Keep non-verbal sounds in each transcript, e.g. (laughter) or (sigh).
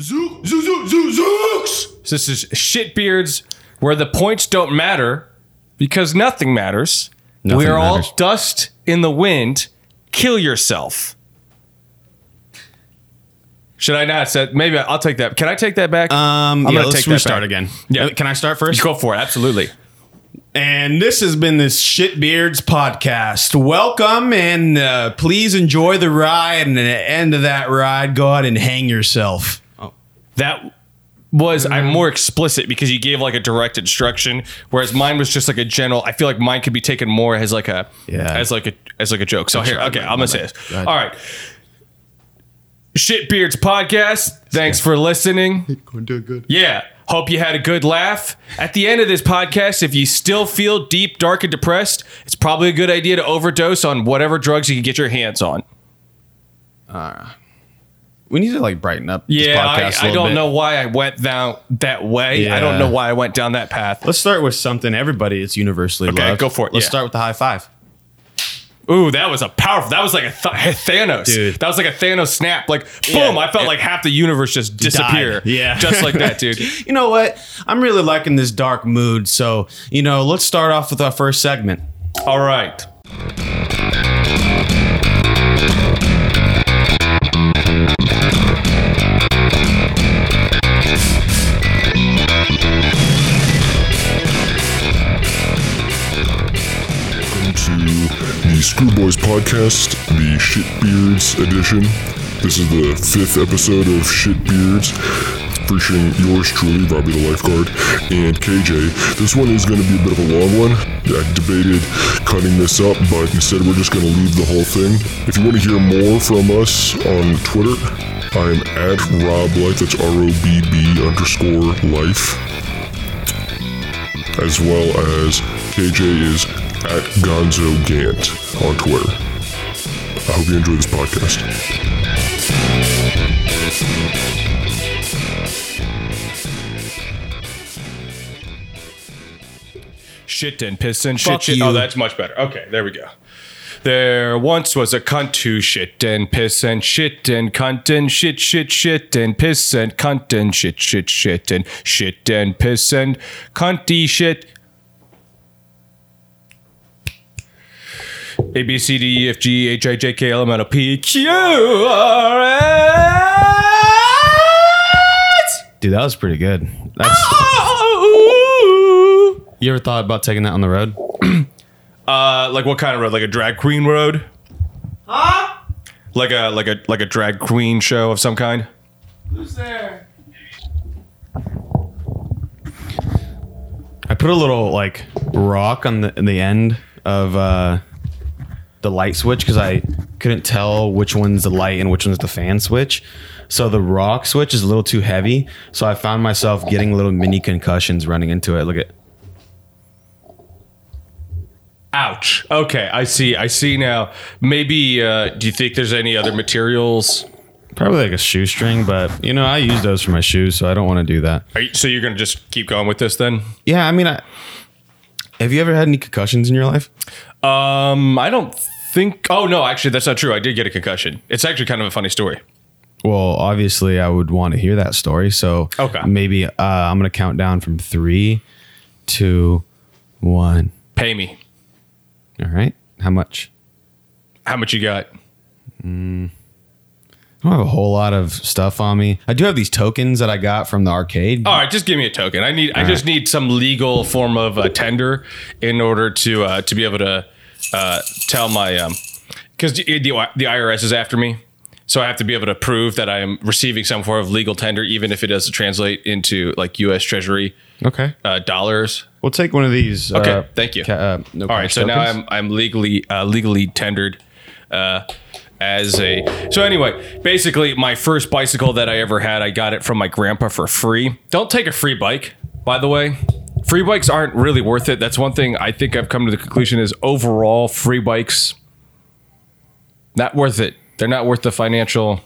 Zook, zoo, zoo, zoo, zooks. So this is shitbeards where the points don't matter because nothing matters. Nothing We're matters. all dust in the wind. Kill yourself. Should I not say? Maybe I'll take that. Can I take that back? Um, yeah, gonna let's take that restart back. again. Yeah. Uh, Can I start first? Go for it. Absolutely. And this has been the Shitbeards podcast. Welcome and uh, please enjoy the ride. And at the end of that ride, go out and hang yourself. That was Mm. I'm more explicit because you gave like a direct instruction, whereas mine was just like a general. I feel like mine could be taken more as like a Yeah. as like a as like a joke. So here, okay, I'm gonna say this. All right, Shitbeards podcast. Thanks for listening. Yeah. Hope you had a good laugh. At the end of this podcast, if you still feel deep, dark, and depressed, it's probably a good idea to overdose on whatever drugs you can get your hands on. We need to like brighten up. this Yeah, podcast a I, I little don't bit. know why I went down that way. I don't Yeah. know why I went down that path. Let's start with something everybody is universally Okay, loved. go for it, Let's yeah. start with the high five. Ooh, that was a powerful. That was like a th- Thanos. Dude. That was like a Thanos snap. Like Yeah. boom, I felt like half the universe just disappear. (laughs) Yeah. just like that, dude. You know what? I'm really liking this dark mood. So, you know, let's start off with our first segment. All right. to the Screwboys podcast, the Shitbeards edition. This is the fifth episode of Shitbeards, featuring yours truly, Robbie the Lifeguard, and KJ. This one is going to be a bit of a long one. I debated cutting this up, but instead we're just going to leave the whole thing. If you want to hear more from us on Twitter, I'm at Rob Life. That's R O B B underscore life as well as KJ is at Gonzo Gant on Twitter. I hope you enjoy this podcast. Shit and piston. Shit, Fuck shit. you. Oh, that's much better. Okay, there we go. There once was a cunt who shit and piss and shit and cunt and shit, shit, shit and piss and cunt and shit, shit, shit and shit and piss and cunty shit. A B C D E F G H I J K L M N O P Q R S. Dude, that was pretty good. That's, Oh! you ever thought about taking that on the road? Uh, like what kind of road? Like a drag queen road? Huh? Like a like a like a drag queen show of some kind? I put a little like rock on the the end of uh, the light switch because I couldn't tell which one's the light and which one's the fan switch. So the rock switch is a little too heavy. So I found myself getting little mini concussions running into it. Look at Ouch. Okay, I see. I see now. Maybe uh, do you think there's any other materials? probably like a shoestring, but you know I use those for my shoes, so I don't want to do that. Are you, so you're gonna just keep going with this then? Yeah, I mean, I, have you ever had any concussions in your life? Um, I don't think. Oh no, actually, that's not true. I did get a concussion. It's actually kind of a funny story. Well, obviously, I would want to hear that story. So Okay. maybe uh, I'm going to count down from three, two, one. Pay me. All right. How much? How much you got? I don't have a whole lot of stuff on me. I do have these tokens that I got from the arcade. All right, just give me a token. I need. I just need some legal form of uh, tender in order to uh, to be able to uh, tell my um because the, the the IRS is after me, so I have to be able to prove that I am receiving some form of legal tender, even if it doesn't translate into like U.S. Treasury Okay. uh, dollars. We'll take one of these. Okay, uh, thank you. ca- uh, no All right, cash so now tokens. I'm I'm legally uh, legally tendered uh, as a. So anyway, basically, my first bicycle that I ever had, I got it from my grandpa for free. Don't take a free bike, by the way. Free bikes aren't really worth it. That's one thing I think I've come to the conclusion is overall free bikes not worth it. They're not worth the financial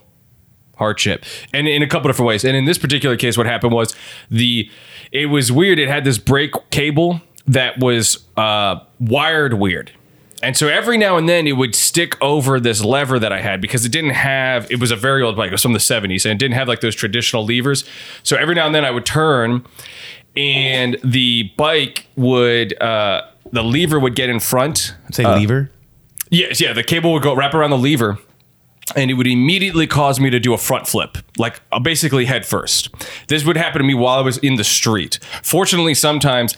hardship and in a couple different ways and in this particular case what happened was the it was weird it had this brake cable that was uh, wired weird And so every now and then it would stick over this lever that I had because it didn't have, it was a very old bike. It was from the 70s and it didn't have like those traditional levers. So every now and then I would turn and the bike would, uh, the lever would get in front. Say lever. Yes, yeah, the cable would go wrap around the lever and it would immediately cause me to do a front flip, like uh, basically head first. This would happen to me while I was in the street. Fortunately, sometimes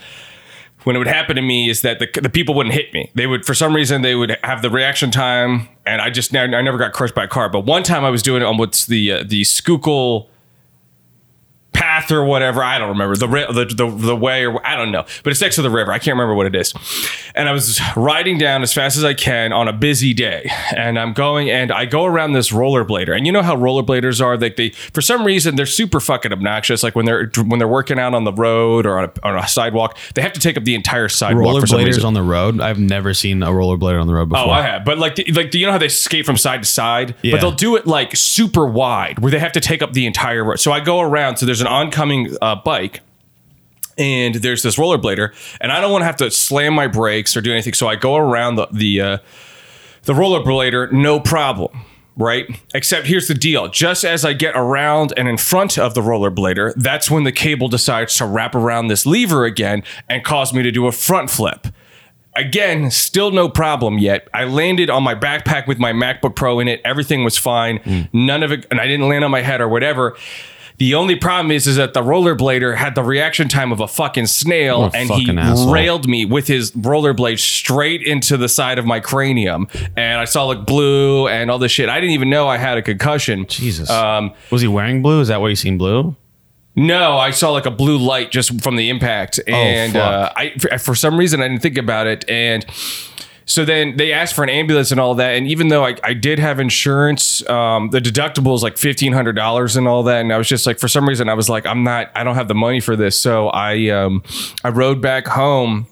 when it would happen to me is that the, the people wouldn't hit me. They would, for some reason, they would have the reaction time, and I just I never got crushed by a car. But one time I was doing it on what's the uh, the Schuylkill path or whatever. I don't remember the, ri- the the the way or I don't know, but it's next to the river. I can't remember what it is. And I was riding down as fast as I can on a busy day, and I'm going and I go around this rollerblader. And you know how rollerbladers are? Like they for some reason they're super fucking obnoxious. Like when they're when they're working out on the road or on a, on a sidewalk, they have to take up the entire sidewalk. for some reason. Rollerbladers on the road. I've never seen a rollerblader on the road before. Oh, I have, but like, the, like the, you know how they skate from side to side, Yeah. but they'll do it like super wide, where they have to take up the entire road. So I go around. So there's an oncoming uh, bike, and there's this rollerblader, and I don't want to have to slam my brakes or do anything. So I go around the the uh, the rollerblader, no problem. Right. Except here's the deal. Just as I get around and in front of the rollerblader, that's when the cable decides to wrap around this lever again and cause me to do a front flip. Again, still no problem yet. I landed on my backpack with my MacBook Pro in it. Everything was fine. Hmm. None of it, and I didn't land on my head or whatever. The only problem is, is that the rollerblader had the reaction time of a fucking snail, What a and he fucking asshole. railed me with his rollerblade straight into the side of my cranium, and I saw like blue and all this shit. I didn't even know I had a concussion. Jesus. Um, was he wearing blue? Is that why you seen blue? no, I saw like a blue light just from the impact, and Oh, fuck. uh, I for, for some reason I didn't think about it, and so then they asked for an ambulance and all that, and even though I, I did have insurance, um, the deductible is like fifteen hundred dollars and all that, and I was just like for some reason I was like I'm not I don't have the money for this, so I um, I rode back home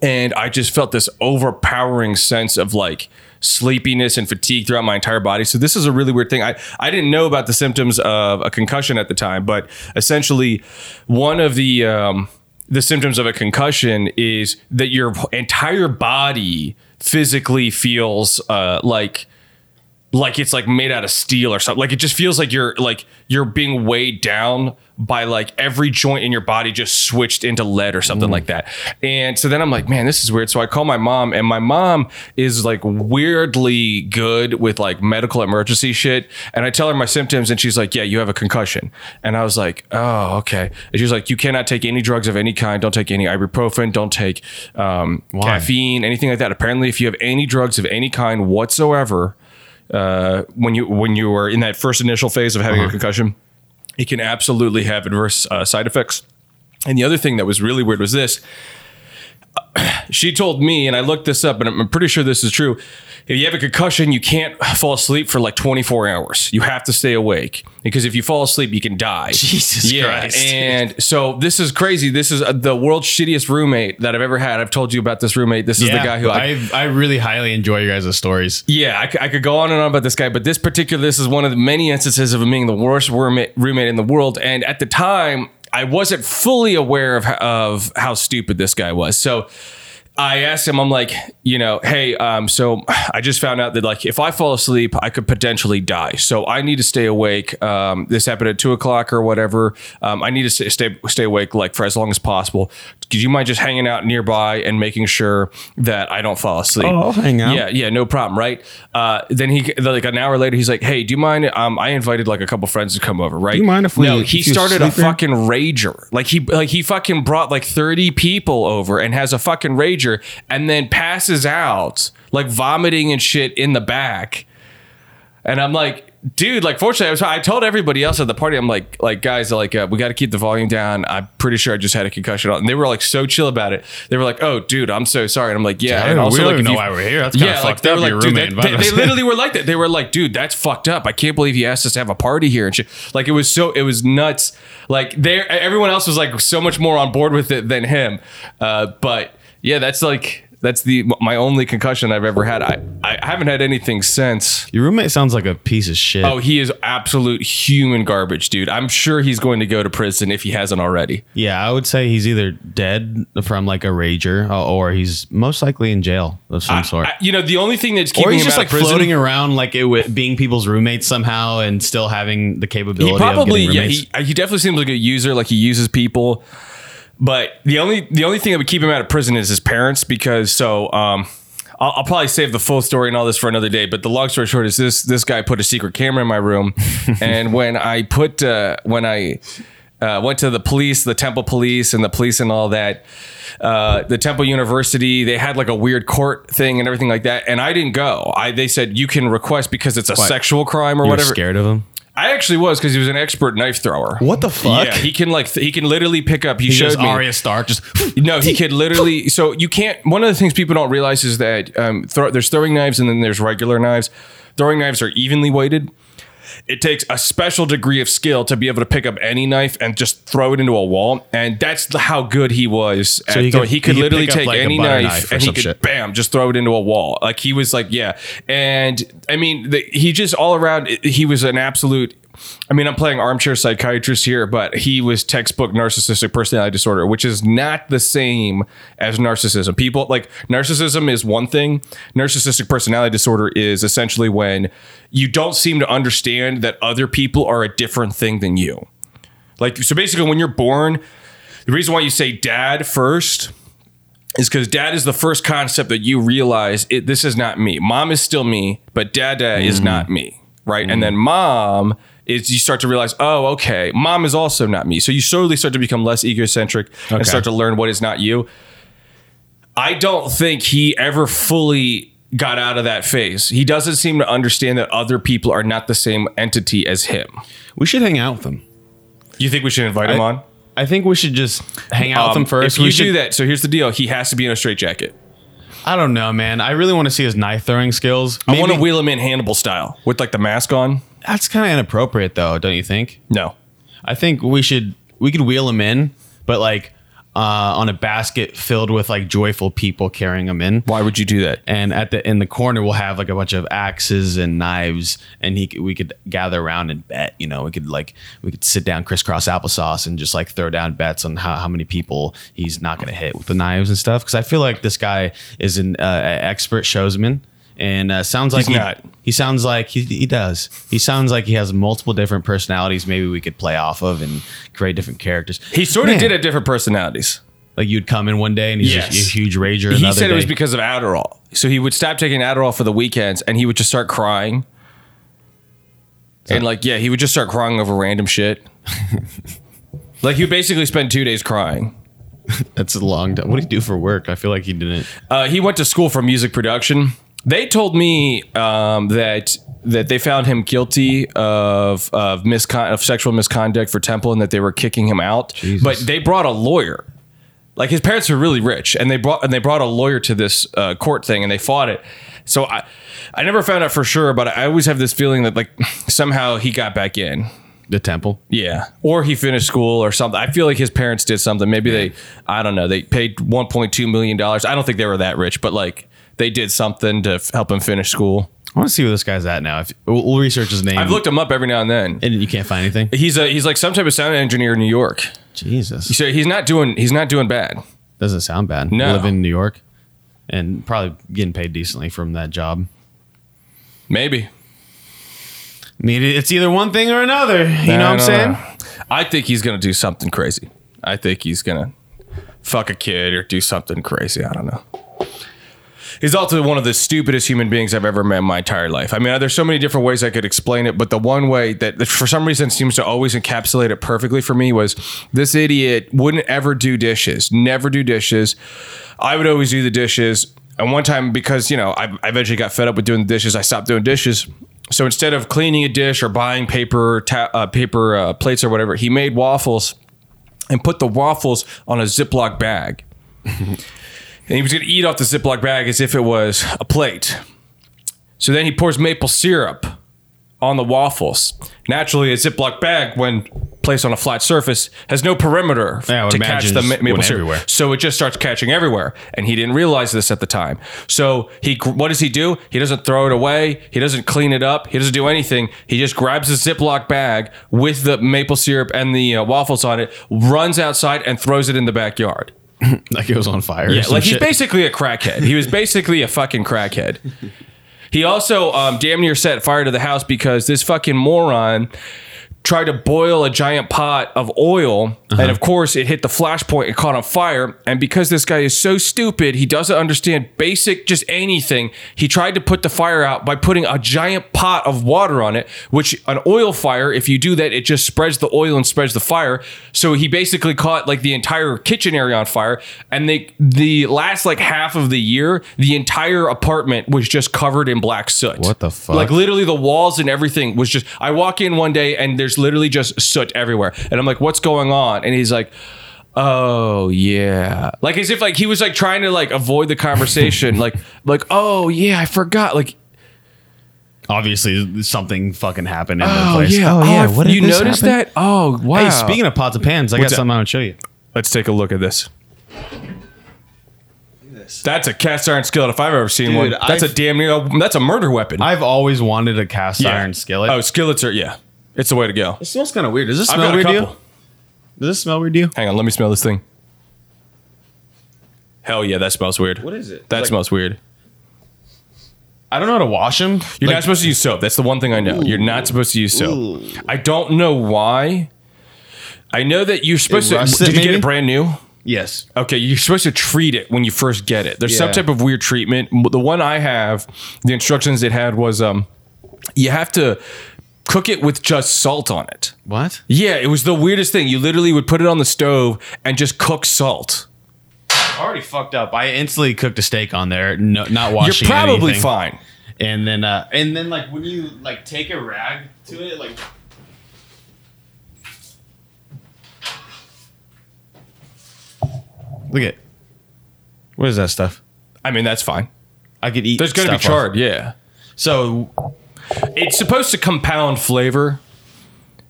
and I just felt this overpowering sense of like sleepiness and fatigue throughout my entire body. So this is a really weird thing. I I didn't know about the symptoms of a concussion at the time, but essentially one of the um, the symptoms of a concussion is that your entire body physically feels uh, like like it's like made out of steel or something. Like it just feels like you're like you're being weighed down by like every joint in your body just switched into lead or something like that. And so then I'm like, man, this is weird. So I call my mom, and my mom is like weirdly good with like medical emergency shit. And I tell her my symptoms, and she's like, yeah, you have a concussion. And I was like, oh, okay. And she was like, you cannot take any drugs of any kind. Don't take any ibuprofen. Don't take um, caffeine, anything like that. Apparently, if you have any drugs of any kind whatsoever, uh, when you when you are in that first initial phase of Uh-huh. having a concussion, it can absolutely have adverse uh, side effects. And the other thing that was really weird was this. (clears throat) She told me, and I looked this up, and I'm I'm pretty sure this is true. If you have a concussion, you can't fall asleep for like 24 hours. You have to stay awake because if you fall asleep, you can die. Jesus Christ. And so this is crazy. This is uh, the world's shittiest roommate that I've ever had. I've told you about this roommate. This is the guy who I, I, I really highly enjoy your guys' stories. yeah, I, c- I could go on and on about this guy, but this particular this is one of the many instances of him being the worst roommate, roommate in the world. And at the time, I wasn't fully aware of h- of how stupid this guy was. So I asked him, I'm like, you know, hey, um, so I just found out that like if I fall asleep, I could potentially die. So I need to stay awake. Um, this happened at two o'clock or whatever. Um, I need to stay, stay stay awake like for as long as possible. Could you mind just hanging out nearby and making sure that I don't fall asleep? Oh, I'll hang out. Yeah, yeah, no problem, right? Uh, then he like an hour later, he's like, "Hey, do you mind? Um, I invited like a couple friends to come over, right? Do you mind if we- No, he if you started a sleep here? fucking rager. Like he like he fucking brought like thirty people over and has a fucking rager, and then passes out like vomiting and shit in the back. And I'm like, dude, like, fortunately, I, was, I told everybody else at the party, I'm like, like, guys, like, uh, we got to keep the volume down. I'm pretty sure I just had a concussion, and they were like so chill about it. They were like, oh, dude, I'm so sorry. And I'm like, yeah, I and don't we also don't like, even if know you- why we're here. That's kind of fucked up. they Your were roommate dude, that- they, invited us. they literally were like that. They were like, dude, that's fucked up. I can't believe he asked us to have a party here and shit. Like it was so, it was nuts. Like there, everyone else was like so much more on board with it than him. Uh, but yeah, that's like That's the my only concussion I've ever had. I, I haven't had anything since. Your roommate sounds like a piece of shit. Oh, he is absolute human garbage, dude. I'm sure he's going to go to prison if he hasn't already. Yeah, I would say he's either dead from like a rager, uh, or he's most likely in jail of some sort. I- you know, the only thing that's keeping or he's him just out like of prison, floating around, like it w- being people's roommates somehow, and still having the capability. he probably of yeah getting roommates. he, he definitely seems like a user like he uses people but the only the only thing that would keep him out of prison is his parents because so um I'll, I'll probably save the full story and all this for another day but the long story short is this this guy put a secret camera in my (laughs) room and when i put uh when i uh, went to the police, the temple police, and the police and all that. Uh, the temple university, they had like a weird court thing and everything like that. And I didn't go. I they said you can request because it's a sexual crime or You were whatever. scared of him. I actually was because he was an expert knife thrower. What the fuck? Yeah, he can like th- he can literally pick up. He, showed just me. Arya Stark. Just (laughs) No, he could literally. So you can't. One of the things people don't realize is that um, throw, there's throwing knives and then there's regular knives. Throwing knives are evenly weighted. It takes a special degree of skill to be able to pick up any knife and just throw it into a wall, and that's the- how good he was. at he throw- could- he could he could literally pick up, take like, a any knife, butter knife or and he some could shit. bam, just throw it into a wall. Like he was like, yeah. And I mean, the, he just all around, he was an absolute. I mean, I'm playing armchair psychiatrist here, but he was textbook narcissistic personality disorder, which is not the same as narcissism. People like narcissism is one thing. Narcissistic personality disorder is essentially when you don't seem to understand that other people are a different thing than you. Like, so basically, when you're born, the reason why you say dad first is because dad is the first concept that you realize it, this is not me. Mom is still me, but dada is not me, right? And then mom is you start to realize, oh, okay, mom is also not me. So you slowly start to become less egocentric and start to learn what is not you. I don't think he ever fully got out of that phase. He doesn't seem to understand that other people are not the same entity as him. We should hang out with him. You think we should invite him on? I think we should just hang out Um, with him first. If you we should, do that, so here's the deal: he has to be in a straitjacket. I don't know, man. I really want to see his knife throwing skills. I want to Maybe- wheel him in Hannibal style with like the mask on. That's kind of inappropriate, though, don't you think? No, I think we should we could wheel him in, but like uh, on a basket filled with like joyful people carrying him in. why would you do that? And at the in the corner, we'll have like a bunch of axes and knives, and he c- we could gather around and bet. You know, we could like we could sit down crisscross applesauce and just like throw down bets on how, how many people he's not going to hit with the knives and stuff. Because I feel like this guy is an uh, expert showsman, and uh, sounds like He's he- not. He sounds like he, he does. He sounds like he has multiple different personalities. Maybe we could play off of and create different characters. He sort of Man, did have different personalities. Like you'd come in one day and he's Yes. just a huge rager. He another said it was day. because of Adderall. So he would stop taking Adderall for the weekends, and he would just start crying. And like, yeah, he would just start crying over random (laughs) shit. like he would basically spend two days crying. that's a long time. What do you do for work? I feel like he didn't. Uh, he went to school for music production. They told me um, that that they found him guilty of of miscon of sexual misconduct for Temple, and that they were kicking him out. But they brought a lawyer. Like his parents were really rich, and they brought and they brought a lawyer to this uh, court thing, and they fought it. So I, I never found out for sure, but I always have this feeling that like (sighs) somehow he got back in. The temple. Yeah. Or he finished school or something. I feel like his parents did something. Maybe they, I don't know, they paid $1.2 million. I don't think they were that rich, but like they did something to f- help him finish school. I want to see where this guy's at now. If we'll, we'll research his name. I've looked him up every now and then. and you can't find anything. He's a he's like some type of sound engineer in New York. Jesus, So he's not doing he's not doing bad. doesn't sound bad. No. live in New York, and probably getting paid decently from that job. Maybe. I mean, it's either one thing or another. You know what I'm don't saying? know. I think he's gonna do something crazy. I think he's gonna fuck a kid or do something crazy. I don't know. He's also one of the stupidest human beings I've ever met in my entire life. I mean, there's so many different ways I could explain it, but the one way that that for some reason seems to always encapsulate it perfectly for me was this idiot wouldn't ever do dishes, never do dishes. I would always do the dishes. And one time, because, you know, I, I eventually got fed up with doing the dishes, I stopped doing dishes. So instead of cleaning a dish or buying paper, ta- uh, paper uh, plates or whatever, he made waffles and put the waffles on a Ziploc bag. and he was going to eat off the Ziploc bag as if it was a plate. So then he pours maple syrup on the waffles. Naturally, a Ziploc bag, when placed on a flat surface has no perimeter Yeah, I would to catch imagine the it ma- just maple went syrup. everywhere. So it just starts catching everywhere, and he didn't realize this at the time. So he, gr- what does he do? He doesn't throw it away. He doesn't clean it up. He doesn't do anything. He just grabs a Ziploc bag with the maple syrup and the uh, waffles on it, runs outside, and throws it in the backyard. Like it was on fire. Yeah, like he's basically a crackhead. He was basically a fucking crackhead. He also um, damn near set fire to the house because this fucking moron tried to boil a giant pot of oil, Uh-huh. and of course it hit the flashpoint and caught on fire. And because this guy is so stupid, he doesn't understand basic just anything. He tried to put the fire out by putting a giant pot of water on it, which an oil fire, if you do that, it just spreads the oil and spreads the fire. So he basically caught like the entire kitchen area on fire, and they the last like half of the year, the entire apartment was just covered in black soot. What the fuck? Like literally the walls and everything was just I walk in one day and there's literally just soot everywhere. And I'm like, what's going on? And he's like, Oh yeah. Like as if like he was like trying to like avoid the conversation. (laughs) like like, oh yeah, I forgot. Like obviously something fucking happened in the oh place. yeah. Oh, yeah, I- what did you this noticed that? happen? Oh wow. Hey, speaking of pots and pans, I got that? something I want to show you. Let's take a look at this. That's a cast iron skillet if I've ever seen one. That's I've- a damn near. That's a murder weapon. I've always wanted a cast Yeah. iron skillet. Oh, skillets are yeah. It's the way to go. it smells kind of weird. Does this I've smell got a weird to you? couple. Does this smell weird to you? Hang on, let me smell this thing. Hell yeah, that smells weird. What is it? That Like- smells weird. I don't know how to wash them. You're not supposed to use soap. That's the one thing I know. You're not supposed to use soap. I don't know why. I know that you're supposed to. rusts it, Did you get maybe? it brand new? Yes. Okay, you're supposed to treat it when you first get it. There's some Yeah. type of weird treatment. The one I have, the instructions it had was um, you have to cook it with just salt on it. What? Yeah, it was the weirdest thing. You literally would put it on the stove and just cook salt. already fucked up. I instantly cooked a steak on there, no, not washing. You're probably anything. fine. And then, uh, and then, like when you like take a rag to it, like look at what is that stuff? I mean, that's fine. I could eat. There's going to be stuff off- chard, yeah. So It's supposed to compound flavor.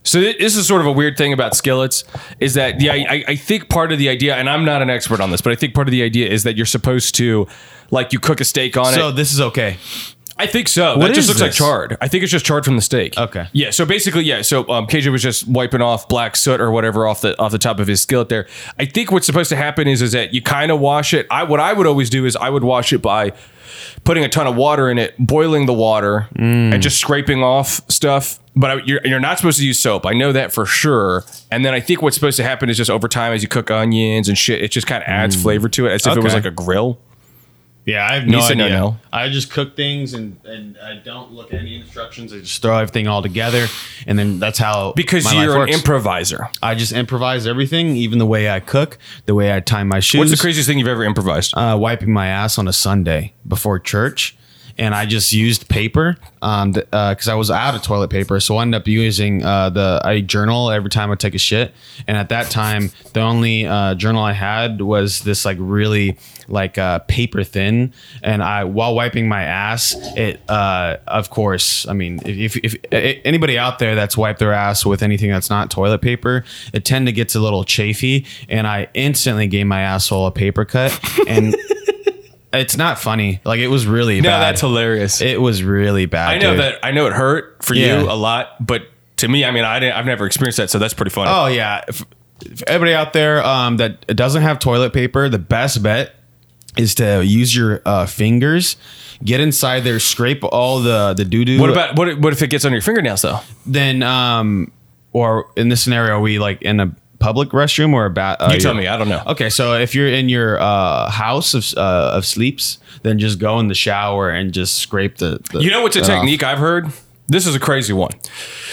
So thi- this is sort of a weird thing about skillets is that yeah, I, I think part of the idea, and I'm not an expert on this, but I think part of the idea is that you're supposed to, like, you cook a steak on so it. this is okay. I think so. that is just looks like this? chard. I think it's just chard from the steak. Okay. Yeah. So basically, yeah. So um, KJ was just wiping off black soot or whatever off the off the top of his skillet there. I think what's supposed to happen is is that you kind of wash it. I what I would always do is I would wash it by putting a ton of water in it, boiling the water, Mm. and just scraping off stuff. But I, you're, you're not supposed to use soap. I know that for sure. And then I think what's supposed to happen is just over time, as you cook onions and shit, it just kind of adds flavor to it, as if it was Mm. Okay. like a grill. Yeah, I have no You said no, idea. no. I just cook things and and I don't look at any instructions. I just throw everything all together, and then that's how Because my life you're an works. improviser. I just improvise everything, even the way I cook, the way I tie my shoes. What's the craziest thing you've ever improvised? uh, wiping my ass on a Sunday before church, and I just used paper um, because I was out of toilet paper. So I ended up using uh, the I journal every time I take a shit. And at that time, the only uh, journal I had was this like really like uh, paper thin. And I while wiping my ass, it uh, of course, I mean, if, if, if a- anybody out there that's wiped their ass with anything that's not toilet paper, it tend to gets a little chafy. And I instantly gave my asshole a paper cut (laughs) and. It's not funny. Like it was really No, bad. that's hilarious. It was really bad. I know dude. that I know it hurt for Yeah. you a lot, but to me, I mean, I didn't, I've never experienced that, so that's pretty funny. Oh yeah. If, if everybody out there um, that doesn't have toilet paper, the best bet is to use your uh, fingers, get inside there, scrape all the the doo doo. what about what? What if it gets on your fingernails though? then? Um, or in this scenario, we like in a public restroom or a bath. Uh, You tell your- me. I don't know. Okay, so if you're in your uh, house of uh, of sleeps, then just go in the shower and just scrape the. the You know what's a that off. technique I've heard? This is a crazy one.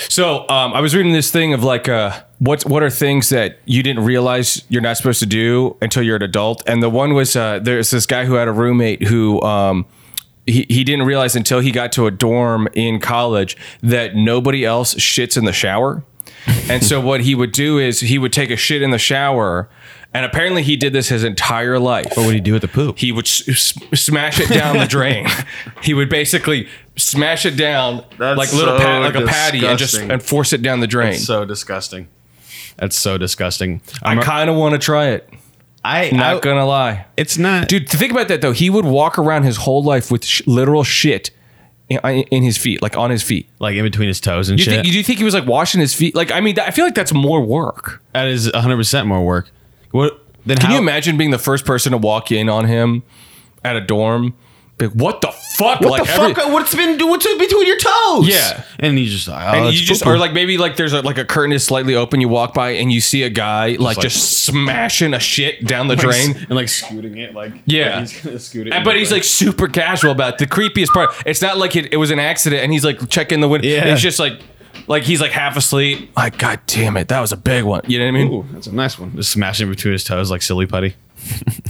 So um, I was reading this thing of like uh, what what are things that you didn't realize you're not supposed to do until you're an adult, and the one was uh, there's this guy who had a roommate who. Um, he, he didn't realize until he got to a dorm in college that nobody else shits in the shower. And so what he would do is he would take a shit in the shower, and apparently he did this his entire life What do you do with the poop? he would s- s- smash it down the (laughs) drain. he would basically smash it down That's like little so pat, like a patty and just disgusting. and force it down the drain. so disgusting. That's so disgusting. I kind of want to try it. I, Not I- gonna lie. it's not Dude, think about that though. He would walk around his whole life with sh- literal shit in, in his feet, like on his feet. like in between his toes and You shit. think, do you think he was like washing his feet? Like, I mean, that- I feel like that's more work. that is 100 percent more work. What then? Can how, you imagine being the first person to walk in on him at a dorm? Be Like, what the fuck? What like, the every- fuck? What's been what's in between your toes? Yeah. and you just oh, and it's you just football. or like maybe like there's a, like a curtain is slightly open. You walk by and you see a guy like, just smashing a shit down the drain. (laughs) and like scooting it, like Yeah. like he's gonna scoot it. And- But he's like super casual about it. the creepiest part. It's not like it, it was an accident and he's like checking the window. Yeah. It's just like like he's like half asleep. Like god damn it, that was a big one. You know what I mean? Ooh, that's a nice one. Just smashing between his toes like silly putty.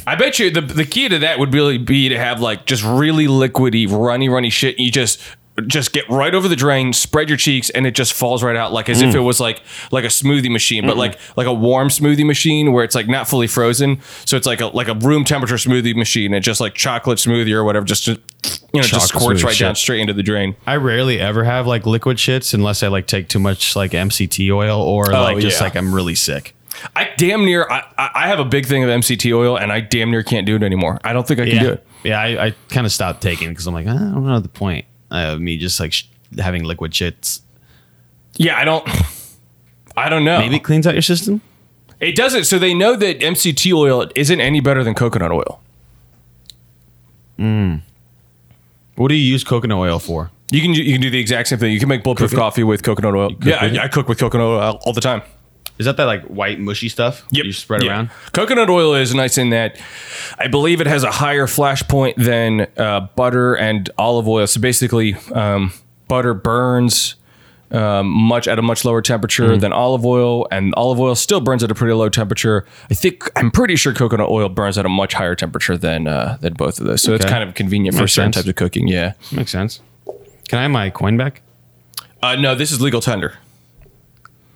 I bet you the the key to that would really be to have like just really liquidy, runny, runny shit. You just just get right over the drain, spread your cheeks, and it just falls right out, like as Mm. if it was like like a smoothie machine, but like like a warm smoothie machine where it's like not fully frozen. So it's like a like a room temperature smoothie machine, and just like chocolate smoothie or whatever, just you know, just Chocolate squirts smoothie right down shit. straight into the drain. I rarely ever have like liquid shits unless I like take too much like MCT oil or like just yeah. like I'm really sick. I damn near I I I have a big thing of MCT oil, and I damn near can't do it anymore. I don't think I can do Yeah, it. yeah. I, I kind of stopped taking because I'm like "Ah, I don't know the point of me just like sh- having liquid shits. Yeah, I don't. I don't know. Maybe it cleans out your system. It doesn't. So they know that MCT oil isn't any better than coconut oil. What do you use coconut oil for? You can you can do the exact same thing. You can make bulletproof coffee with coconut oil. yeah, I, I cook with coconut oil all the time. Is that that like white mushy stuff? Yep. You spread Yeah. around. Coconut oil is nice in that I believe it has a higher flash point than uh, butter and olive oil. So basically, um, butter burns um, much at a much lower temperature Mm-hmm. than olive oil, and olive oil still burns at a pretty low temperature. I think I'm pretty sure coconut oil burns at a much higher temperature than uh, than both of those. So it's Okay. kind of convenient for Makes certain sense. types of cooking. Yeah. Makes sense. Can I have my coin back? Uh, no, this is legal tender.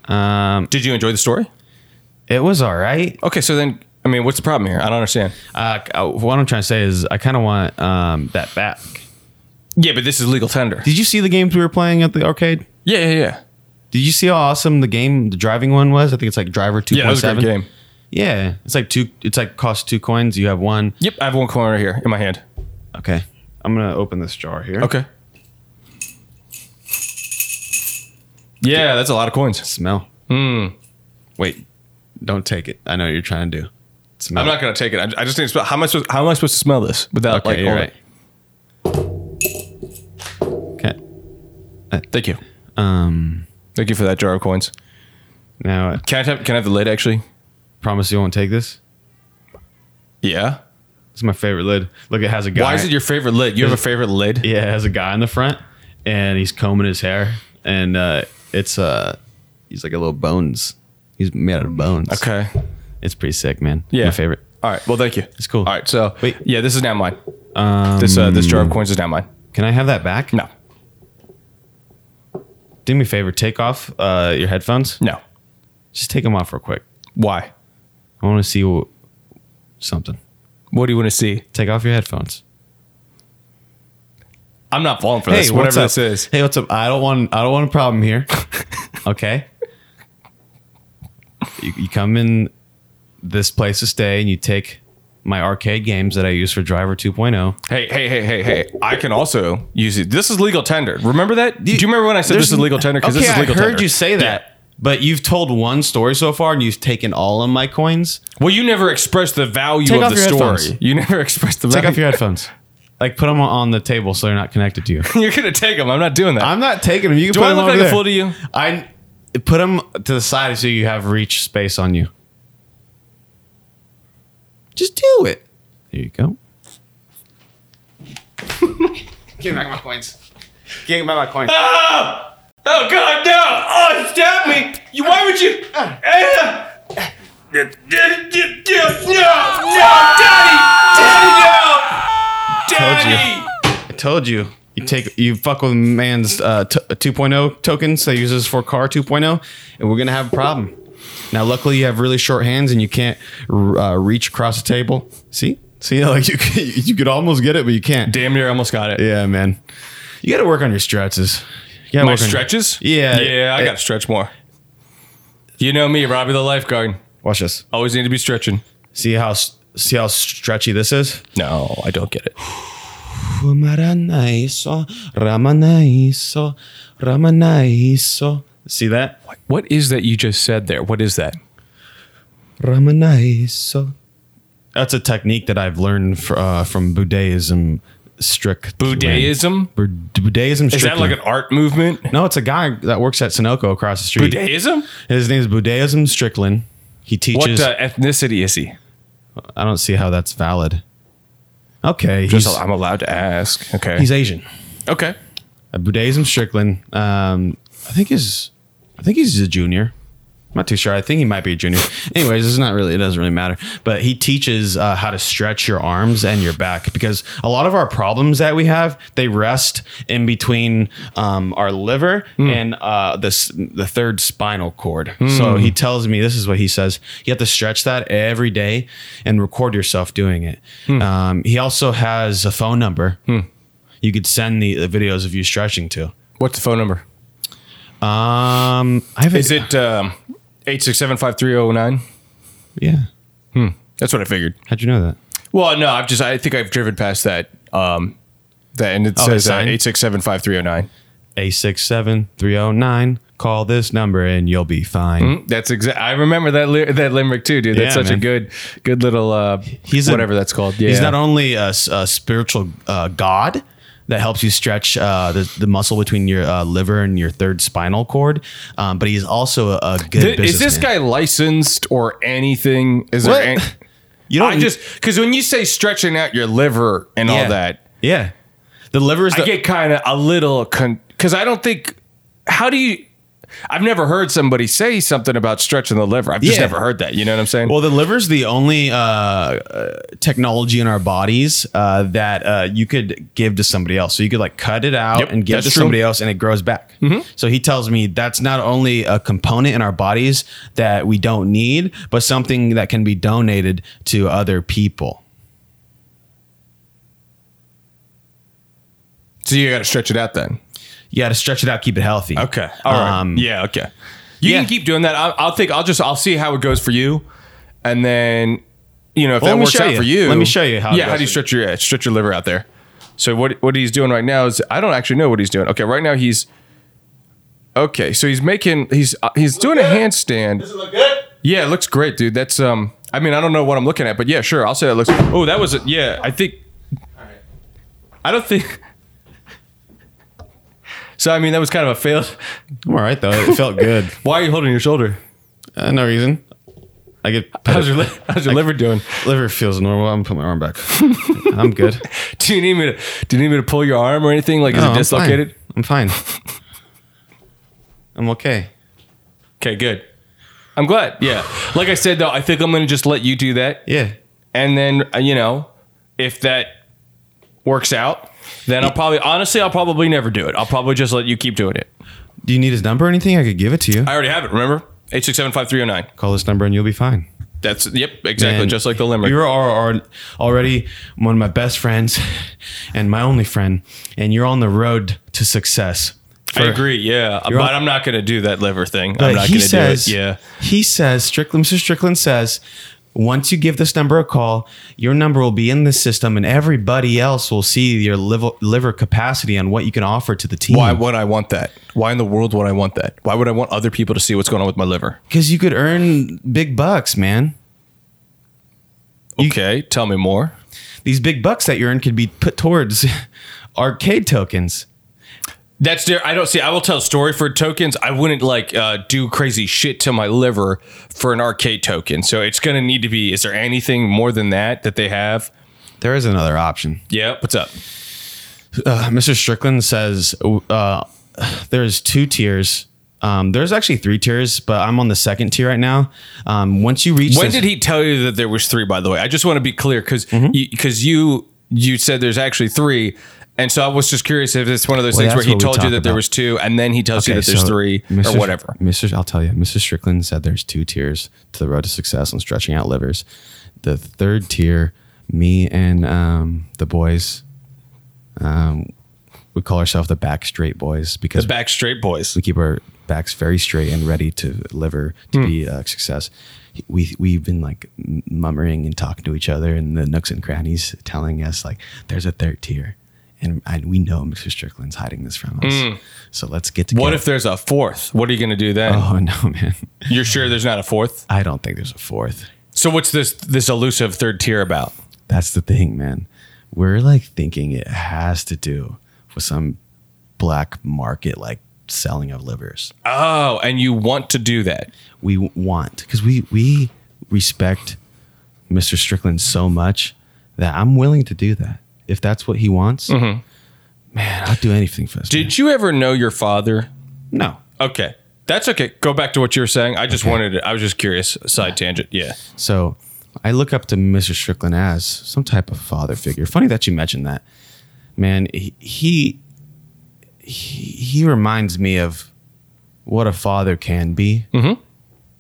Um, Did you enjoy the story? it was all right. Okay, so then I mean, what's the problem here? I don't understand. Uh, c- uh, what I'm trying to say is I kind of want um, that back. Yeah, but this is legal tender. Did you see the games we were playing at the arcade? Yeah, yeah, yeah. Did you see how awesome the game, the driving one was? I think it's like Driver 2.7. Yeah, that was a great game. Yeah, it's like two. It's like costs two coins. You have one. Yep, I have one coin right here in my hand. Okay, I'm gonna open this jar here. Okay. Yeah, that's a lot of coins. Smell. Hmm. Wait, don't take it. I know what you're trying to do. Smell. I'm not gonna take it. I, I just need to smell. How am I supposed? How am I supposed to smell this without Okay, like? you're all right. Okay. the- Thank you. Um. Thank you for that jar of coins. Now, I Can I have? Can I have the lid actually? promise you won't take this. Yeah. It's my favorite lid. Look, it has a guy. Why is it your favorite lid? You have a favorite lid? Yeah, it has a guy in the front, and he's combing his hair, and uh, it's uh, he's like a little bones. He's made out of bones. Okay. It's pretty sick, man. Yeah. My favorite. All right. Well, thank you. It's cool. All right. So Wait. Um, yeah, this is now mine. this uh, this jar of coins is now mine. Can I have that back? No. Do me a favor. Take off uh, your headphones. No. Just take them off real quick. Why? I want to see w- something. What do you want to see? Take off your headphones. I'm not falling for this. Whatever this is. Hey, what's up? I don't want. I don't want a problem (laughs) here. okay. You, you come in this place to stay, and you take my arcade games that I use for Driver oh. 2.0. Hey, hey, hey, hey, hey! I can also use it. This is legal tender. Remember that? Do you remember when I said this There's is legal tender? Because okay, this is legal I heard tender. you say that, but you've told one story so far, and you've taken all of my coins. Well, you never expressed the value Take of off the your story. headphones. You never (laughs) expressed the Take value. off your (laughs) headphones. Like put them on the table so they're not connected to you. You're gonna take them. I'm not doing that. (laughs) I'm not taking them. You can Do put I them look over like a there. fool to you? I put them to the side so you have reach space on you. Just do it. There you go. (laughs) Give me back my coins. Give me back my coins. oh God, no! Oh, it stabbed me! You, why would you? Ah! No, no, daddy, Told you. daddy, no, daddy! I told you. You take you fuck with man's uh, t- 2.0 tokens that uses for car 2.0, and we're gonna have a problem. Now, luckily, you have really short hands and you can't uh, reach across the table. See, see, like you could, (laughs) you could almost get it, but you can't. Damn near, almost got it. Yeah, man. You got to work on your stretches. You gotta My work on- stretches? Yeah. yeah. I It- gotta stretch more. You know me, Robbie the lifeguard. Watch this. Always need to be stretching. See how s- see how stretchy this is. No, I don't get it. Ramanaiso, Ramanaiso, Ramanaiso. See that? What is that you just said there? What is that? Ramanaiso. That's a technique that I've learned fr- uh, from Buddhism. Strict Buddhism? Bud- Buddhism. Is that like an art movement? No, it's a guy that works at Sunoco across the street. Buddhism? His name is Buddhism Strickland. He What teaches. uh, ethnicity is he? I don't see how that's valid. Okay, he's, Just al- I'm allowed to ask. Okay. he's Asian. okay. Uh, Budaism Strickland. Um, I think he's, I think he's a junior. I'm not too sure. I think he might be a junior. (laughs) Anyways, it's not really. It doesn't really matter. But he teaches uh, how to stretch your arms and your back because a lot of our problems that we have they rest in between um, our liver and uh, this the third spinal cord. So he tells me this is what he says. You have to stretch that every day and record yourself doing it. Um, he also has a phone number. You could send the, the videos of you stretching to. What's the phone number? Um, I have Is it um, 867-5309? Yeah. That's what I figured. How'd you know that? Well, no, I've just I think I've driven past that um that and it it's says uh, signed? 867-5309. A six seven three zero nine. Call this number and you'll be fine. That's exact. I remember that li- that limerick too, dude. That's Yeah, such a man. good good little uh He's a- whatever that's called. Yeah. He's not only a, s- a spiritual uh, god that helps you stretch uh, the, the muscle between your uh, liver and your third spinal cord, um, but he's also a, a good. Th- is this guy licensed or anything? Is What? there any- You don't I just cuz when you say stretching out your liver and all Yeah. that, Yeah. The liver is I the, get kind of a little con- cuz I don't think how do you I've never heard somebody say something about stretching the liver. I've just Yeah. never heard that. You know what I'm saying? Well, the liver's the only uh, uh, technology in our bodies uh, that uh, you could give to somebody else. So you could like cut it out Yep, and give it to that's true. Mm-hmm. somebody else, and it grows back. So he tells me that's not only a component in our bodies that we don't need, but something that can be donated to other people. so you got to stretch it out then. You got to stretch it out, keep it healthy. Okay. All right. Um, yeah. Okay. You yeah. can keep doing that. I'll, I'll think. I'll just. I'll see how it goes for you, and then you know if Well, let that me works show out you. for you. Let me show you how it Yeah. How goes do you for stretch your yeah, stretch your liver out there? So what what he's doing right now is I don't actually know what he's doing. Okay. Right now he's okay. So he's making he's uh, he's doing a handstand. Does it look good? Yeah. It looks great, dude. That's um. I mean, I don't know what I'm looking at, but yeah, sure. I'll say that looks. Oh, that was a, yeah. I think. I don't think. (laughs) So I mean, that was kind of a failed. I'm all right though. It felt good. (laughs) Why are you holding your shoulder? Uh, no reason. (laughs) I get How's your li- how's your liver doing? (laughs) liver feels normal. I'm putting my arm back. I'm good. Do you need me to do you need me to pull your arm or anything? Like is it No, I'm (laughs) fine. dislocated? I'm fine. I'm okay. Okay, good. I'm glad. Yeah. Like I said though, I think I'm gonna just let you do that, Yeah. and then uh, you know, if that works out, then I'll probably honestly I'll probably never do it. I'll probably just let you keep doing it. Do you need his number or anything? I could give it to you. I already have it. Remember eight six seven five three zero nine. Call this number and you'll be fine. That's yep, exactly And just like the limerick. You're al- al- already one of my best friends (laughs) and my only friend, and you're on the road to success. I agree. Yeah, but I'm not gonna do that liver thing. I'm But not he gonna says, Hmm. do it. Yeah. He says, Strickland, Mr. Strickland says, once you give this number a call, your number will be in the system, and everybody else will see your liver, liver capacity and what you can offer to the team. Why would I want that? Why in the world would I want that? Why would I want other people to see what's going on with my liver? Because you could earn big bucks, man. Okay, tell me more. these big bucks that you earn could be put towards (laughs) arcade tokens. That's there. I don't see. I will tell a story for tokens. I wouldn't like uh, do crazy shit to my liver for an arcade token. So it's gonna need to be. Is there anything more than that that they have? There is another option. Yeah. What's up? Uh, Mr. Strickland says uh, there's two tiers. Um, there's actually three tiers, but I'm on the second tier right now. Um, once you reach, When this- did he tell you that there was three? By the way, I just want to be clear because Mm-hmm. because you you said there's actually three, and so I was just curious if it's one of those Well, things where that's he what we told you talk that there about. was two, and then he tells you Okay, that there's so three Mr. or whatever. Mr. I'll tell you, Mr. Strickland said there's two tiers to the road to success on stretching out livers. The third tier, me and um, the boys, um, we call ourselves the Back Straight Boys because Back straight boys. we keep our back's very straight and ready to deliver Hmm. to be a success. We we've been like mummering and talking to each other in the nooks and crannies, telling us like there's a third tier, and I, we know Mr. Strickland's hiding this from us. So let's get together. Hmm. What if there's a fourth? What are you going to do then? (laughs) Oh no, man! You're sure there's not a fourth? I don't think there's a fourth. So what's this this elusive third tier about? That's the thing, man. We're like thinking it has to do with some black market like selling of livers. Oh, and you want to do that? we want because we we respect Mr. Strickland so much that I'm willing to do that if that's what he wants. Man, I'll do anything for this. Did you ever know your father? man. no? Okay, that's okay. Go back to what you were saying. I just wanted. To, I was just curious. Side tangent. Yeah. So I look up to Mr. Strickland as some type of father figure. Funny that you mentioned that. Man, he he he, he reminds me of what a father can be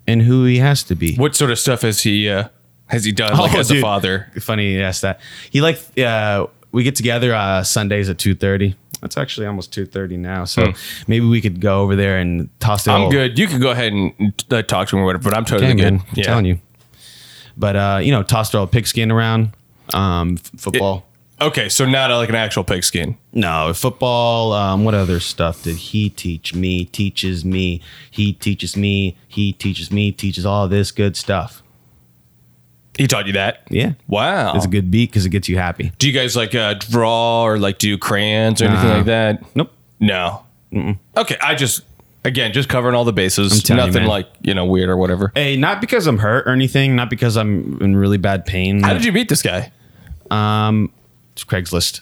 and who he has to be. What sort of stuff has he uh, has he done like Oh, as a dude. father? funny you asked that. He like uh, we get together uh, Sundays at two thirty. That's actually almost two thirty now, so maybe we could go over there and toss it. I'm good. You can go ahead and uh, talk to him or whatever, but I'm totally Dang, good. man, I'm telling you. But uh, you know, toss their old pigskin around. Um, f- football. Okay, so not uh, like an actual pigskin. no, football. Um, what other stuff did he teach me? Teaches me. He teaches me. He teaches me. Teaches all this good stuff. He taught you that. Yeah, Wow. it's a good beat because it gets you happy. do you guys like uh, draw or like do crayons or anything Nah. like that? Nope. No. Okay, I just again just covering all the bases. telling you, Nothing man. like you know weird or whatever. Hey, not because I'm hurt or anything, not because I'm in really bad pain. How did you meet this guy? It's Craigslist.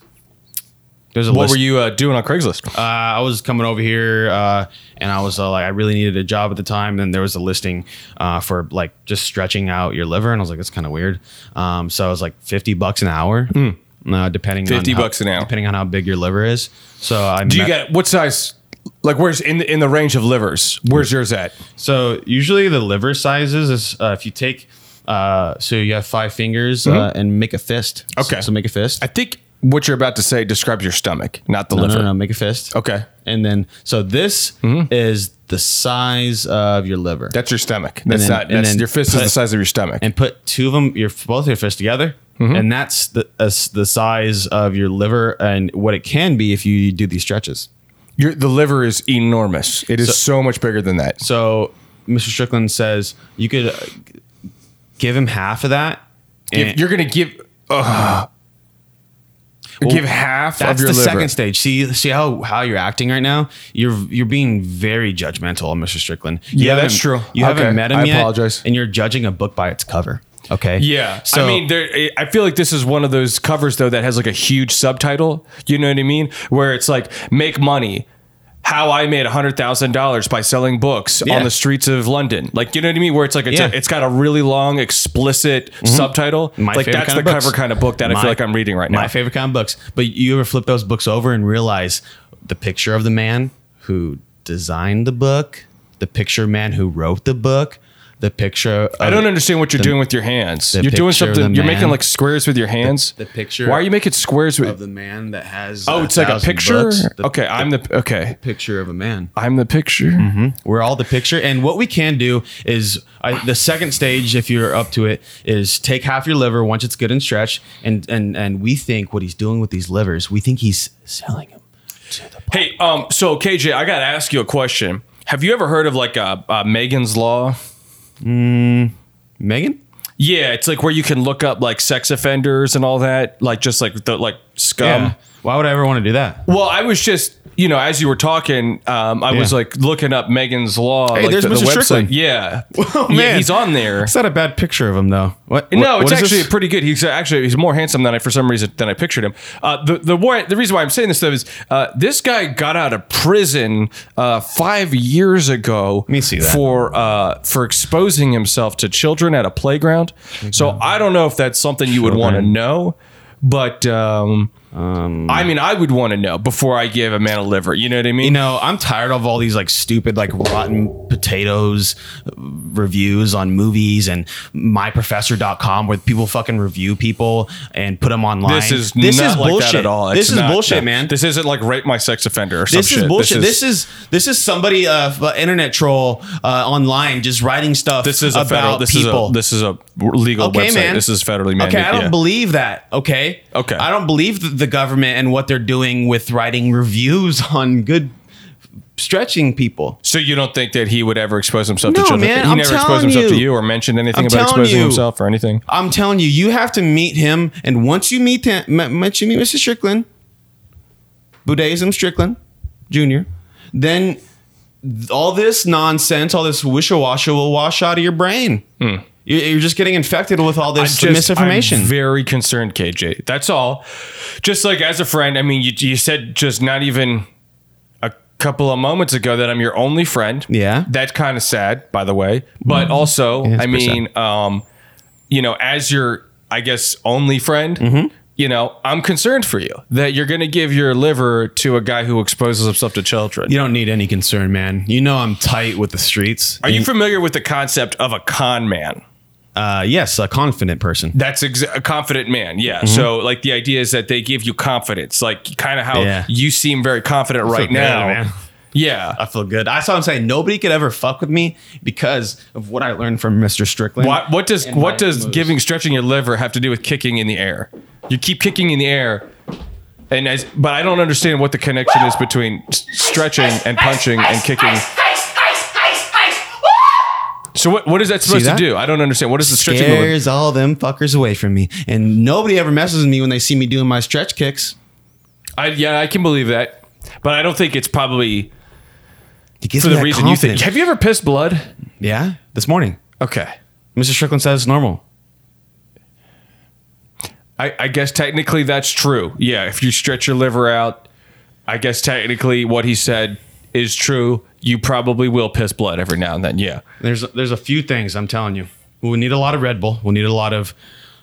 There's a What list. were you uh, doing on Craigslist? Uh, I was coming over here, uh, and I was uh, like, I really needed a job at the time. And there was a listing uh, for like just stretching out your liver, and I was like, that's kind of weird. Um, so I was like, fifty bucks an hour, uh, depending on 50 how- Hmm. bucks an hour. depending on how big your liver is. So I do you get what size? Like where's in the, in the range of livers? Where's yours at? So usually the liver sizes is uh, if you take. Uh, so you have five fingers uh, and make a fist. Mm-hmm. Okay. So, so make a fist. I think what you're about to say describes your stomach, not the No, liver. no, no, make a fist. Okay. And then, so this Mm-hmm. is the size of your liver. That's your stomach. That's then- not. and That's then your fist is the put- size of your stomach. and put two of them, your both your fists together, Mm-hmm. and that's the uh, the size of your liver and what it can be if you do these stretches. Your, the liver is enormous. It is so, much bigger than that. So, Mr. Strickland says you could uh, give him half of that. If and- you're gonna give, ugh. give half of That's your the liver. second stage. See, see how how you're acting right now. You're you're being very judgmental, on Mr. Strickland. You Yeah, that's haven't- true. You Okay, haven't met him I yet. apologize. And you're judging a book by its cover. Okay. Yeah. So I mean, there, eh, I feel like this is one of those covers though that has like a huge subtitle. You know what I mean? Where it's like make money. How I made hundred thousand dollars by selling books Yeah. on the streets of London, like you know what I mean? Where it's like it's, Yeah. Mm-hmm. it's got a really long, explicit subtitle. My like favorite that's kind the of cover books. kind of book that I My- feel like I'm reading right now. my favorite kind of books. But you ever flip those books over and realize the picture of the man who designed the book, the picture man who wrote the book, the picture. Of I don't understand what you're doing with your hands. You're doing picture of something. the You're making man. like squares with your hands. the picture Why are you making squares of with? the man that has. Oh, it's like a thousand picture. books, the okay, I'm the okay. picture of a man. I'm the picture. We're all the picture. And what we can do is I, the second stage, if you're up to it, is take half your liver once it's good and stretched. And and and we think what he's doing with these livers, we think he's selling them. Hey, um, so KJ, I gotta ask you a question. Have you ever heard of like uh, uh, Megan's Law? Megan, Yeah, it's like where you can look up like sex offenders and all that, like just like the like scum. why would I ever want to do that? Well, I was just, you know, as you were talking, um, I was Yeah. like looking up Megan's Law. like, there's Mr. Strickland. Yeah. (laughs) Oh, Yeah, man. he's on there. It's not a bad picture of him though. What? No, what- it's what is actually this? pretty good. He's uh, actually he's more handsome than I for some reason than I pictured him. Uh, the the war, the reason why I'm saying this though is uh, this guy got out of prison uh, five years ago. me see that. for uh, for exposing himself to children at a playground. So I don't know if that's something you would want to know, but um, I mean, I would want to know before I give a man a liver. You know what I mean? You know, I'm tired of all these like stupid, like rotten potatoes uh, reviews on movies and myprofessor.com where people fucking review people and put them online. this is this is bullshit at all. this It's is not- bullshit, no. man. This isn't like rape my sex offender or some this shit. is bullshit. This is this is somebody, uh, f- uh, internet troll uh, online, just writing stuff. this is a about federal. This people. is a this is a legal okay, website. man. This is federally mandated. Okay, I don't yeah. believe that. Okay. Okay. I don't believe th- the government and what they're doing with writing reviews (laughs) on good stretching people. So you don't think that he would ever expose himself No, to children? man, he I'm never telling exposed himself to you. you or mentioned anything I'm about telling exposing you. himself or anything. I'm telling you, you have to meet him, and once you meet him, m- once you meet Mr. Strickland, Budaism Strickland, Jr., then th- all this nonsense, all this wishy-washy will wash out of your brain. You- You're just getting infected with all this misinformation. Hmm. I'm very concerned, KJ. That's all. Just like as a friend, I mean, you, you said just not even a couple of moments ago that I'm your only friend. Yeah. Mm-hmm. That's kind of sad, by the way. But also, I pretty mean, um, you know, as your, I guess, only friend, Mm-hmm. you know, I'm concerned for you that you're going to give your liver to a guy who exposes himself to children. You don't need any concern, man. You know I'm tight with the streets. Are you familiar with the concept of a con man? Uh, yes, a confident person. That's ex- a confident man. Mm-hmm. Yeah. So like the idea is that they give you confidence, like kind of how Yeah. you seem very confident right good, now. man. I Yeah. feel good. I saw him saying nobody could ever fuck with me because of what I learned from Mr. Strickland. What what does And what my does moves. giving stretching your liver have to do with kicking in the air? You keep kicking in the air, and as but I don't understand what the connection is between s- stretching and punching and kicking. So what what is that supposed that? to do? I don't understand. What is the stretching? movement? scares all them fuckers away from me. And nobody ever messes with me when they see me doing my stretch kicks. I, yeah, I can believe that, but I don't think it's probably It gives for me the that reason you think. confidence. Have you ever pissed blood? Yeah, this morning. Okay. Mr. Strickland says it's normal. I, I guess technically that's true. Yeah, if you stretch your liver out, I guess technically what he said is true. You probably will piss blood every now and then. Yeah. There's there's a few things I'm telling you. We need a lot of Red Bull. We need a lot of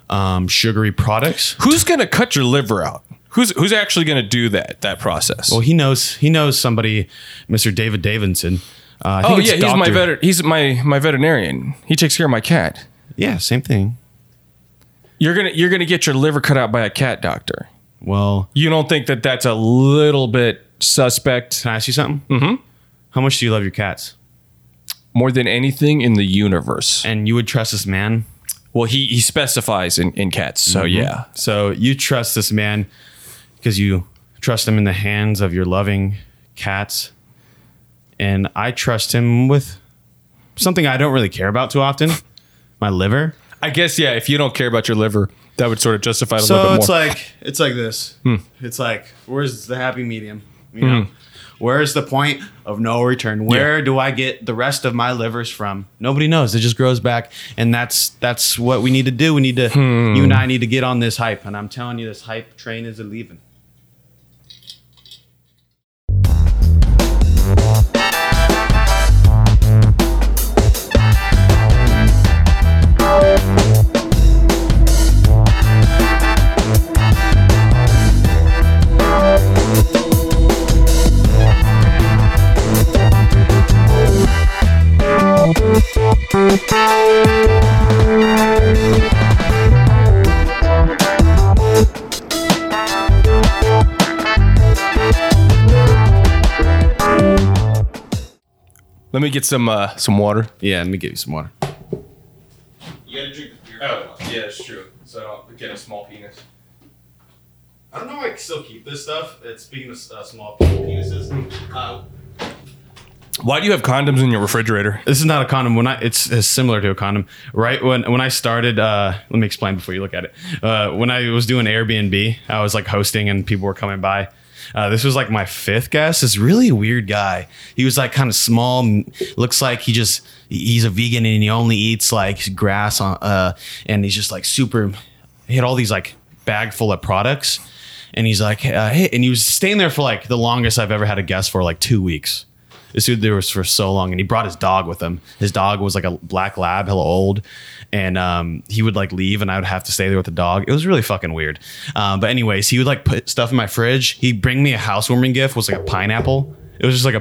um, sugary products. Who's gonna cut your liver out? Who's who's actually gonna do that that process? Well, he knows he knows somebody, Mr. David Davidson. Uh, I think oh it's yeah, he's my doctor. veter- he's my my veterinarian. He takes care of my cat. Yeah, same thing. You're gonna you're gonna get your liver cut out by a cat doctor. Well, You don't think that that's a little bit suspect? can I ask you something? Mm-hmm. How much do you love your cats? More than anything in the universe. And you would trust this man? Well, he he specifies in, in cats. So Mm-hmm. yeah, Hmm? So you trust this man because you trust him in the hands of your loving cats. And I trust him with something I don't really care about too often my liver. I guess yeah. If you don't care about your liver, that would sort of justify it a little So bit it's more. like it's like this. It's like where's the happy medium? You know, where's the point of no return? Where do I get the rest of my livers from? Nobody knows. It just grows back, and that's that's what we need to do. We need to you and I need to get on this hype, and I'm telling you, this hype train is leaving. Let me get some uh, some water. Yeah, let me get you some water. You gotta drink the beer. Oh yeah, that's true. So I don't get a small penis. I don't know if I can still keep this stuff. It's speaking of uh, small penises. Uh, Why do you have condoms in your refrigerator? this is not a condom. When I, it's, it's similar to a condom. Right when when I started, uh, let me explain before you look at it. Uh, when I was doing Airbnb, I was like hosting and people were coming by. Uh, this was like my fifth guest. This really weird guy. He was like kind of small. m- Looks like he just he's a vegan and he only eats like grass on. Uh, and he's just like super. He had all these like bag full of products, and he's like, uh, hey, and he was staying there for like the longest I've ever had a guest for like two weeks This dude there was for so long, and he brought his dog with him. His dog was like a black lab, hella old, and um, he would like leave, and I would have to stay there with the dog. It was really fucking weird. Um, but anyways, he would like put stuff in my fridge. He'd bring me a housewarming gift, was like a pineapple. It was just like a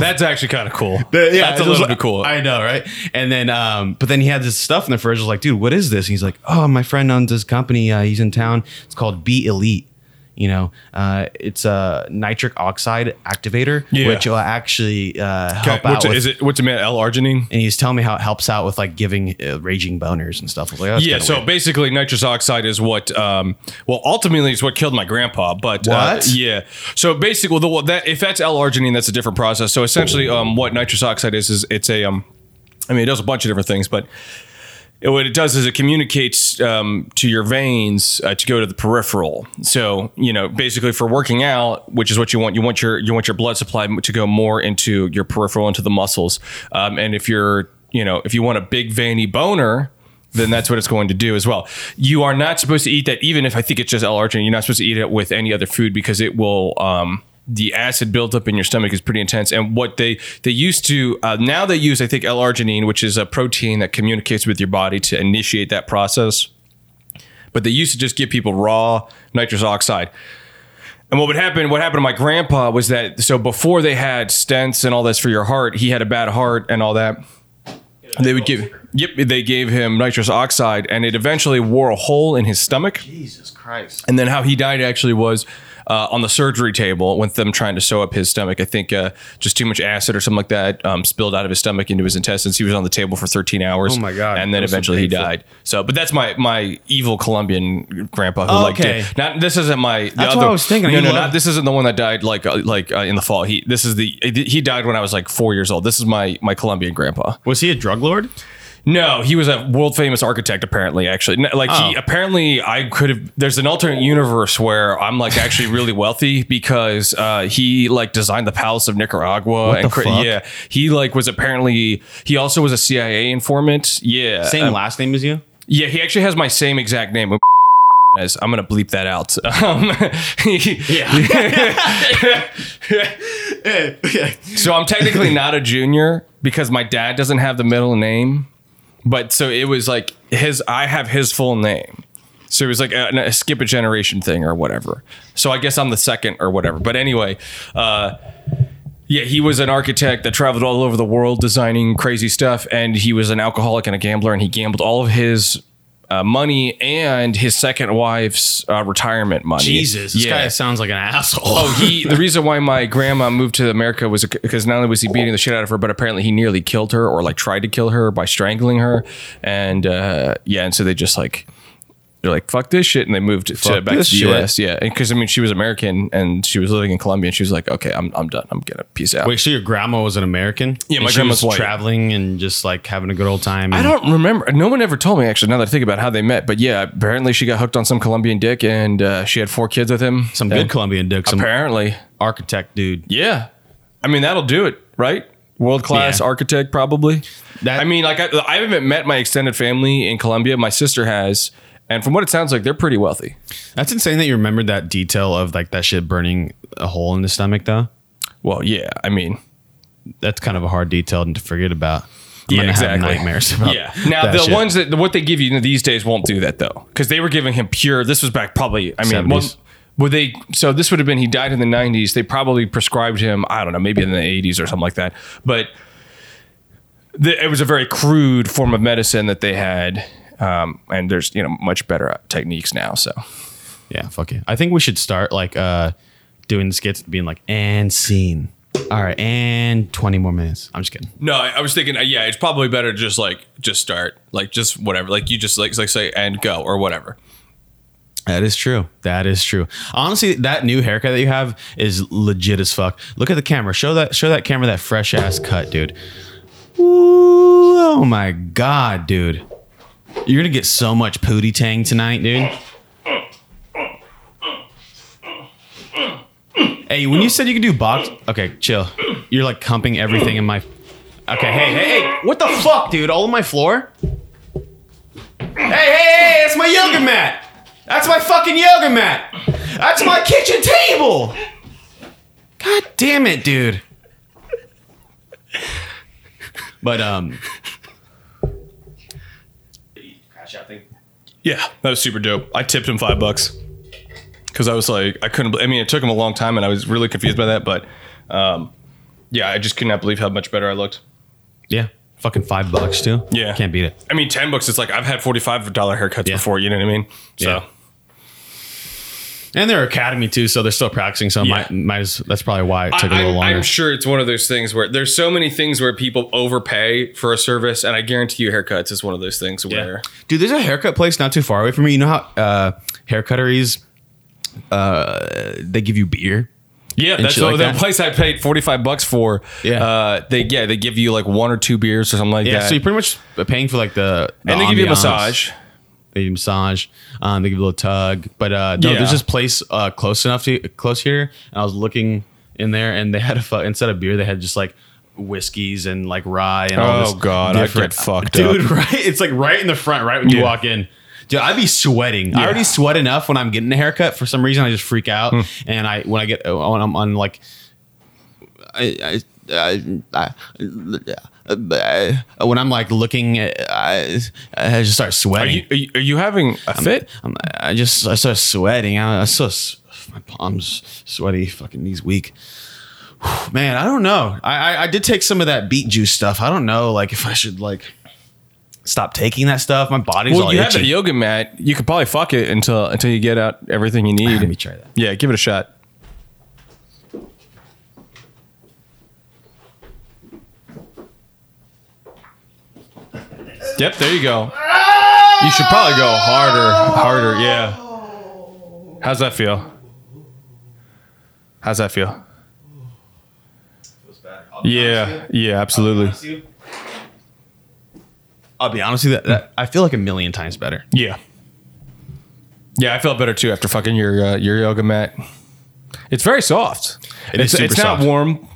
(laughs) (laughs) That's actually kind of cool. That- yeah, That's a it was little like- bit cool. I know, right? And then, um, but then he had this stuff in the fridge. I was like, dude, what is this? And he's like, oh, my friend owns this company. Uh, he's in town. It's called Be Elite. You know, uh, it's a nitric oxide activator, Yeah. which will actually uh, Okay, help out. what's, with, is it what's it meant? L-arginine? and he's telling me how it helps out with like giving uh, raging boners and stuff. I was like, oh, that's yeah kinda so weird. basically nitrous oxide is what um well ultimately is what killed my grandpa but uh, What? yeah so basically the, well, that if that's l-arginine that's a different process so essentially um what nitrous oxide is is it's a um i mean it does a bunch of different things but it- what it does is it communicates um, to your veins uh, to go to the peripheral. So you know, basically, for working out, which is what you want, you want your you want your blood supply to go more into your peripheral, into the muscles. Um, and if you're you know, if you want a big veiny boner. Then that's what it's going to do as well. You are not supposed to eat that, even if I think it's just L-arginine. You're not supposed to eat it with any other food because it will um, the acid buildup in your stomach is pretty intense. And what they they used to uh, now they use I think L-arginine, which is a protein that communicates with your body to initiate that process. But they used to just give people raw nitrous oxide. And what would happen? What happened to my grandpa was that so before they had stents and all this for your heart, he had a bad heart and all that they would give yep they gave him nitrous oxide and it eventually wore a hole in his stomach jesus christ and then how he died actually was uh, on the surgery table with them trying to sew up his stomach i think uh, just too much acid or something like that um, spilled out of his stomach into his intestines he was on the table for 13 hours oh my God. and then That was so eventually he painful. died so but that's my my evil colombian grandpa who like Okay. did not this isn't my the That's other, what I was thinking. no He no loved- not this isn't the one that died like uh, like uh, in the fall he this is the he died when i was like four years old this is my my colombian grandpa Was he a drug lord? no, he was a world famous architect. Apparently, actually, N- like Oh. he apparently, I could have. There's an alternate universe where I'm like actually really wealthy because uh, he like designed the palace of Nicaragua and the cra- fuck? yeah, he like was apparently he also was a CIA informant. Yeah, Same um, last name as you? yeah, he actually has my same exact (laughs) name. As I'm gonna bleep that out. (laughs) Um, so (laughs) I'm technically not a junior because my dad doesn't have the middle name, but so it was like his. I have his full name, so it was like a, a skip a generation thing or whatever. So I guess I'm the second or whatever. But anyway, uh, yeah, he was an architect that traveled all over the world designing crazy stuff, and he was an alcoholic and a gambler, and he gambled all of his uh, money and his second wife's uh, retirement money. Jesus, this yeah. guy sounds like an asshole. Oh, (laughs) he. The reason why my grandma moved to America was because not only was he beating the shit out of her, but apparently he nearly killed her or like tried to kill her by strangling her, and uh, yeah, and so they just like they're like fuck this shit, and they moved to back Fuck to the this shit. U.S. Yeah, because I mean she was American and she was living in Colombia, and she was like, okay, I'm I'm done, I'm gonna peace out. Wait, so your grandma was an American? Yeah, my And she grandma's was white. traveling and just like having a good old time. I and- don't remember. No one ever told me actually. Now that I think about how they met, but yeah, apparently she got hooked on some Colombian dick, and uh, she had four kids with him. some good Colombian dick, some Apparently, architect dude. Yeah, I mean that'll do it, right? World class Yeah. architect, probably. That- I mean, like I, I haven't met my extended family in Colombia. My sister has, and from what it sounds like, they're pretty wealthy. That's insane that you remembered that detail of like that shit burning a hole in the stomach though. Well, yeah, I mean, That's kind of a hard detail to forget about. I'm yeah, gonna have exactly. nightmares about yeah. Now that the shit. ones that what they give you these days won't do that though, because they were giving him pure. This was back probably. I mean, 70s. well, were they? So this would have been he died in the '90s. They probably prescribed him. I don't know, maybe in the '80s or something like that. But the, it was a very crude form of medicine that they had. Um, and there's you know much better techniques now. So Yeah, fuck it. I think we should start like uh doing skits and being like and scene. All right, and 20 more minutes. I'm just kidding. no, I, I was thinking, uh, yeah, it's probably better to just like just start, like just whatever, like you just like like say and go or whatever. That is true. That is true. Honestly, that new haircut that you have is legit as fuck. Look at the camera. Show that show that camera that fresh ass cut, dude. Ooh, oh my god, dude. You're gonna get so much pooty tang tonight, dude. Hey, when you said you could do box okay, chill. You're like cumping everything in my Okay, hey, hey, hey, what the fuck, dude? All on my floor? Hey, hey, hey, that's my yoga mat! That's my fucking yoga mat. That's my kitchen table. God damn it, dude. But um, Crash out thing. Yeah, that was super dope. I tipped him five bucks because I was like, I couldn't. I mean, it took him a long time, and I was really confused by that. But um, yeah, I just could not believe how much better I looked. Yeah. Fucking five bucks too. Yeah. Can't beat it. I mean, ten bucks. It's like I've had forty-five dollar haircuts before. You know what I mean? So Yeah. and they're academy too, so they're still practicing. So might, might as, that's probably why it took a I, little I'm- longer. I'm sure it's one of those things where there's so many things where people overpay for a service, and I guarantee you, haircuts is one of those things where Dude, there's a haircut place not too far away from me. You know how uh, haircutteries uh, they give you beer. yeah, that's shit like what- that that. place I paid forty-five bucks for. Yeah. uh, they yeah they give you like one or two beers or something like Yeah, that. so you're pretty much paying for like the, the and they give you a ambiance. massage. They give you a massage. Um, they give you a little tug. But uh, no, Yeah. there's this place uh, close enough to close here, and I was looking in there, and they had a fu- instead of beer, they had just like whiskeys and like rye and all this. Oh god, I get different- fucked up. dude. (laughs) Right, it's like right in the front, right when you Yeah. walk in. Dude, I'd be sweating. I already sweat enough when I'm getting a haircut. For some reason, I just freak Hmm. out, and I when I get uh, when I'm on like, I. I I, I, I- when I'm like looking, at, I, I just start Are sweating. you, are you are you having a fit? I'm, I just I start sweating. I, I so s- my palms sweaty. Fucking knees weak. Whew, Man, I don't know. I, I I did take some of that beet juice stuff. I don't know, like if I should like stop taking that stuff. My body's Well, all you have itchy. that yoga mat. You could probably fuck it until until you get out everything you Let me need. try that. Yeah, give it a shot. Yep, there you go. You should probably go harder, harder. Yeah. How's that feel? How's that feel? Yeah, yeah, absolutely. I'll be honest with you. That, that I feel like a million times better. Yeah. Yeah, I felt better too after fucking your uh, your yoga mat. It's very soft. it's is super it's soft. not warm.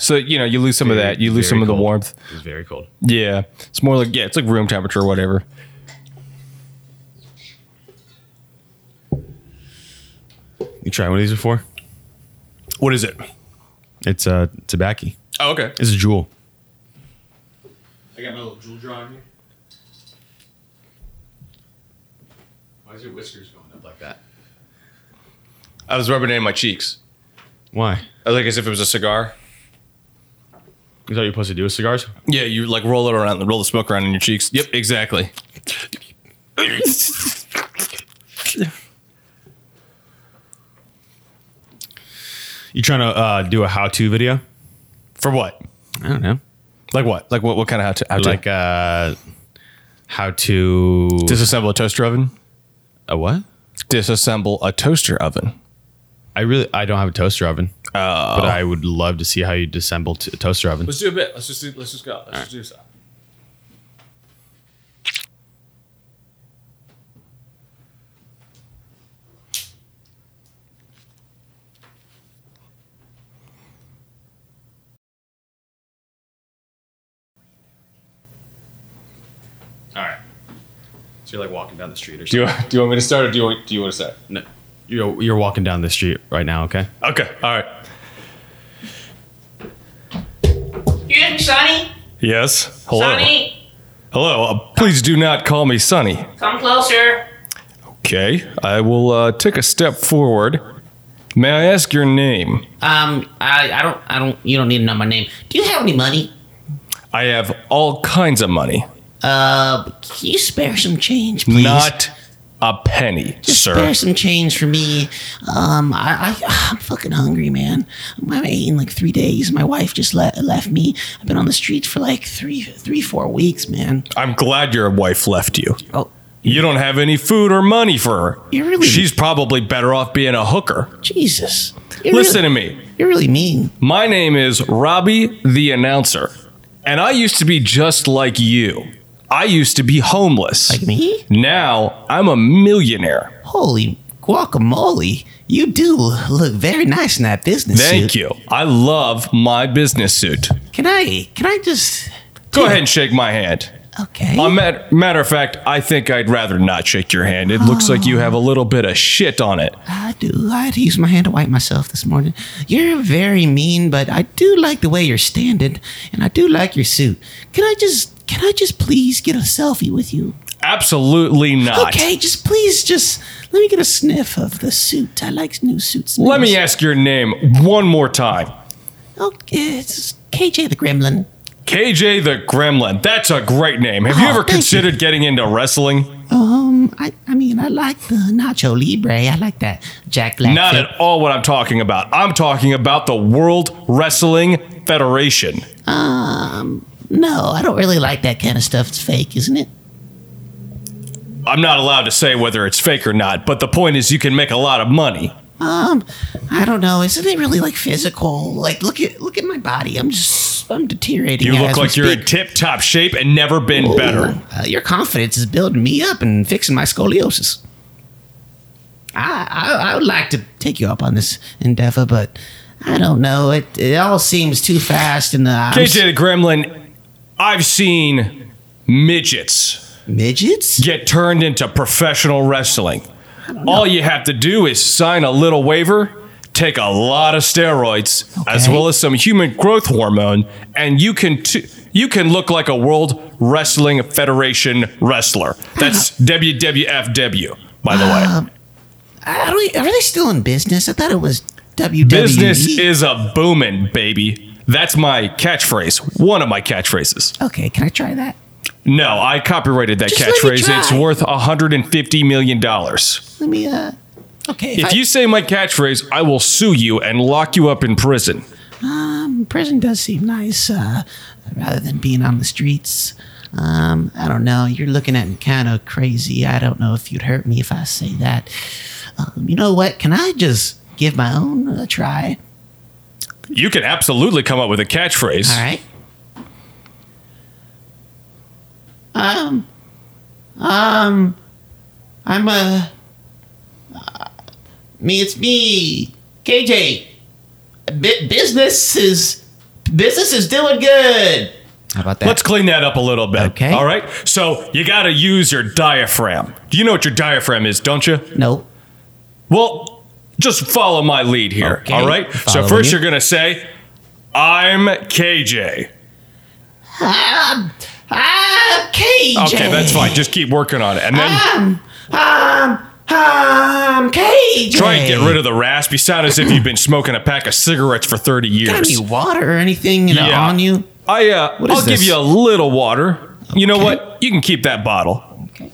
So, you know, you lose some of that. You lose very some of the cold. warmth. It's very cold. Yeah. It's more like yeah, it's like room temperature or whatever. You tried one of these before? What is it? It's uh tobacco. Oh, okay. It's a jewel. I got my little jewel jar on here. Why is your whiskers going up like that? I was rubbing it in my cheeks. Why? I like as if it was a cigar. Is that what you're supposed to do with cigars? Yeah, you like roll it around, roll the smoke around in your cheeks. Yep, exactly. You trying to uh, do a how-to video? For what? I don't know. Like what? Like what what kind of how to, how to Like uh, how to disassemble a toaster oven? a what? Disassemble a toaster oven. I really I don't have a toaster oven, Oh. but I would love to see how you disassemble t- a toaster oven. Let's do a bit. Let's just do, let's just go. Let's just do something. All right. So you're like walking down the street or Do you, do you want me to start or do you want, do you want to start? No, you're you're walking down the street right now. Okay. Okay. All right. You're Sonny? Yes. Hello. Sonny, Hello. Uh, please do not call me Sonny. come closer. Okay. I will uh, take a step forward. May I ask your name? Um, I, I don't, I don't, you don't need to know my name. Do you have any money? I have all kinds of money. Uh, can you spare some change, please? Not a penny, Just sir. Spare some change for me. Um, I, I, I'm fucking hungry, man. I haven't eaten in like three days. My wife just le- left me. I've been on the streets for like three, three, four weeks, man. I'm glad your wife left you. Oh, You don't have any food or money for her. You really- She's probably better off being a hooker. Jesus. You're Listen to really, me. You're really mean. My name is Robbie the announcer, and I used to be just like you. I used to be homeless. Like me? Now I'm a millionaire. Holy guacamole! You do look very nice in that business Thank suit. you. I love my business suit. Can I? Can I just? Go ahead and shake my hand. Okay. A mat- matter of fact, I think I'd rather not shake your hand. It looks like you have a little bit of shit on it. I do. I had to use my hand to wipe myself this morning. You're very mean, but I do like the way you're standing, and I do like your suit. Can I just, can I just please get a selfie with you? Absolutely not. Okay, just please, just let me get a sniff of the suit. I like new suits. Let me uh, ask your name one more time. Okay, Oh, it's KJ the Gremlin. KJ the Gremlin. That's a great name. Have you Oh, ever thank you. considered getting into wrestling? Um, I, I mean, I like the Nacho Libre. I like that Jack Black. Not thing. at all what I'm talking about. I'm talking about the World Wrestling Federation. Um, no, I don't really like that kind of stuff. It's fake, isn't it? I'm not allowed to say whether it's fake or not, but the point is you can make a lot of money. Um, I don't know. Isn't it really like physical? Like, look at look at my body. I'm just I'm deteriorating. You as look we like you're in speak. tip top shape and never been better. Uh, your confidence is building me up and fixing my scoliosis. I, I I would like to take you up on this endeavor, but I don't know. It it all seems too fast, and uh, I'm s- KJ the Gremlin, I've seen midgets midgets. get turned into professional wrestling. All you have to do is sign a little waiver, take a lot of steroids, as Okay. well as some human growth hormone, and you can t- you can look like a World Wrestling Federation wrestler. (laughs) That's WWFW, by Ah, the way. Are, we, are they still in business? I thought it was E. WWE. Business is a booming, baby. That's my catchphrase. One of my catchphrases. okay. Can I try that? No, I copyrighted that Just let me catchphrase. try. It's worth $150 million. Let me. uh Okay. If I- you say my catchphrase, I will sue you and lock you up in prison. Um, prison does seem nice, uh, rather than being on the streets. Um, I don't know. You're looking at me kind of crazy. I don't know if you'd hurt me if I say that. Um, you know what? Can I just give my own a try? You can absolutely come up with a catchphrase. All right. Um, um, I'm a. uh, me, it's me, KJ. Bu- business is business is doing good. How about that? Let's clean that up a little bit. Okay. All right. So you got to use your diaphragm. Do you know what your diaphragm is, don't you? no. Well, just follow my lead here. Okay, all right. So following first, you. you're gonna say, "I'm KJ." Um, ah, KJ. Okay, that's fine. Just keep working on it, and then Um, um, um, KJ. try and get rid of the raspy sound as if you've been smoking a pack of cigarettes for 30 Got any years. water or anything you know, Yeah. on you? I uh, What is I'll give this? you a little water. You know Okay. what? You can keep that bottle. Okay.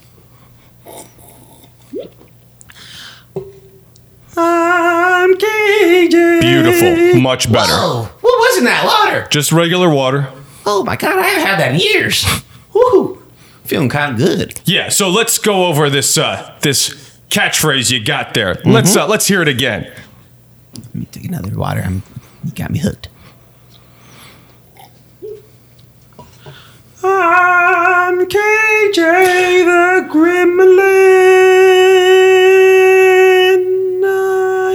I'm KJ. Beautiful, much better. Oh, what was in that water? Just regular water. Oh my god, I haven't had that in years. (laughs) Woo, feeling kind of good. Yeah. So let's go over this uh, this catchphrase you got there. Mm-hmm. Let's uh, let's hear it again. Let me take another water. I'm, you got me hooked. I'm KJ the Gremlin.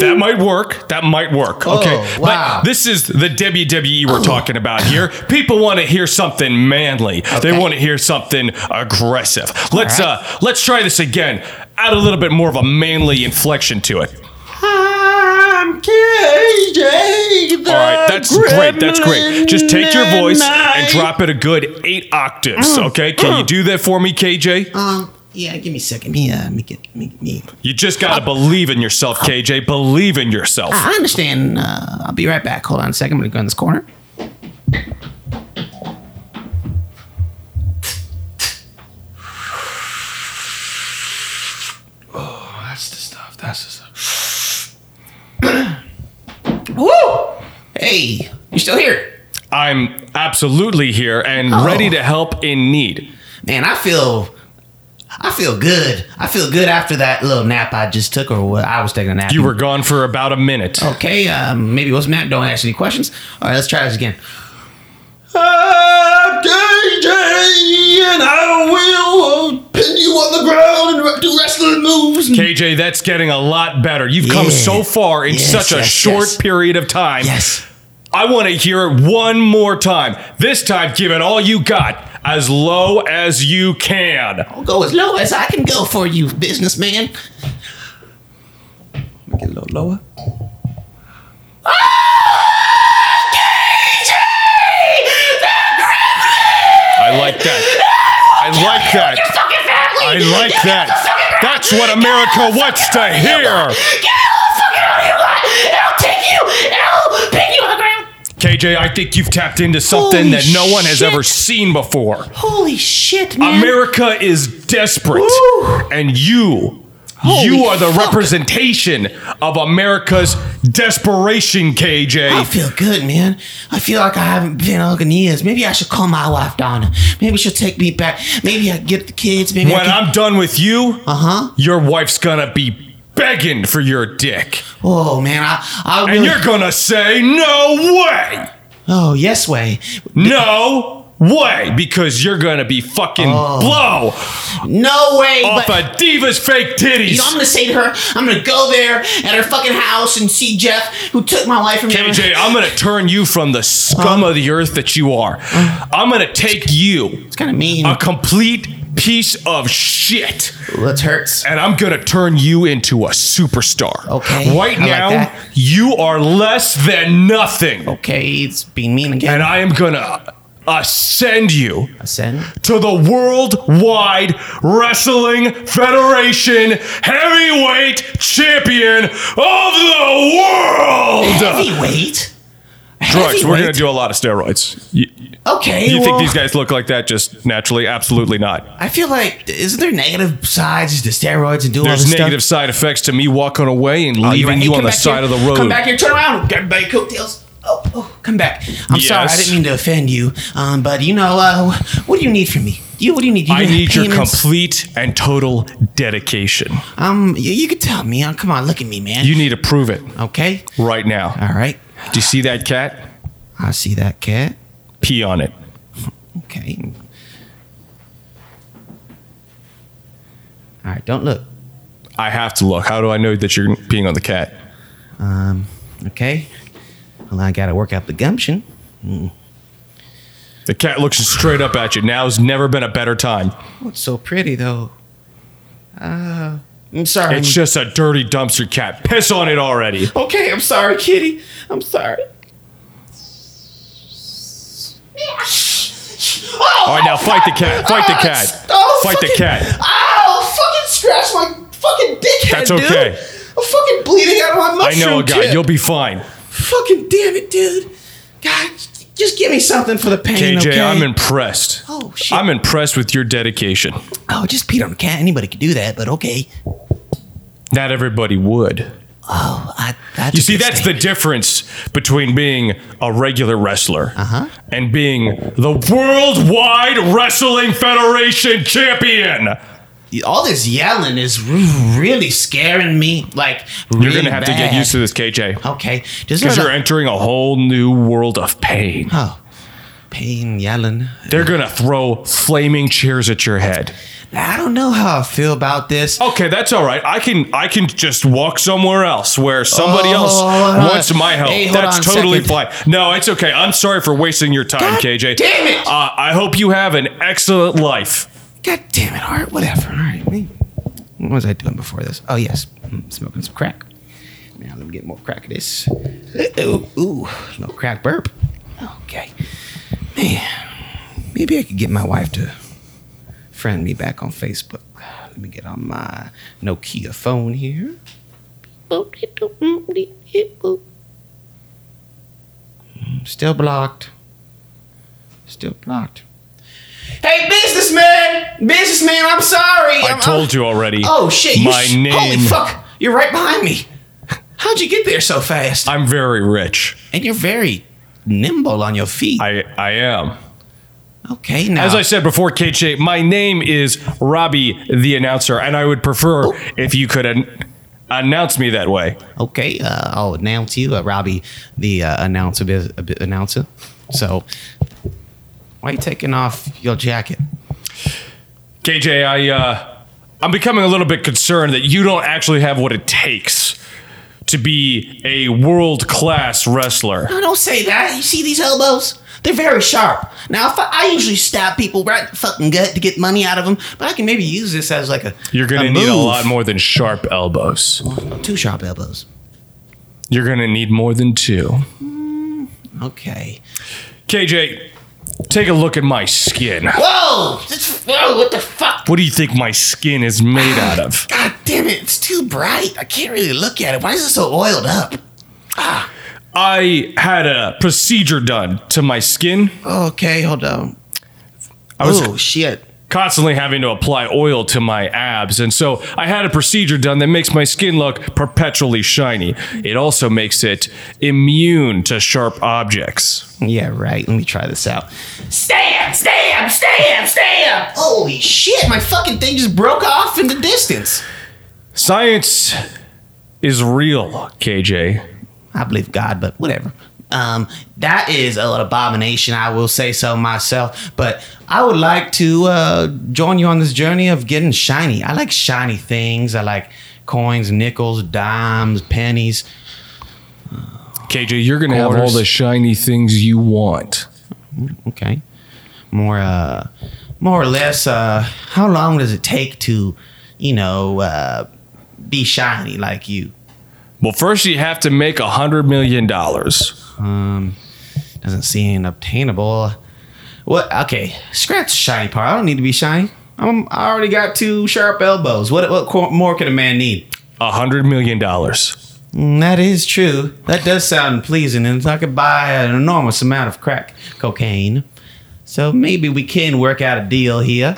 That might work. That might work. okay. Oh, wow. But this is the WWE we're talking about here. People want to hear something manly. They Okay. want to hear something aggressive. Let's right. uh let's try this again. Add a little bit more of a manly inflection to it. I'm KJ the All right, that's great. That's great. Just take your voice and drop it a good 8 octaves, Mm, okay? Can you do that for me, KJ? Um, yeah, give me a second. Me, uh, me get me me. You just got uh, to believe in yourself, KJ. Believe in yourself. I understand. Uh, I'll be right back. Hold on a second. I'm gonna go in this corner. Oh, That's the stuff. That's the stuff. (coughs) Woo! Hey, you still here? I'm absolutely here and Oh. ready to help in need. man, I feel, I feel good. I feel good after that little nap I just took, or what I was taking a nap. You were gone for about a minute. okay. Um, maybe what's nap? Don't ask any questions. All right, let's try this again. I'm KJ and I will pin you on the ground and do wrestling moves. KJ, that's getting a lot better. You've come Yeah. so far in Yes, such a yes, short yes. period of time. Yes. I want to hear it one more time. This time, give it all you got. as low as you can. I'll go as low as I can go for you, businessman. Get a little lower. I like that. I like (laughs) that. Fucking family! I like that. That's what America wants to hear. Get all the fucking out of here! And I'll take you! And I'll pick you on the ground! KJ, I think you've tapped into something Holy that no one has shit. ever seen before. Holy shit, man. America is desperate, Woo. and you. you Holy are the fuck. representation of America's desperation, KJ. I feel good, man. I feel like I haven't been hug in years. Maybe I should call my wife Donna. Maybe she'll take me back. Maybe I can get the kids. Maybe I when can- I'm done with you, Uh-huh. your wife's gonna be begging for your dick. Oh man, I I And really, you're gonna say, no way! Oh yes, way. No way! Because you're gonna be fucking blow No way. off Oh. but a diva's fake titties. you know, I'm gonna say to her, I'm gonna go there at her fucking house and see Jeff, who took my wife from me. KJ, I'm gonna turn you from the scum of the earth that you are. I'm gonna take you, It's kind of mean. a complete piece of shit, that hurts. and I'm gonna turn you into a superstar. Okay, Right I like now, that. you are less than nothing, Okay, it's being mean and again. I am gonna ascend you I said. to the Worldwide Wrestling Federation Heavyweight Champion of the World. Heavyweight. Drugs. We're gonna Heavyweight? do a lot of steroids. You, Okay. you well, think these guys look like that just naturally? Absolutely not. I feel like isn't there negative sides to steroids and doing all There's this negative stuff? side effects to me walking away and Oh, you're leaving right. you Hey, on come the back side here. of the road. Come back here. Turn around. Everybody, coattails. Oh, oh, come back. I'm sorry. I Yes. didn't mean to offend you. Um, but you know, uh, what do you need from me? You, what do you need? You I gonna have need your payments? complete and total dedication. Um, you, you can tell me. Uh, come on, look at me, man. You need to prove it okay? right now. All right. Do you see that cat? I see that cat. Pee on it. Okay. All right. Don't look. I have to look. How do I know that you're peeing on the cat? Um. Okay. Well, I gotta work out the gumption. The cat looks straight up at you. Now's never been a better time. Oh, it's so pretty though. Uh, I'm sorry. It's just a dirty dumpster cat. Piss on it already. Okay, I'm sorry, kitty. I'm sorry. All right, now fight the (laughs) cat. Fight the cat. Oh, Fight the fucking- cat. Ow! oh, Fucking scratch my fucking dickhead, That's dude. okay. I'm fucking bleeding out of my I mushroom know a guy. tip. You'll be fine. Fucking damn it, dude. God, just give me something for the pain, KJ, okay? I'm impressed. Oh, shit. I'm impressed with your dedication. Oh, just peed on a cat. Anybody could do that, but okay. Not everybody would. Oh, I. That's You see, that's the difference between being a regular wrestler Uh-huh. and being the Worldwide Wrestling Federation champion. the all this yelling is r- really scaring me. Like You're gonna have to get used to this, KJ. Okay, Because just know you're that- entering a whole new world of pain. oh, pain yelling. They're gonna throw flaming chairs at your head. I don't know how I feel about this. Okay, that's all right. I can I can just walk somewhere else where somebody Oh, else hold on. wants my help. Hey, hold that's on a totally fine. second. No, it's okay. I'm sorry for wasting your time, God KJ. damn it! Uh, I hope you have an excellent life. God damn it, Art. Whatever. All right. me- What was I doing before this? Oh, yes. I'm smoking some crack. Now let me get more crack of this. Uh, Ooh, ooh, no crack burp. Okay. Man, maybe I could get my wife to friend me back on Facebook. Let me get on my Nokia phone here. Still blocked. Still blocked. Hey, businessman! Businessman, I'm sorry. I I'm- told you already. Oh shit! you My sh- name. Holy fuck! You're right behind me. How'd you get there so fast? I'm very rich. and you're very nimble on your feet. I I am. okay, now As I said before, KJ, my name is Robbie the announcer, and I would prefer Oh. if you could an- announce me that way. okay, uh, I'll announce you, uh, Robbie, the uh, announcer. biz- uh, bi- announcer. So, why are you taking off your jacket? KJ, I uh, I'm becoming a little bit concerned that you don't actually have what it takes to be a world class wrestler. No, don't say that. You see these elbows? They're very sharp. Now, if I, I usually stab people right in the fucking gut to get money out of them, but I can maybe use this as like a. You're going to a need a move. lot more than sharp elbows. Two sharp elbows. You're going to need more than two. Okay. KJ, take a look at my skin. Whoa! This, whoa! What the fuck? What do you think my skin is made out of? God damn it! It's too bright. I can't really look at it. Why is it so oiled up? I had a procedure done to my skin. Okay, hold on. I was Oh shit! constantly having to apply oil to my abs. And so I had a procedure done that makes my skin look perpetually shiny. It also makes it immune to sharp objects. Yeah, right. Let me try this out. Stab, stab, stab, stab. Holy shit! My fucking thing just broke off in the distance. Science is real, KJ. I believe God, but whatever. Um, that is an abomination. I will say so myself. But I would like to uh, join you on this journey of getting shiny. I like shiny things. I like coins, nickels, dimes, pennies. KJ, you're going to have all Quarters. the shiny things you want. Okay. More, uh, more or less. Uh, how long does it take to, you know, uh, be shiny like you? Well, first you have to make a hundred million dollars. Um, doesn't seem obtainable. What? Okay, scratch the shiny part. I don't need to be shiny. I'm, I already got two sharp elbows. What? What co- more could a man need? A hundred million dollars. Mm, That is true. That does sound pleasing, and I could buy an enormous amount of crack cocaine. So maybe we can work out a deal here.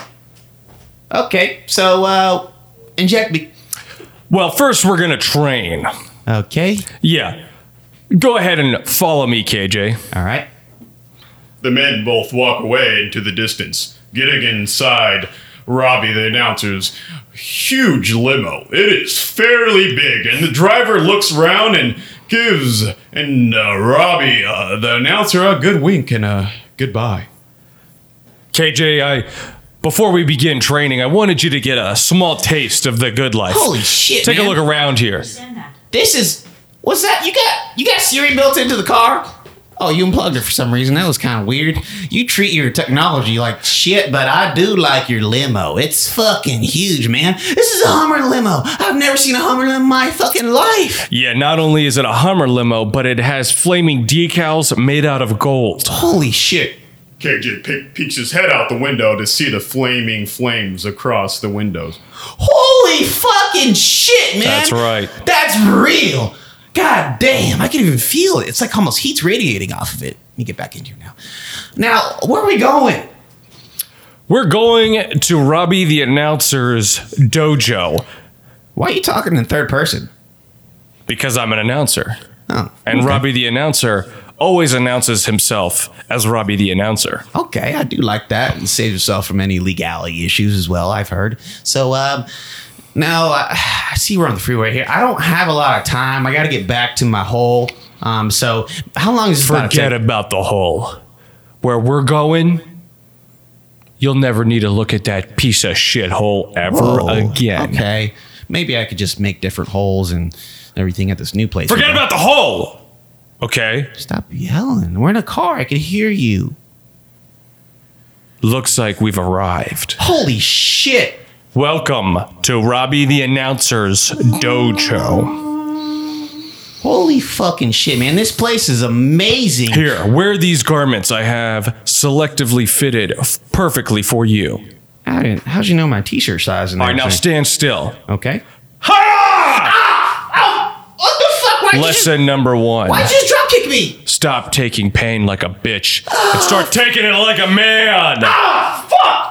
Okay, so uh, inject me. Well, first we're gonna train. Okay, Yeah. Go ahead and follow me, KJ. all right. The men both walk away into the distance, getting inside Robbie, the announcer's huge limo. It is fairly big, and the driver looks around and gives and uh, Robbie, uh, the announcer, a good wink and uh, a goodbye. KJ, I before we begin training, I wanted you to get a small taste of the good life. Holy shit! Take a man. look around here. This is what's that? You got you got Siri built into the car? Oh, you unplugged it for some reason. That was kind of weird. You treat your technology like shit, but I do like your limo. It's fucking huge, man. This is a Hummer limo. I've never seen a Hummer in my fucking life. Yeah, not only is it a Hummer limo, but it has flaming decals made out of gold. Holy shit. KJ pe- peeks his head out the window to see the flaming flames across the windows. Holy fucking shit, man. That's right. That's real. God damn, I can even feel it. It's like almost heat's radiating off of it. Let me get back in here now. Now, where are we going? We're going to Robbie the announcer's dojo Why are you talking in third person? because I'm an announcer. Oh. And Robbie the announcer always announces himself as Robbie the announcer. Okay, I do like that. You save yourself from any legality issues as well, I've heard. So, um, now I, I see we're on the freeway here. I don't have a lot of time. I got to get back to my hole. Um, so, how long is this about to Forget take? about the hole. Where we're going, you'll never need to look at that piece of shit hole ever Whoa, again. Okay. Maybe I could just make different holes and everything at this new place. Forget about the hole. Okay. Stop yelling. We're in a car. I can hear you. Looks like we've arrived. Holy shit. Welcome to Robbie the Announcer's Dojo. Holy fucking shit, man. This place is amazing. Here, wear these garments I have selectively fitted f- perfectly for you. I didn't, how'd you know my t shirt size? And All right, now everything? stand still. Okay. What the fuck? Why'd you, Lesson number one. why'd you just dropkick me? Stop taking pain like a bitch and start taking it like a man.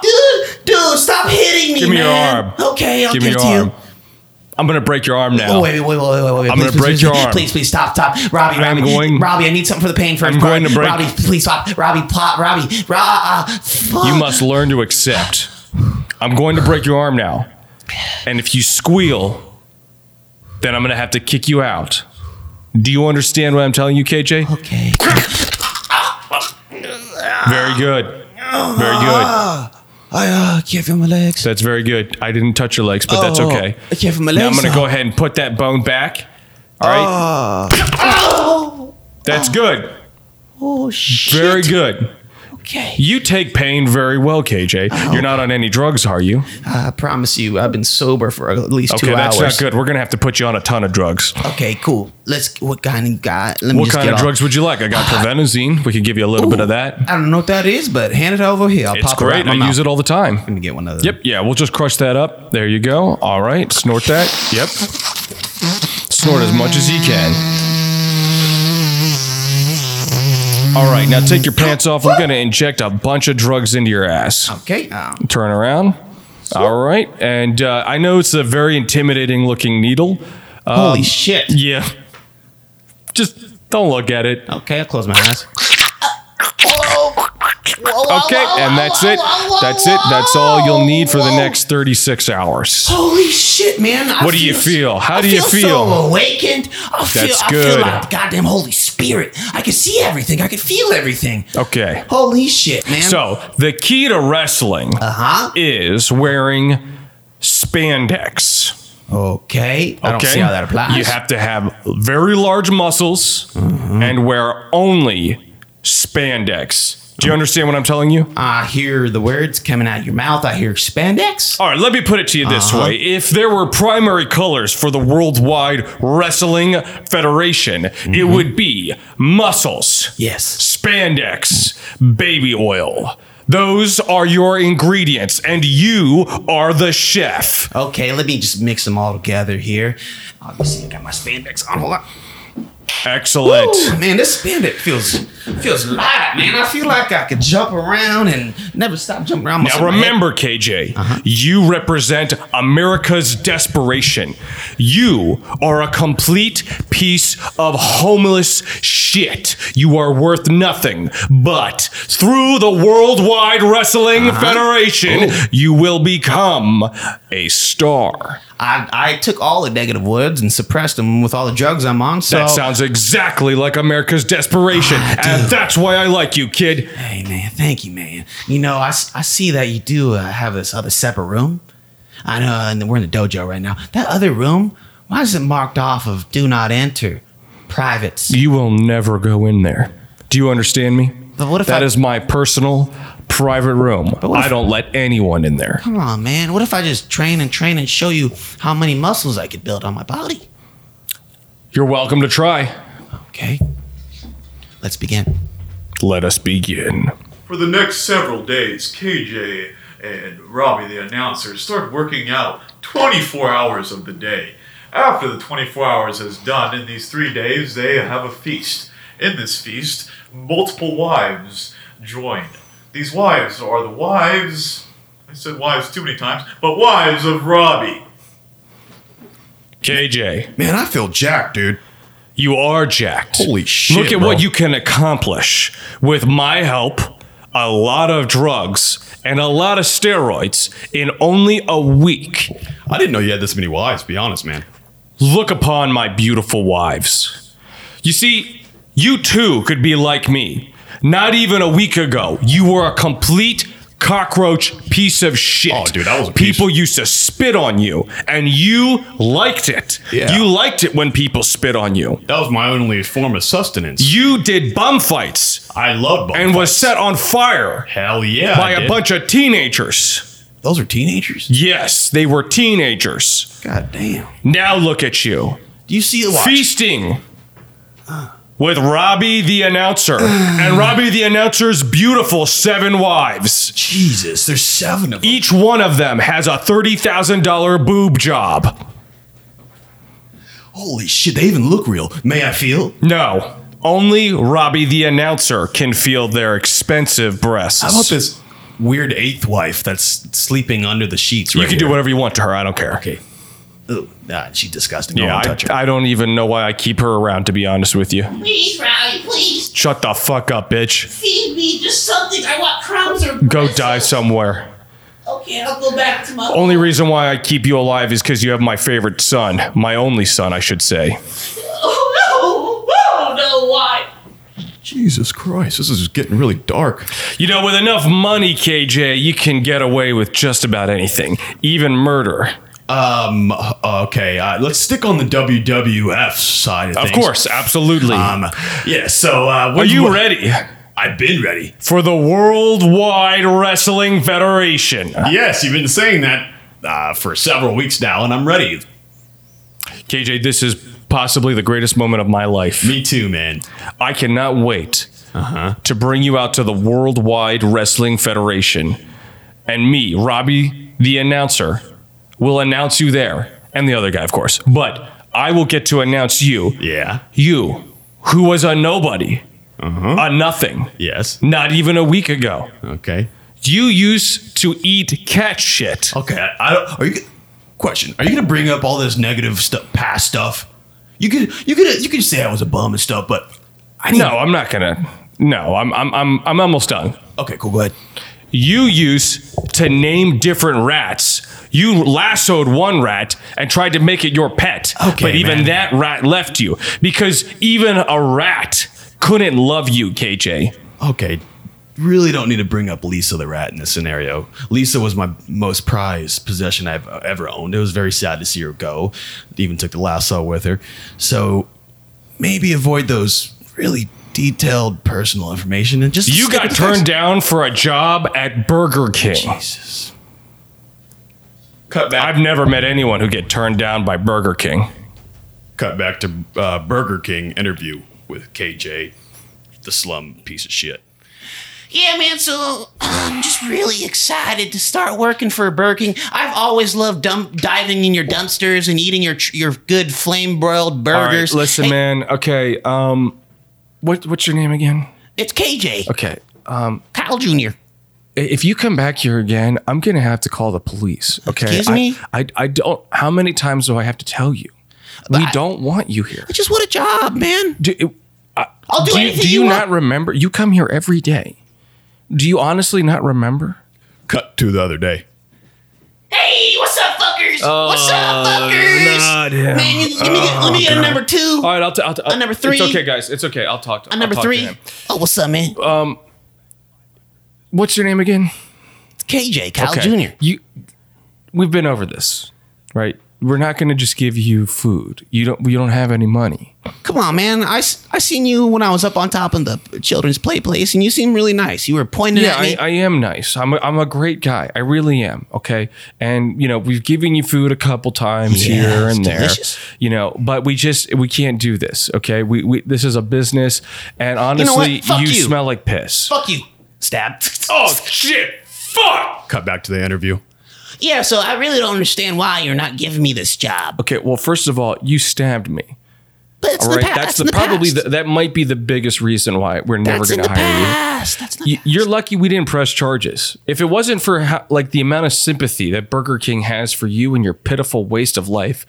Dude, dude, stop hitting me. Give me your man. arm. Okay, I'll Give give, me your it to you. arm. I'm gonna break your arm now. Oh, wait, wait, wait, wait, wait, wait. I'm please, gonna please, break please, your please, arm. Please, please, stop, stop. Robbie, I'm Robbie, going- Robbie, I need something for the pain first. I'm going to break- Robbie, please stop. Robbie, plot. Robbie, Ra- uh, fuck. You must learn to accept. I'm going to break your arm now. And if you squeal, then I'm going to have to kick you out. Do you understand what I'm telling you, KJ? Okay. Very good. Very good. I uh, can't feel my legs. That's very good. I didn't touch your legs, but that's Oh, okay. I can't feel my Now I'm legs going to up. go ahead and put that bone back. All right. That's good. Oh Ah. shit. Very good. Okay. You take pain very well, KJ. You're not on any drugs, are you? I promise you, I've been sober for at least Okay, two that's hours. not good. We're gonna have to put you on a ton of drugs. Okay, cool. Let's. What kind of guy? Let me what just kind get of off. drugs would you like? I got provenazine. We could give you a little bit of that. I don't know what that is, but hand it over here. I'll It's pop it right great. in my I mouth. use it all the time. Let me get one of those. Yep. Yeah. We'll just crush that up. There you go. All right. Snort that. Yep. Snort as much as you can. All right. Now take your pants off. I'm gonna inject a bunch of drugs into your ass. Okay. Uh, turn around. All right, and uh, I know it's a very intimidating looking needle. Um, holy shit. Yeah, just don't look at it. Okay, I'll close my eyes. Okay, Oh, and that's it. That's it. That's all you'll need for the next thirty-six hours. Holy shit, man! I What do you feel? How I do you So feel? awakened. I feel. That's I good. feel like the goddamn Holy Spirit. I can see everything. I can feel everything. Okay, Holy shit, man! so the key to wrestling huh? is wearing spandex. Okay. I don't Okay. see how that applies. You have to have very large muscles Mm-hmm. and wear only spandex. Do you understand what I'm telling you? I hear the words coming out of your mouth. I hear spandex. All right, let me put it to you this uh-huh. way. If there were primary colors for the Worldwide Wrestling Federation, it Mm-hmm. would be muscles, Yes. spandex, baby oil. Those are your ingredients, and you are the chef. Okay, let me just mix them all together here. Obviously, I got my spandex on. Hold on. Excellent. Ooh, man, this spandex feels feels light, man. I feel like I could jump around and never stop jumping around. Now remember, KJ, you represent America's desperation. You are a complete piece of homeless shit. You are worth nothing, but through the Worldwide Wrestling Federation, you will become a star. I, I took all the negative words and suppressed them with all the drugs I'm on. So That sounds exactly like America's desperation, Ah, and that's why I like you, kid. hey, man, thank you, man. You know, I, s- I see that you do uh, have this other separate room. I know, uh, and we're in the dojo right now. That other room, why is it marked off of "Do Not Enter"? Privates. You will never go in there. Do you understand me? But what if That I- is my personal private room. what I if- don't let anyone in there. Come on, man. What if I just train and train and show you how many muscles I could build on my body? You're welcome to try. Okay. Let's begin. Let us begin. For the next several days, KJ and Robbie, the announcer, start working out 24 hours of the day. After the 24 hours is done, in these three days, they have a feast. In this feast, multiple wives join. These wives are the wives. I said wives too many times, but wives of Robbie. KJ, Man, I feel jacked, dude. you are jacked. Holy shit. Look at bro. what you can accomplish with my help, a lot of drugs, and a lot of steroids in only a week. I didn't know you had this many wives, be honest, man. Look upon my beautiful wives. You see, you too could be like me. Not even a week ago, you were a complete cockroach piece of shit. Oh, dude, I was a piece- people used to spit on you, and you liked it. Yeah. You liked it when people spit on you. That was my only form of sustenance. You did bum fights I love bum and was fights. set on fire Hell yeah. by I a did. bunch of teenagers. Those are teenagers. Yes, they were teenagers. God damn. Now look at you. Do you see the feasting with Robbie the announcer and Robbie the announcer's beautiful seven wives. Jesus, there's seven of them. Each one of them has a $30,000 boob job. Holy shit, they even look real. May I feel? No, only Robbie the announcer can feel their expensive breasts. How about this weird eighth wife that's sleeping under the sheets? You right can do here? whatever you want to her. I don't care. Okay. Ooh, nah, she's disgusting. Yeah, Yeah, I, touch her. I don't even know why I keep her around, to be honest with you. Please, Robbie, please Shut the fuck up, bitch. feed me just something. I want crumbs or Go bristles. die somewhere. Okay, I'll go back to my. Only reason why I keep you alive is because you have my favorite son. My only son, I should say. (laughs) Oh no! Oh no! Why? Jesus Christ, this is getting really dark. You know, with enough money, KJ, you can get away with just about anything, even murder. Um. Okay. Uh, let's stick on the WWF side of, Of things. course, absolutely. Um. Yeah. So, uh, Are you ready I've been ready. for the Worldwide Wrestling Federation? Yes, you've been saying that uh, for several weeks now, and I'm ready. KJ, this is possibly the greatest moment of my life. Me too, man. I cannot wait Uh-huh. to bring you out to the Worldwide Wrestling Federation. And me, Robbie, the announcer, will announce you there. And the other guy, of course. But I will get to announce you. Yeah. Uh-huh. You, who was a nobody, a nothing, Yes. not even a week ago. Okay. You used to eat cat shit. Okay. I, I don't. Are you? Question: Are you gonna bring up all this negative stuff, past stuff? You could. You could. You could say I was a bum and stuff, but I need. No, I'm not gonna. No, I'm, I'm, I'm, I'm almost done. Okay. Cool. Go ahead. you used to name different rats. You lassoed one rat and tried to make it your pet. Okay, but even man. that rat left you because even a rat couldn't love you, KJ. Okay. Really don't need to bring up Lisa the rat in this scenario. Lisa was my most prized possession I've uh, ever owned. It was very sad to see her go. Even took the lasso with her. So maybe avoid those really detailed personal information and just You stick got with facts. turned down for a job at Burger King. Jesus. Cut back. I've never met anyone who get turned down by Burger King. cut back to uh, Burger King interview with KJ, the slum piece of shit. Yeah, man. So I'm just really excited to start working for Burger King. I've always loved dump, diving in your dumpsters and eating your your good flame broiled All right, burgers. listen, Hey, man. Okay, um, what what's your name again? It's KJ, Okay, Kyle Jr. if you come back here again, I'm gonna have to call the police. Okay. Excuse I, me? I, I don't. How many times do I have to tell you? We don't want you here. I just want a job, man. Do, it- I'll do, do you, anything do you, you want. not remember? You come here every day. Do you honestly not remember? Cut to the other day. Hey, what's up, fuckers? Oh, What's up, fuckers? Man, you, let me get, let me get a Oh, number two. All right, I'll. T- I'll t- On number three. It's okay, guys. It's okay. I'll talk. To, a I'll number talk to three. him. Uh, Oh, what's up, man? What's your name again? It's KJ, Kyle Okay. Jr. You. We've been over this, right? We're not going to just give you food. You don't. You don't have any money. Come on, man. I, s- I seen you when I was up on top of the children's play place, and you seemed really nice. You were pointing Yeah, at me. I, I am nice. I'm a, I'm a great guy. I really am. Okay, and you know we've given you food a couple times Yeah, here it's and there. delicious. You know, but we just we can't do this. Okay, we, we this is a business, and know what? honestly, you, Fuck you. smell like piss. Fuck you. Stab. Oh shit! Fuck. Cut back to the interview. (laughs) Yeah, so I really don't understand why you're not giving me this job. Okay, well, first of all, you stabbed me. But it's All in right, the past. that's in the, probably past. the, (laughs) that might be the biggest reason why we're never That's in going the to hire you. past. That's not. Y- You're lucky we didn't press charges. If it wasn't for how, like the amount of sympathy that Burger King has for you and your pitiful waste of life,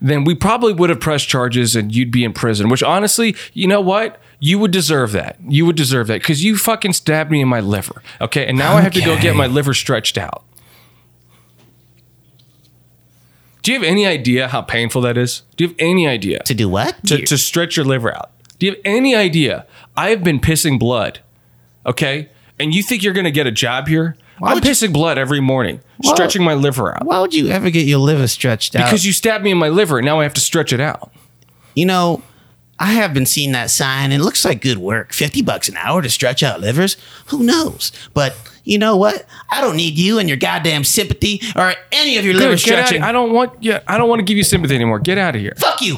then we probably would have pressed charges and you'd be in prison. Which honestly, you know what? You would deserve that. You would deserve that because you fucking stabbed me in my liver. Okay, and now I have to go get my liver stretched out. Do you have any idea how painful that is? Do you have any idea? to do what? to, to stretch your liver out. Do you have any idea? I've been pissing blood, okay? And you think you're gonna get a job here? I'm would you- pissing blood every morning, stretching my liver out. why would you ever get your liver stretched out? Because you stabbed me in my liver, and now I have to stretch it out. you know, I have been seeing that sign. and It looks like good work. 50 bucks an hour to stretch out livers. Who knows? But you know what? I don't need you and your goddamn sympathy or any of your liver Dude, get out of- stretching. I don't want yeah, I don't want to give you sympathy anymore. Get out of here. Fuck you.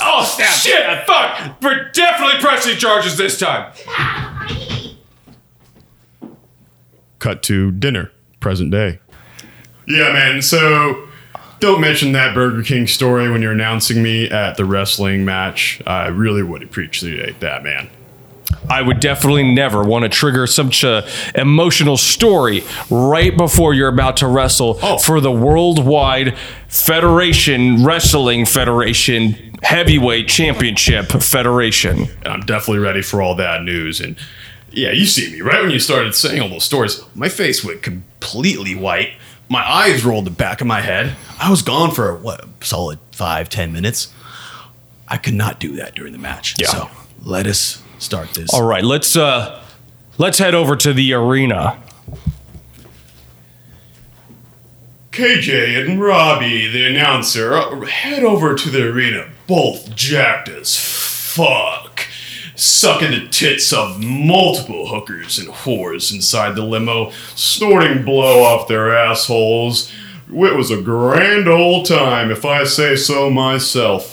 Oh snap. shit! Fuck! We're definitely pressing charges this time. Cut to dinner, present day. Yeah, man. So don't mention that Burger King story when you're announcing me at the wrestling match. I really would appreciate that, man. I would definitely never want to trigger such a emotional story right before you're about to wrestle for the worldwide Federation Wrestling Federation Heavyweight Championship Federation. and I'm definitely ready for all that news. And yeah, you see me right when you started saying all those stories. My face went completely white. My eyes rolled the back of my head. I was gone for what a solid five, ten minutes. I could not do that during the match. Yeah. So let us start this. All right, let's uh let's head over to the arena. KJ and Robbie, the announcer, head over to the arena, both jacked as fuck, sucking the tits of multiple hookers and whores inside the limo, snorting blow off their assholes. It was a grand old time, if I say so myself.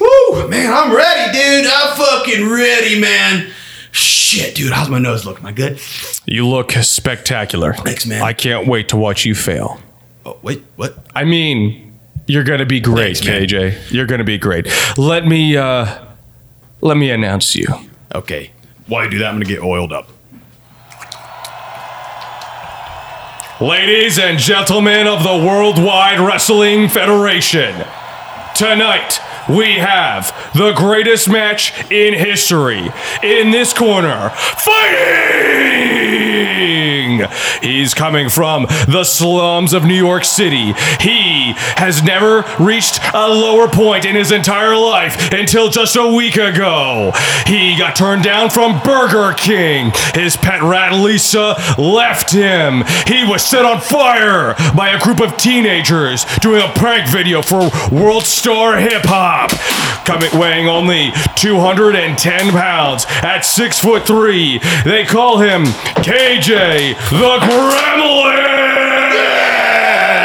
Woo, man, I'm ready, dude. I'm fucking ready, man. Shit, dude, how's my nose looking? Am I good? You look spectacular. Thanks, man. I can't wait to watch you fail. Oh, wait, what? I mean, you're gonna be great, Thanks, KJ. You're gonna be great. Let me uh, let me announce you. Okay. While you do that, I'm gonna get oiled up. Ladies and gentlemen of the Worldwide Wrestling Federation, tonight we have the greatest match in history. In this corner, fighting! He's coming from the slums of New York City. He has never reached a lower point in his entire life until just a week ago. He got turned down from Burger King. His pet rat Lisa left him. He was set on fire by a group of teenagers doing a prank video for World Star Hip Hop. Coming weighing only 210 pounds at six foot three. They call him KJ the Gremlin.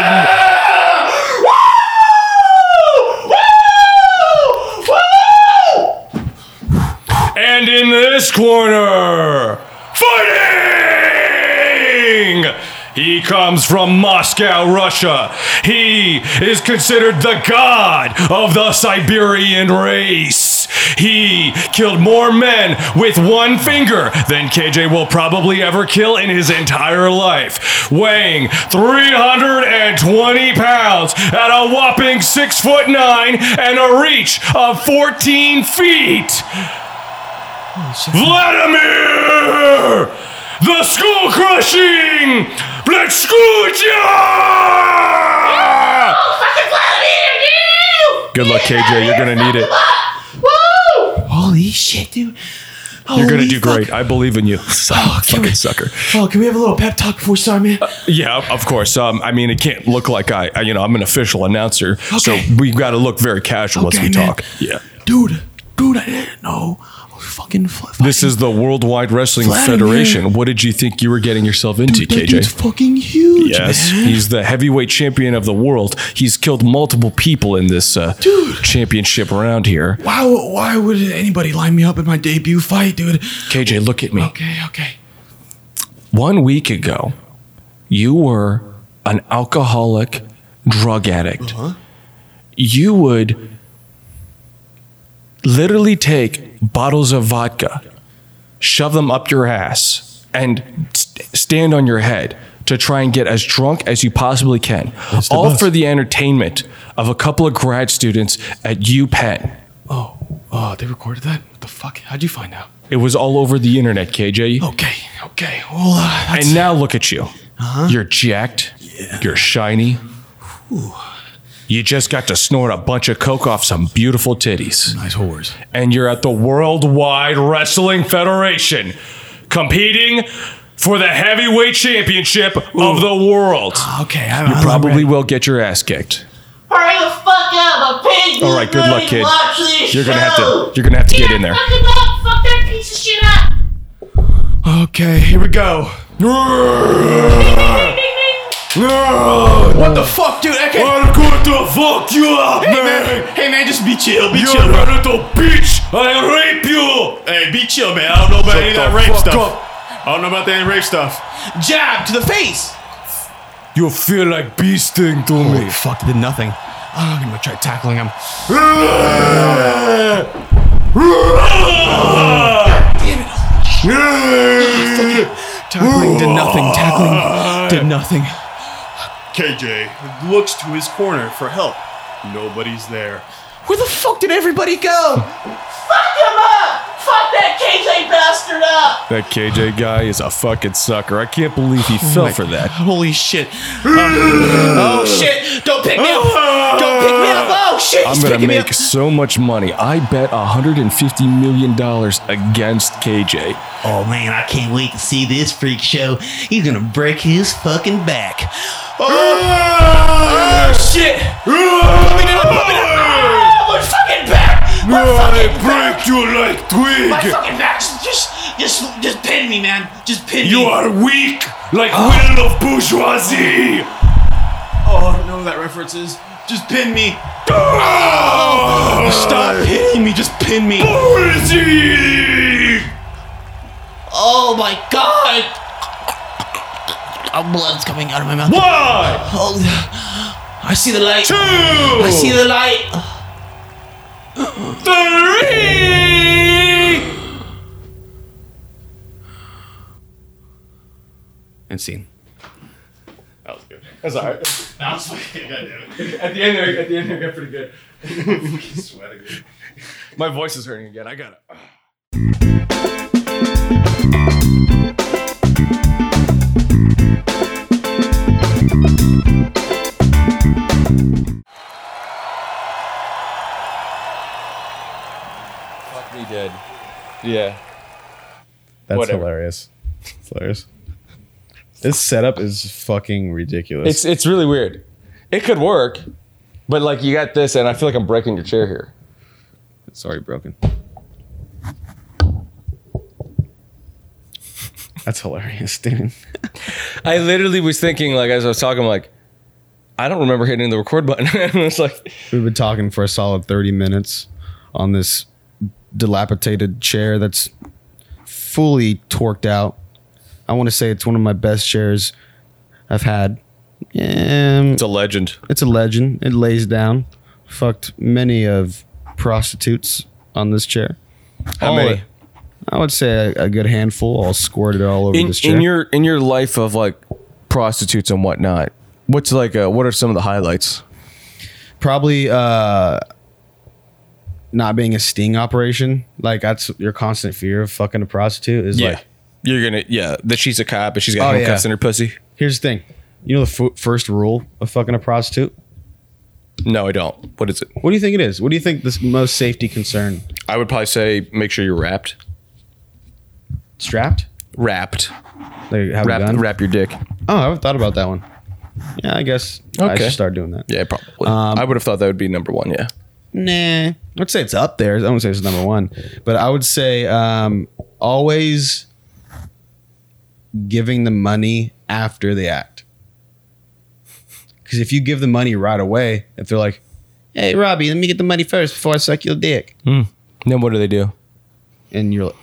And in this corner, fighting! He comes from Moscow, Russia. He is considered the god of the Siberian race. He killed more men with one finger than KJ will probably ever kill in his entire life. Weighing 320 pounds at a whopping 6 foot 9 and a reach of 14 feet. Vladimir! The school crushing! Blitskutya! Fucking Vladimir, you! Good luck, KJ. You're gonna need it. Woo! Holy shit, dude. You're Holy gonna do fuck. great. I believe in you. (laughs) Oh, can we- Fucking sucker. Uh, Oh, can we have a little pep talk before we start, man? Yeah, of course. Um, I mean, it can't look like I, I- you know, I'm an official announcer, so Okay. we've got to look very casual as Okay, we man. talk. Yeah. dude, dude, I didn't know. I was fucking. Fl- This is the Worldwide Wrestling Vladimir. Federation. What did you think you were getting yourself into, That dude's KJ? fucking huge, Yes, man. he's the heavyweight champion of the world. He's killed multiple people in this uh, Dude. championship around here. Why, would- why would anybody line me up in my debut fight, dude? KJ, look at me. Okay, okay. One week ago, you were an alcoholic drug addict. Uh-huh. You would literally take bottles of vodka, shove them up your ass, and st- stand on your head to try and get as drunk as you possibly can, all for the entertainment of a couple of grad students at UPenn. Oh, they recorded that? What the fuck? How'd you find out? Oh, It was all over the internet, KJ. Okay, okay. Well, uh, that's, And now look at you. You're jacked. You're shiny. You just got to snort a bunch of coke off some beautiful titties. nice whores. And you're at the Worldwide Wrestling Federation competing for the heavyweight championship of the world. Okay, I'm, I'm Probably will get your ass kicked. Hurry the fuck up! I'm paying you All right, good money luck, to kid. Watch this You're gonna have show. to you're gonna have to yeah, get in (laughs) there. Fucking motherfuck that piece of shit up! Okay, here we go. What the fuck, dude? Okay. I'm going to fuck you up, Hey, man. Hey, man, just be chill. Be You're chill, a bro. little bitch! I rape you! Hey, be chill, man. I don't know about any of the that rape fuck stuff. up. I don't know about that rape stuff. Jab to the face. You feel like bee sting to me. Fuck, did nothing. Oh, I'm gonna try tackling him. Tackling did nothing. Tackling did nothing. KJ looks to his corner for help. Nobody's there. Where the fuck did everybody go? Fuck him up! Fuck that KJ bastard up! That KJ guy is a fucking sucker. I can't believe he fell for that. Holy shit. oh shit. Don't pick me up. Don't pick me up. Oh shit, I'm he's gonna picking me up. make so much money. I bet 150 million dollars against KJ. Oh man, I can't wait to see this freak show. He's gonna break his fucking back. Oh, shit! Put me down, put me down. Ah, my fucking back! My fucking back! you like twig. My fucking back! Just, just, just, just pin me, man. Just pin me. weak like Ah. will of bourgeoisie. Oh, I don't know what that reference is. Just pin me. Stop pinning me. Just pin me. Oh my god! Oh, blood's coming out of my mouth. One, Oh, I see the light. two, I see the light. three. And scene. That's alright. That was fucking goddamn. At the end, there, at the end, there, got pretty good. Sweating. My voice is hurting again. I gotta. Fuck me dead. Yeah. That's Whatever. hilarious. It's hilarious. This setup is fucking ridiculous. It's it's really weird. It could work, but like you got this, and I feel like I'm breaking your chair here. It's already broken. That's hilarious, dude. (laughs) I literally was thinking, like as I was talking, like I don't remember hitting the record button. (laughs) and it's like We've been talking for a solid 30 minutes on this dilapidated chair that's fully torqued out. I want to say it's one of my best chairs I've had. Um, a legend. it's a legend. It lays down. Fucked many of prostitutes on this chair. How All many? I would say a, a good handful, all squirted all over In, this chair. in your in your life of like prostitutes and whatnot, what's like uh, what are some of the highlights? probably uh not being a sting operation like that's your constant fear of fucking a prostitute is like you're gonna yeah that she's a cop and she's got Oh, handcuffs yeah. in her pussy. here's the thing you know the f- first rule of fucking a prostitute No, I don't. What is it? what do you think it is what do you think this most safety concern I would probably say make sure you're wrapped, strapped wrapped, like have a wrap, gun wrap your dick. oh i haven't thought about that one yeah i guess i Okay. should start doing that Yeah, probably. I would have thought that would be number one. Yeah. nah i'd say it's up there i wouldn't say it's number one but i would say um always giving the money after the act because if you give the money right away if they're like hey robbie let me get the money first before i suck your dick Then what do they do? and you're like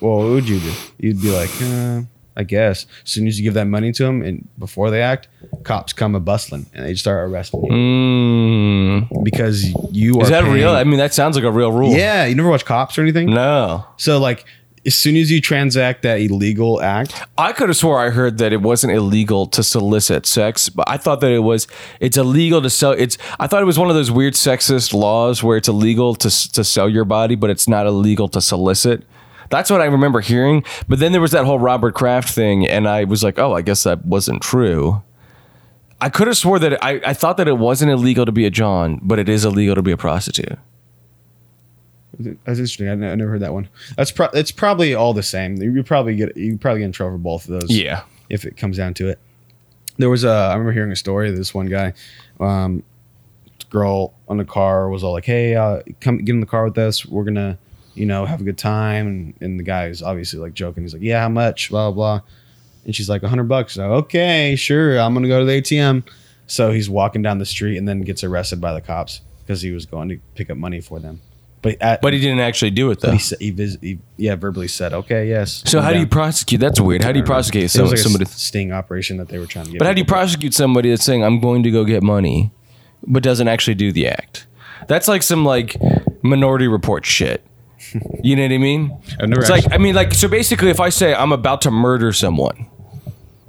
well what would you do you'd be like uh, i guess as soon as you give that money to them and before they act cops come a bustling and they start arresting you because you are Hmm. Is that paying- real? I mean, that sounds like a real rule. yeah you never watch cops or anything No. So like as soon as you transact that illegal act, I could have swore I heard that it wasn't illegal to solicit sex, but I thought that it was. It's illegal to sell. It's. I thought it was one of those weird sexist laws where it's illegal to s- to sell your body, but it's not illegal to solicit. That's what I remember hearing. But then there was that whole Robert Kraft thing, and I was like, oh, I guess that wasn't true. I could have swore that I, I thought that it wasn't illegal to be a John, but it is illegal to be a prostitute. that's interesting. I ne- I never heard that one. That's pro- it's probably all the same. You probably get you probably get in trouble for both of those. Yeah. if it comes down to it. There was a I remember hearing a story of this one guy, um, girl on the car was all like, "Hey, uh, come get in the car with us. We're gonna, you know, have a good time." And, and the guy is obviously like joking. He's like, "Yeah, how much?" Blah blah. blah. And she's like, "A hundred bucks." So okay, sure. I'm gonna go to the ATM. So he's walking down the street and then gets arrested by the cops because he was going to pick up money for them. But at, But he didn't actually do it though. he, sa- he, vis- he yeah verbally said, "Okay, yes." So how do Yeah. you prosecute? That's weird. How do you prosecute It was someone? like somebody, a s- sting operation that they were trying to get. but how do you people- prosecute somebody that's saying I'm going to go get money, but doesn't actually do the act? That's like some like Minority (laughs) Report shit. You know what I mean? I've never it's like I mean like so basically, if I say I'm about to murder someone,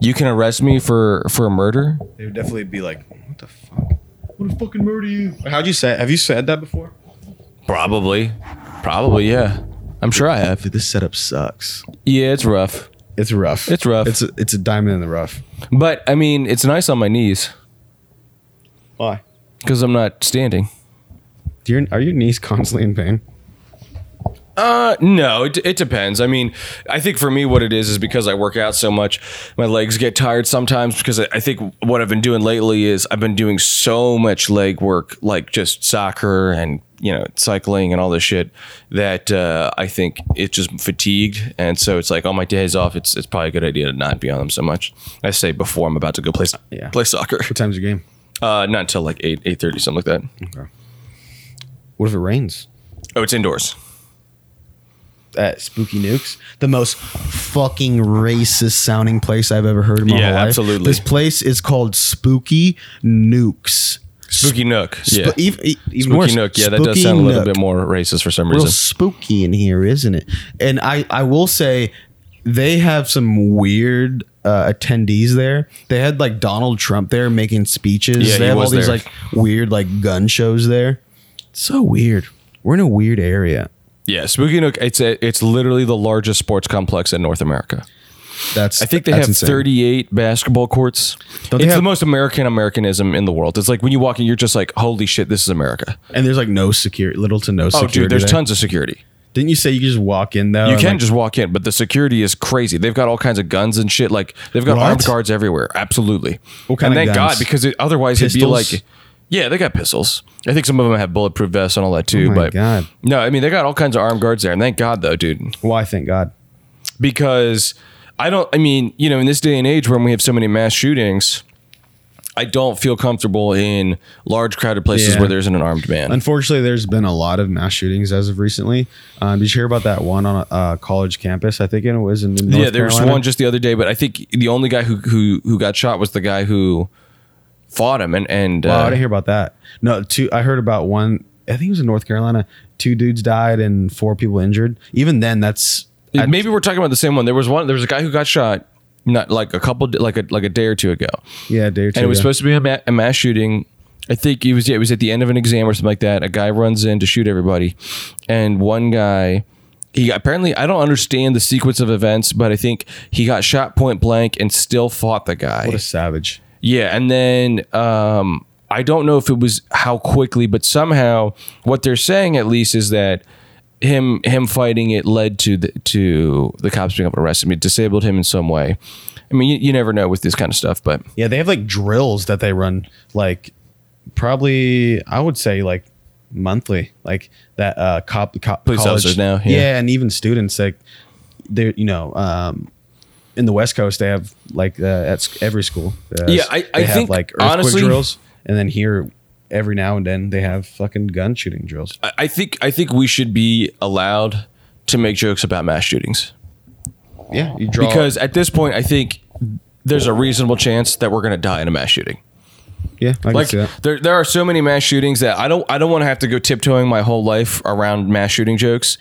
you can arrest me for for murder. They would definitely be like, "What the fuck? What a fucking murder you!" How'd you say? Have you said that before? Probably, probably yeah. I'm sure I have. Dude, this setup sucks. Yeah, it's rough, It's rough. It's rough. It's a, it's a diamond in the rough. but I mean it's nice on my knees Why? because I'm not standing. Do your, are your knees constantly in pain? Uh, no, it, it depends. I mean, I think for me, what it is is because I work out so much, my legs get tired sometimes. Because I, I think what I've been doing lately is I've been doing so much leg work, like just soccer and you know cycling and all this shit, that uh, I think it's just fatigued. And so it's like on my days off, it's it's probably a good idea to not be on them so much. I say before I'm about to go play Yeah. play (laughs) soccer. What time's your game? Uh, not until like eight eight thirty something like that. What if it rains? Oh, it's indoors. At Spooky Nukes, the most fucking racist sounding place I've ever heard in my Yeah, whole life. absolutely. This place is called Spooky Nukes. Spooky Nook. Sp- yeah. ev- e- even Spooky worse, Nook. Yeah, that does Spooky sound a little Nook. bit more racist for some real reason. spooky in here, isn't it? And I, I will say, they have some weird uh, attendees there. They had like Donald Trump there making speeches. Yeah, they he have all was these there. like weird like gun shows there. so weird. We're in a weird area. Yeah, Spooky Nook. It's a, it's literally the largest sports complex in North America. That's I think they that's have insane. 38 basketball courts. it's Don't they have- the most American Americanism in the world. It's like when you walk in, you're just like, holy shit, this is America. and there's like no security, little to no Oh, security. dude, there's there. tons of security. Didn't you say you could just walk in though? You and, can like, just walk in, but the security is crazy. They've got all kinds of guns and shit. Like they've got What? armed guards everywhere. Absolutely. What kind and of thank guns? God, because it, otherwise Pistols? it'd be like, yeah, they got pistols. I think some of them have bulletproof vests and all that too. my but God. no, I mean they got all kinds of armed guards there, and thank God though, dude. Why? Thank God. because I don't. I mean, you know, in this day and age when we have so many mass shootings, I don't feel comfortable in large crowded places Yeah. where there isn't an armed man. Unfortunately, there's been a lot of mass shootings as of recently. Um, did you hear about that one on a uh, college campus? I think it was in North yeah, there was Carolina? one just the other day, but I think the only guy who who who got shot was the guy who fought him, and and Wow, Oh, I uh, didn't hear about that. No, two. I heard about one. I think it was in North Carolina. Two dudes died and four people injured. Even then, that's I- maybe we're talking about the same one. There was one. There was a guy who got shot. Not like a couple, like a like a day or two ago, yeah, a day or two and it was ago. supposed to be a, ma- a mass shooting. I think it was yeah, it was at the end of an exam or something like that. A guy runs in to shoot everybody, and one guy, he apparently I don't understand the sequence of events, but I think he got shot point blank and still fought the guy. what a savage. Yeah, and then um, I don't know if it was how quickly, but somehow what they're saying at least is that him him fighting it led to the to the cops being able to arrest him. It disabled him in some way. I mean, you, you never know with this kind of stuff, but Yeah, they have like drills that they run, like probably I would say like monthly, like that uh, cop, cop Police college- officers now, Yeah. yeah. and even students like they, you know, um, in the West Coast they have like uh, at sc- every school. uh, Yeah, I- I they have, think, like earthquake honestly- drills, and then here every now and then they have fucking gun shooting drills. I- I think I think we should be allowed to make jokes about mass shootings Yeah, you draw because at this point, I think there's a reasonable chance that we're going to die in a mass shooting. yeah, I Like can see that. there, there are so many mass shootings that I don't I don't want to have to go tiptoeing my whole life around mass shooting jokes.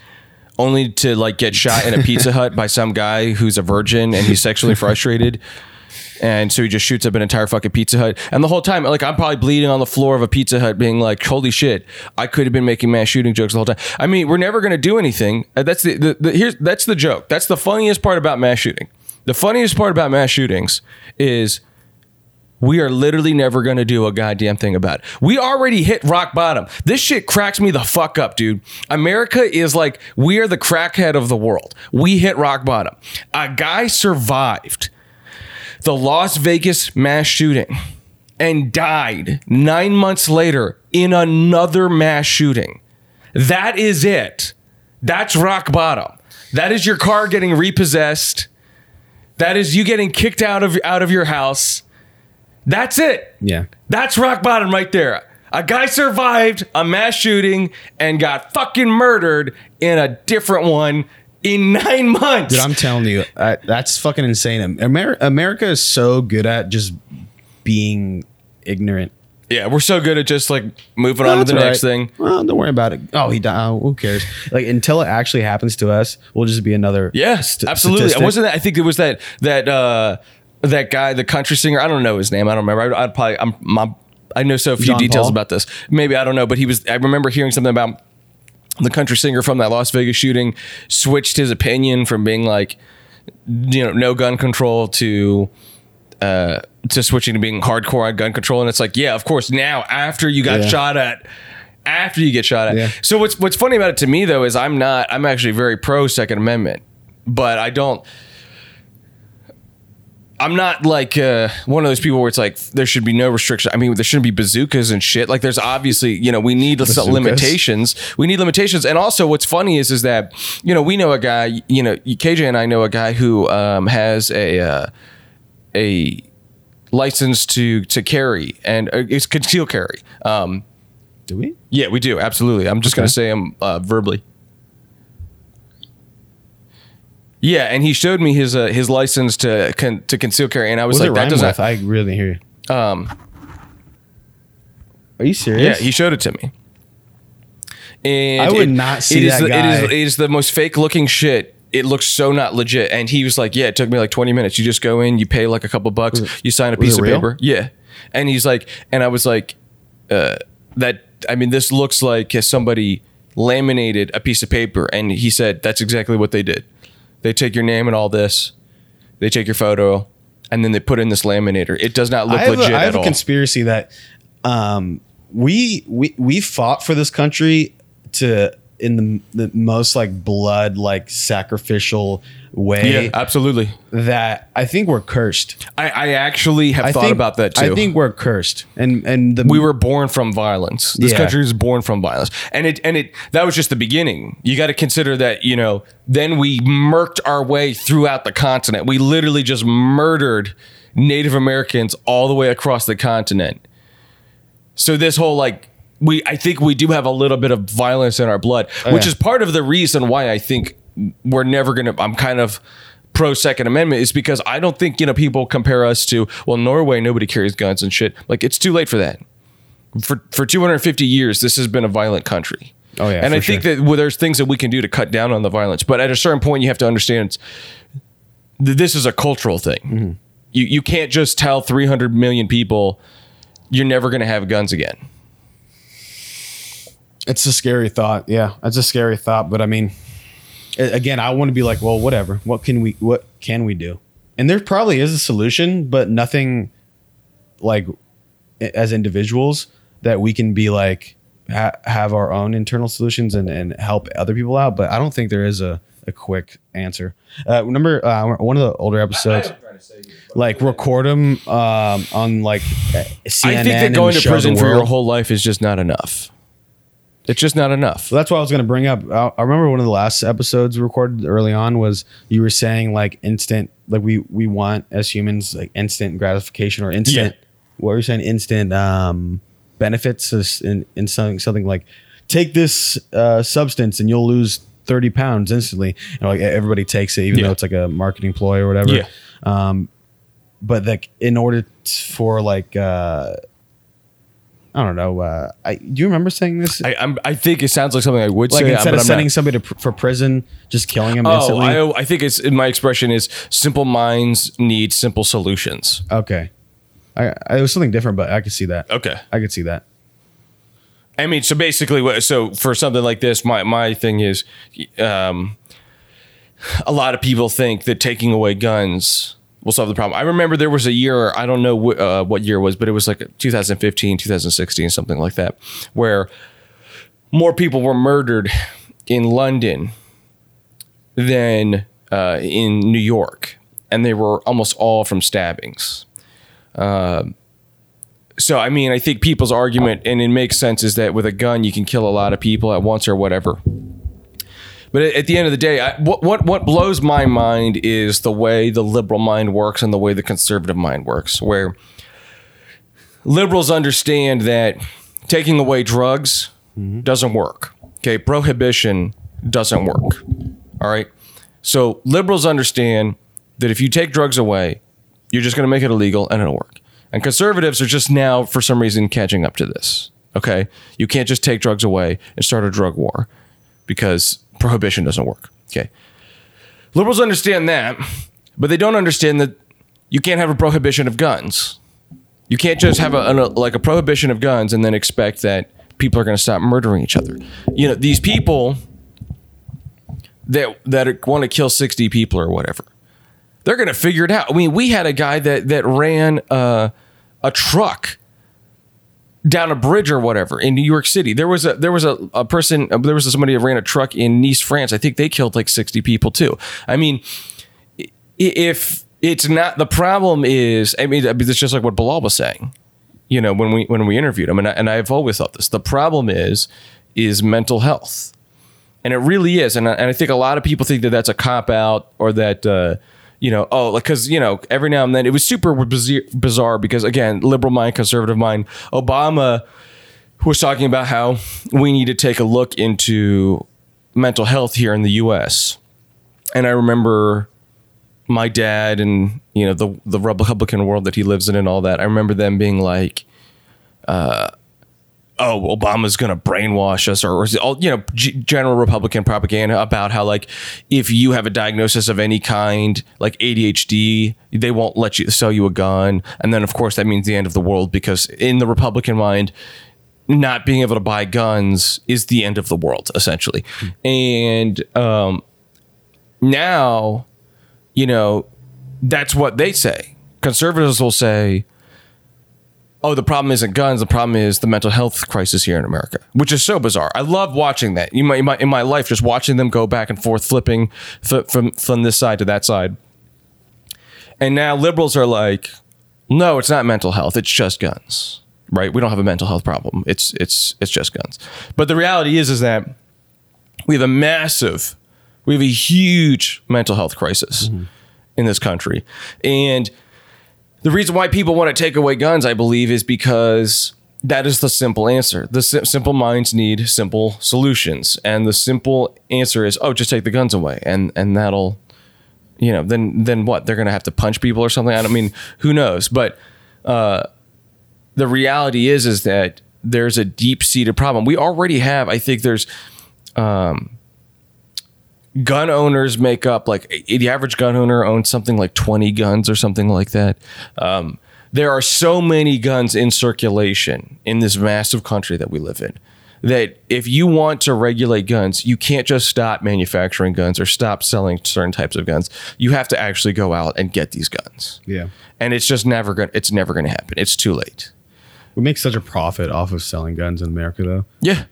Only to like get shot in a Pizza Hut by some guy who's a virgin and he's (laughs) sexually frustrated, and so he just shoots up an entire fucking Pizza Hut. And the whole time, like I'm probably bleeding on the floor of a Pizza Hut, being like, "Holy shit, I could have been making mass shooting jokes the whole time." I mean, we're never gonna do anything. Uh, That's the, the, the here's that's the joke. That's the funniest part about mass shooting. The funniest part about mass shootings is we are literally never going to do a goddamn thing about it. We already hit rock bottom. This shit cracks me the fuck up, dude. America is like, we are the crackhead of the world. We hit rock bottom. A guy survived the Las Vegas mass shooting and died nine months later in another mass shooting. That is it. That's rock bottom. That is your car getting repossessed. That is you getting kicked out of out of your house. That's it. Yeah, That's rock bottom right there. A guy survived a mass shooting and got fucking murdered in a different one in nine months. Dude, I'm telling you, I, that's fucking insane. Amer- America is so good at just being ignorant. yeah, we're so good at just like moving on to the That's all next right. thing. Well, don't worry about it. Oh, he died. Oh, who cares? Like until it actually happens to us, we'll just be another. Yes, st- absolutely. statistic. I wasn't. That, I think it was that that uh, that guy, the country singer. I don't know his name. I don't remember. I, I'd probably. I'm. My, I know so few John details Paul? about this. Maybe I don't know, but he was. I remember hearing something about the country singer from that Las Vegas shooting switched his opinion from being like, you know, no gun control to. Uh, to switching to being hardcore on gun control, and it's like, yeah, of course. Now, after you got Yeah. shot at, after you get shot at. Yeah. So what's what's funny about it to me though is I'm not I'm actually very pro Second Amendment, but I don't. I'm not like uh, one of those people where it's like there should be no restriction. I mean, there shouldn't be bazookas and shit. Like, there's obviously, you know, we need some limitations. We need limitations. And also, what's funny is, is that you know, we know a guy. You know, KJ and I know a guy who um, has a uh, a license to to carry and uh, it's conceal carry. Um, Do we? yeah, we do absolutely. I'm just gonna say him uh, verbally. Yeah, and he showed me his uh, his license to con- to conceal carry, and I was What's it like, that rhyme doesn't. Um, with? I really didn't hear you. Are you yeah, serious? he showed it to me. And I would it- not see it is that the- It is, guy. it is the most fake looking shit. It looks so not legit. And he was like, "Yeah, it took me like 20 minutes. You just go in, you pay like a couple bucks, you sign a was piece it of real? paper." Yeah. And he's like, and I was like, uh, that I mean, this looks like somebody laminated a piece of paper, and he said that's exactly what they did. They take your name and all this, they take your photo, and then they put in this laminator. It does not look I have, legit a, I have at a all. conspiracy that um, we we we fought for this country to in the, the most like blood like sacrificial way yeah, absolutely. that I think we're cursed. I, I actually have I thought think, about that too. I think we're cursed, and and the we were born from violence. This Yeah. country is born from violence, and it and it that was just the beginning. You got to consider that you know. Then we murked our way throughout the continent. We literally just murdered Native Americans all the way across the continent. So this whole like we I think we do have a little bit of violence in our blood, which Oh, yeah. is part of the reason why I think we're never gonna I'm kind of pro second amendment is because I don't think, you know, people compare us to, well, Norway nobody carries guns and shit. Like it's too late for that. For for 250 years this has been a violent country. Oh, yeah, And for I think sure. that well, there's things that we can do to cut down on the violence, but at a certain point you have to understand it's th- this is a cultural thing. Mm-hmm. You you can't just tell 300 million people you're never going to have guns again. It's a scary thought. Yeah, that's a scary thought. But I mean, a- again, I want to be like, well, whatever. What can we? What can we do? And there probably is a solution, but nothing like i- as individuals that we can be like ha- have our own internal solutions and and help other people out. But I don't think there is a a quick answer. Uh, remember uh, one of the older episodes. Like record them um, on like CNN. I think that going and to show the prison for your world. whole life is just not enough. It's just not enough. So that's what I was going to bring up. I, I remember one of the last episodes recorded early on was you were saying like instant, like we we want as humans like instant gratification or instant. What were you saying? Instant um, benefits is in, in something something like take this uh, substance and you'll lose thirty pounds instantly, and like everybody takes it even Yeah. though it's like a marketing ploy or whatever. Yeah. Um, but like in order t- for like. Uh, I don't know. Uh, I, do you remember saying this? I, I'm, I think it sounds like something I would like say, instead but of I'm sending not. somebody to pr- for prison, just killing him Oh, instantly. I, I think it's in my expression is simple minds need simple solutions. okay, I, I it was something different, but I could see that. Okay. I could see that. I mean, so basically, what- so for something like this, my my thing is, um, a lot of people think that taking away guns will solve the problem. I remember there was a year, I don't know wh- uh, what year it was, but it was like 2015, 2016, something like that, where more people were murdered in London than uh, in New York, and they were almost all from stabbings so I mean, I think people's argument, and it makes sense, is that with a gun you can kill a lot of people at once or whatever. But at- at the end of the day, I, what what what blows my mind is the way the liberal mind works and the way the conservative mind works, where liberals understand that taking away drugs doesn't work. Okay, prohibition doesn't work. All right. So liberals understand that if you take drugs away, you're just going to make it illegal and it'll work. And conservatives are just now, for some reason, catching up to this. Okay. You can't just take drugs away and start a drug war because prohibition doesn't work. Okay. Liberals understand that, but they don't understand that you can't have a prohibition of guns. You can't just have a, an- a- like a prohibition of guns and then expect that people are going to stop murdering each other. You know, these people that that want to kill 60 people or whatever they're gonna figure it out. I mean, we had a guy that that ran uh, a truck down a bridge or whatever in New York City. There was a there was a, a person uh, there was somebody who ran a truck in Nice, France. I think they killed like 60 people too. I mean, i- if it's not the problem is I mean it's just like what Bilal was saying. You know, when we when we interviewed him and I, and I've always thought this. The problem is is mental health. And it really is. And I, and I think a lot of people think that that's a cop out or that, uh, you know, oh, because, you know, every now and then it was super bizarre, bizarre because, again, liberal mind, conservative mind, Obama was talking about how we need to take a look into mental health here in the U.S. And I remember my dad and, you know, the, the Republican world that he lives in and all that. I remember them being like, oh, Obama's going to brainwash us, or, or all, you know, g- general Republican propaganda about how like if you have a diagnosis of any kind, like ADHD, they won't let you sell you a gun, and then of course that means the end of the world because in the Republican mind, not being able to buy guns is the end of the world essentially, and um, now, you know, that's what they say. Conservatives will say oh, the problem isn't guns. The problem is the mental health crisis here in America, which is so bizarre. I love watching that. You might, you might in my life, just watching them go back and forth, flipping flip from from this side to that side. And now liberals are like, no, it's not mental health. It's just guns, right? We don't have a mental health problem. It's it's it's just guns. But the reality is, is that we have a massive, we have a huge mental health crisis in this country, and the reason why people want to take away guns, I believe, is because that is the simple answer. The si- simple minds need simple solutions, and the simple answer is, oh, just take the guns away, and and that'll, you know, then then what? They're gonna have to punch people or something. I don't mean who knows, but uh, the reality is is that there's a deep seated problem. We already have. I think there's um, gun owners make up like the average gun owner owns something like 20 guns or something like that. Um, there are so many guns in circulation in this massive country that we live in that if you want to regulate guns, you can't just stop manufacturing guns or stop selling certain types of guns. You have to actually go out and get these guns. Yeah. And it's just never going to it's never going to happen. It's too late. We make such a profit off of selling guns in America, though. Yeah.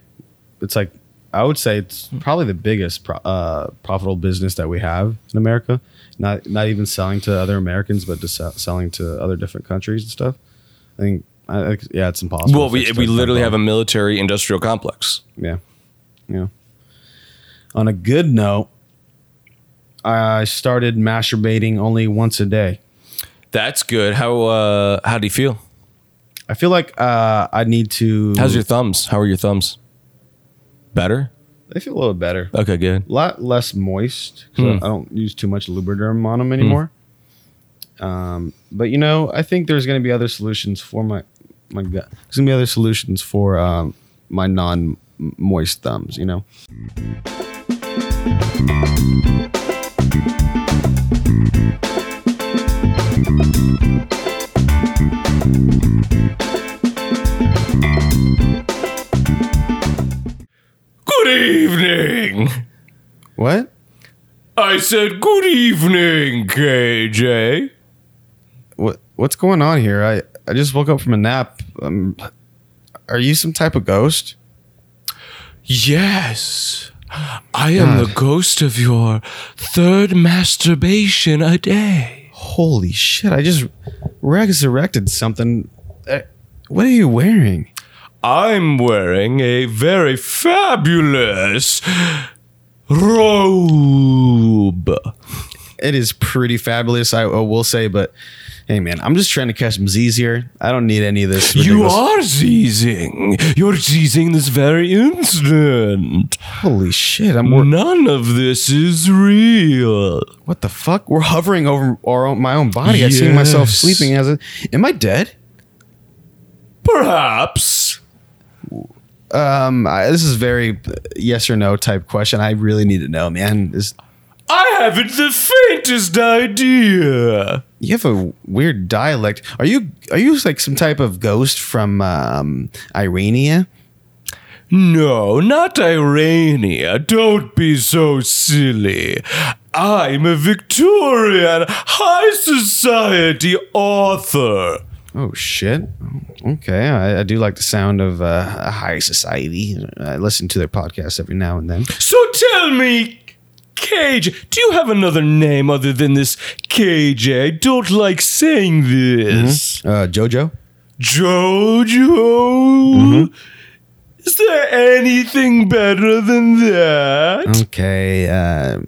It's like I would say it's Hmm. probably the biggest pro- uh, profitable business that we have in America. Not not even selling to other Americans, but just sell- selling to other different countries and stuff. I think, I, I- yeah, it's impossible. Well, we, we literally have a military industrial complex. yeah, yeah. On a good note, I started masturbating only once a day. That's good. How uh how do you feel? I feel like uh, I need to. How's your thumbs? How are your thumbs? Better? They feel a little better. Okay, good. a lot less moist Hmm. 'cause I, I don't use too much lubriderm on them anymore. Um, but you know, I think there's going to be other solutions for my my gut. There's going to be other solutions for um, my non moist thumbs. You know, Good evening. what? I said good evening, KJ. What what's going on here? I I just woke up from a nap. Um, are you some type of ghost? Yes. I am the ghost of your third masturbation a day. Holy shit! I just resurrected something. Uh, What are you wearing? I'm wearing a very fabulous robe. it is pretty fabulous. I I will say, but hey, man, I'm just trying to catch some Z's here. I don't need any of this. You ridiculous- are zeezing. You're zeezing this very instant. holy shit. I'm wor- None of this is real. what the fuck? We're hovering over our own, my own body. I see myself Yes. sleeping as a. Am I dead? Perhaps. Um, I, this is very uh, yes or no type question. I really need to know, man. Is I haven't the faintest idea. you have a weird dialect? Are you are you like some type of ghost from um, Irania? No, not Irania. Don't be so silly. I'm a Victorian high society author. oh shit. Okay, I, I do like the sound of uh, high society. I listen to their podcast every now and then. So tell me, Cage, do you have another name other than this Cage? I don't like saying this. Uh, Jojo, Jojo? Is there anything better than that? Okay. Uh,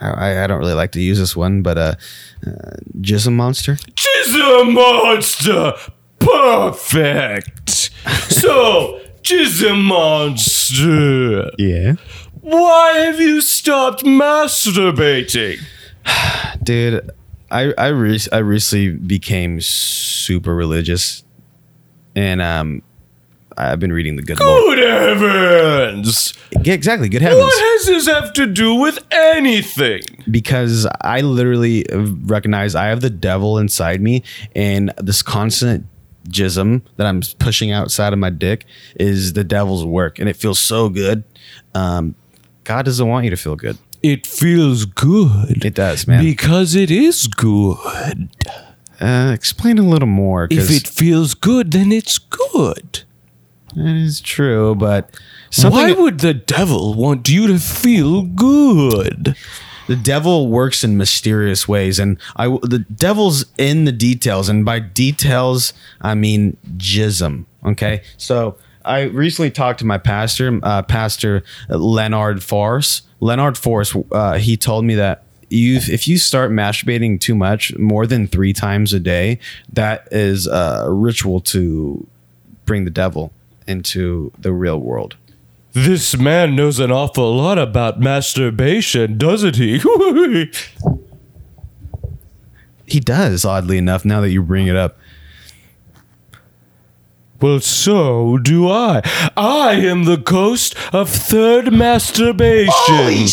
I, I don't really like to use this one, but uh, uh, Jism Monster. She's a monster. Perfect. So, she's a monster. Yeah. Why have you stopped masturbating? Dude, I I, re- I recently became super religious, and um, I've been reading the Good Lord. Good heavens! Yeah, exactly. Good heavens. What does this have to do with anything? because I literally recognize I have the devil inside me, and this constant jism that I'm pushing outside of my dick is the devil's work, and it feels so good. Um, God doesn't want you to feel good. It feels good. It does, man. Because it is good. uh, explain a little more, because it feels good, then it's good. is true, but something would the devil want you to feel good? the devil works in mysterious ways, and I the devil's in the details, and by details I mean jism. Okay, so I recently talked to my pastor, uh, Pastor Leonard Force. Leonard Force, uh, he told me that you if you start masturbating too much, more than three times a day, that is a ritual to bring the devil into the real world. This man knows an awful lot about masturbation, doesn't he? (laughs) He does, oddly enough. Now that you bring it up. well, so do I. I am the ghost of third masturbation.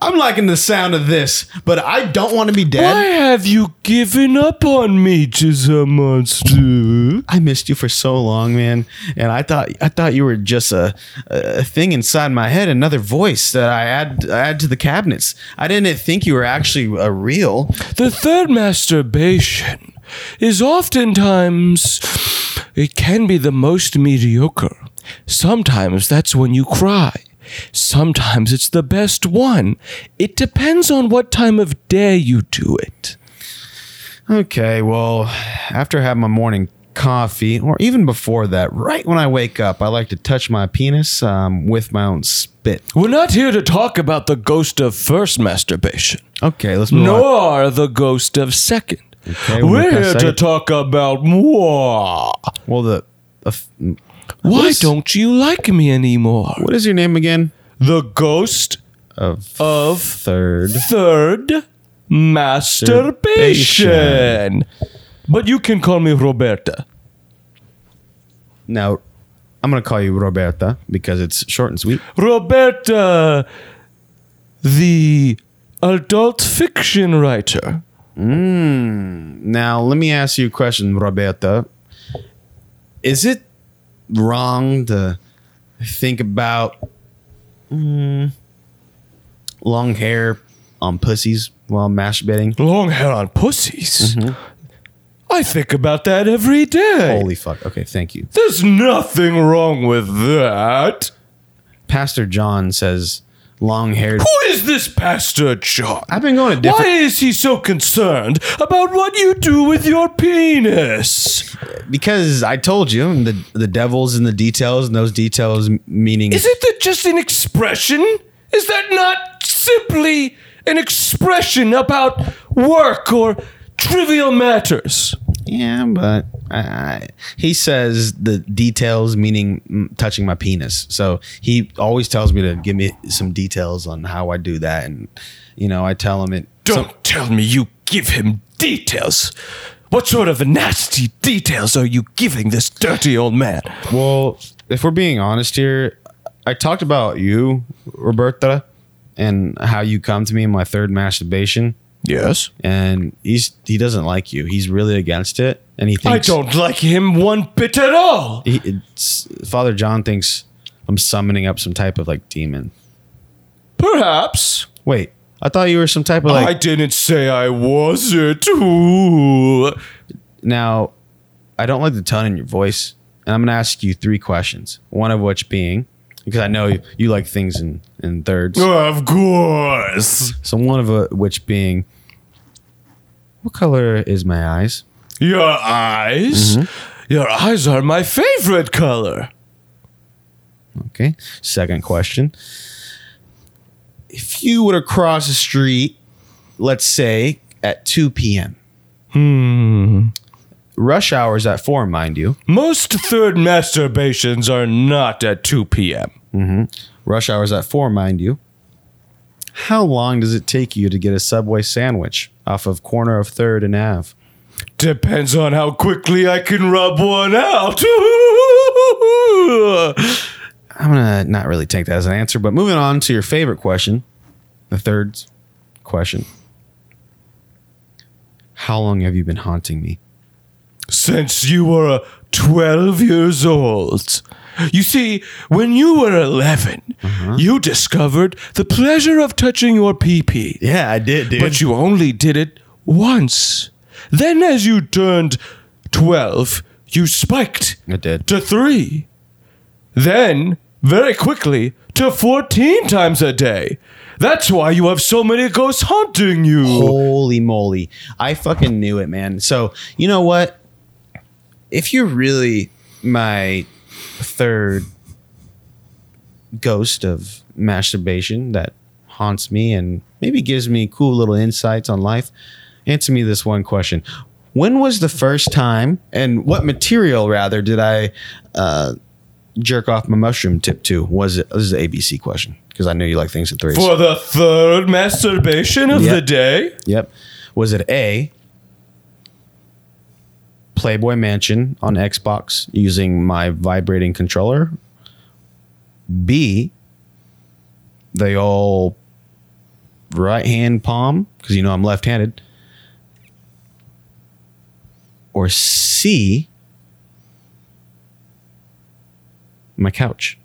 I'm liking the sound of this, but I don't want to be dead. Why have you given up on me, Chisholm Monster? I missed you for so long, man, and I thought I thought you were just a, a thing inside my head, another voice that I add I add to the cabinets. I didn't think you were actually a real. The third masturbation is oftentimes it can be the most mediocre. Sometimes that's when you cry. Sometimes it's the best one. It depends on what time of day you do it. Okay, well, after having my morning coffee, or even before that, right when I wake up, I like to touch my penis um, with my own spit. We're not here to talk about the ghost of first masturbation, Okay, let's move on. nor the ghost of second. we'll We're discuss here to second. talk about moi. Well, the, the f- Why is- don't you like me anymore? what is your name again? The ghost Of of third. Third, masturbation. But you can call me Roberta. Now, I'm going to call you Roberta because it's short and sweet. Roberta, the adult fiction writer. Now, let me ask you a question, Roberta. Is it wrong to think about mm, long hair on pussies while masturbating? Long hair on pussies. I think about that every day. Holy fuck. Okay, thank you. There's nothing wrong with that. Pastor John says long haired. Who is this Pastor John? I've been going to Why different. is he so concerned about what you do with your penis? Because I told you, the, the devil's in the details, and those details m- meaning. Isn't that just an expression? Is that not simply an expression about work or trivial matters? Yeah, but I, I, he says the details, meaning mm, touching my penis. So he always tells me to give me some details on how I do that, and you know, I tell him it. Don't tell me you give him details. What sort of nasty details are you giving this dirty old man? Well, if we're being honest here, I talked about you, Roberta, and how you come to me in my third masturbation, Yes. and he's he doesn't like you. He's really against it, and he I thinks don't like him one bit at all. He, it's, Father John thinks I'm summoning up some type of like demon. Perhaps. Wait, I thought you were some type of like. Oh, I didn't say I wasn't. Ooh. Now, I don't like the tone in your voice, and I'm going to ask you three questions. One of which being, because I know you, you like things in in thirds. Of course. So one of uh, which being, what color is my eyes? Your eyes? Your eyes are my favorite color. Okay. Second question. If you were to cross the street, let's say at 2 p.m. Hmm. Rush hour is at 4, mind you. Most third masturbations are not at 2 p.m. Rush hour is at 4, mind you. How long does it take you to get a Subway sandwich off of corner of 3rd and Ave? Depends on how quickly I can rub one out. (laughs) I'm going to not really take that as an answer, but moving on to your favorite question, the third question. How long have you been haunting me? Since you were 12 years old. You see, when you were 11, you discovered the pleasure of touching your pee pee. Yeah, I did, dude. But you only did it once. Then, as you turned 12, you spiked I did. to three. Then, very quickly, to 14 times a day. That's why you have so many ghosts haunting you. Holy moly. I fucking knew it, man. So, you know what? If you're really my third ghost of masturbation that haunts me and maybe gives me cool little insights on life, answer me this one question. When was the first time and what material rather did I uh, jerk off my mushroom tip to? Was it this is the ABC question because I know you like things in threes. For the third masturbation of Yeah. the day? Yep. Was it A, Playboy Mansion on Xbox using my vibrating controller? B, the old right hand palm, because you know I'm left handed. Or C, my couch.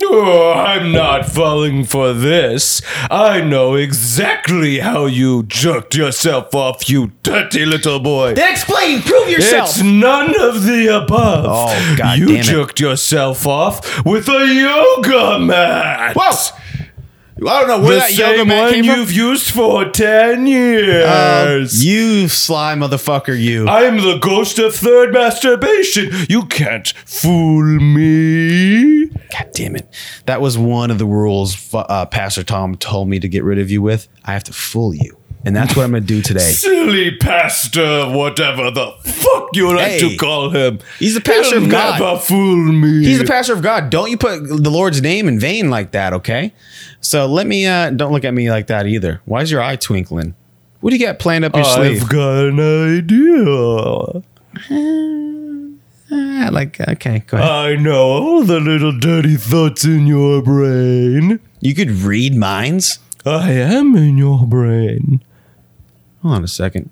Oh, I'm not falling for this. I know exactly how you jerked yourself off, you dirty little boy. Explain, prove yourself. It's none of the above. Oh, God You damn it. jerked yourself off with a yoga mat. Whoa! I don't know where The same one you've used for 10 years. You sly motherfucker, you. I'm the ghost of third masturbation. You can't fool me. God damn it. That was one of the rules fu- uh, Pastor Tom told me to get rid of you with. I have to fool you. And that's what I'm going to do (laughs) today. Silly pastor, whatever the fuck you like Hey. to call him. He's the pastor He'll of God. Never fool me. He's the pastor of God. Don't you put the Lord's name in vain like that, okay? So let me, uh, don't look at me like that either. Why is your eye twinkling? What do you got planned up your sleeve? I've got an idea. Ah, like, okay, go ahead. I know all the little dirty thoughts in your brain. you could read minds? I am in your brain. Hold on a second.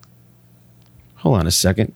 Hold on a second.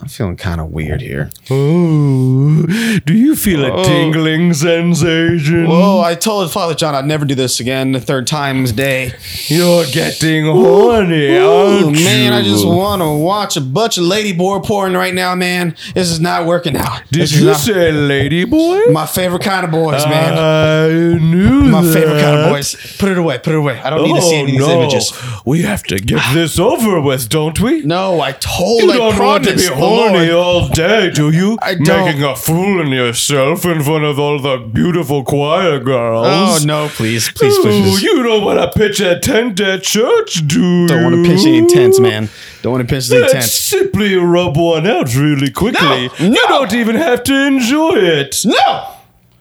I'm feeling kind of weird here. Oh, do you feel Oh. a tingling sensation? Whoa, Oh, I told Father John I'd never do this again. The third time's day. You're getting horny, Oh aren't man, I you? just want to watch a bunch of ladyboy porn right now, man. This is not working out. Did This is you not- say lady boy? my favorite kind of boys, man? I knew My that. Oh, favorite kind of boys. Put it away. Put it away. I don't need to see any of these images. Ah. We have to get this over with, don't we? No, I told. You I don't want to be promised, horny Lord. all day, do you? I don't. Making a fool in yourself in front of all the beautiful choir girls. Oh no, please, please, Ooh, please. please. you don't want to pitch a tent at church, do Don't want you? to pinch any tents, man. Don't want to pinch any Let's tents. simply rub one out really quickly. No, You no. don't even have to enjoy it. No,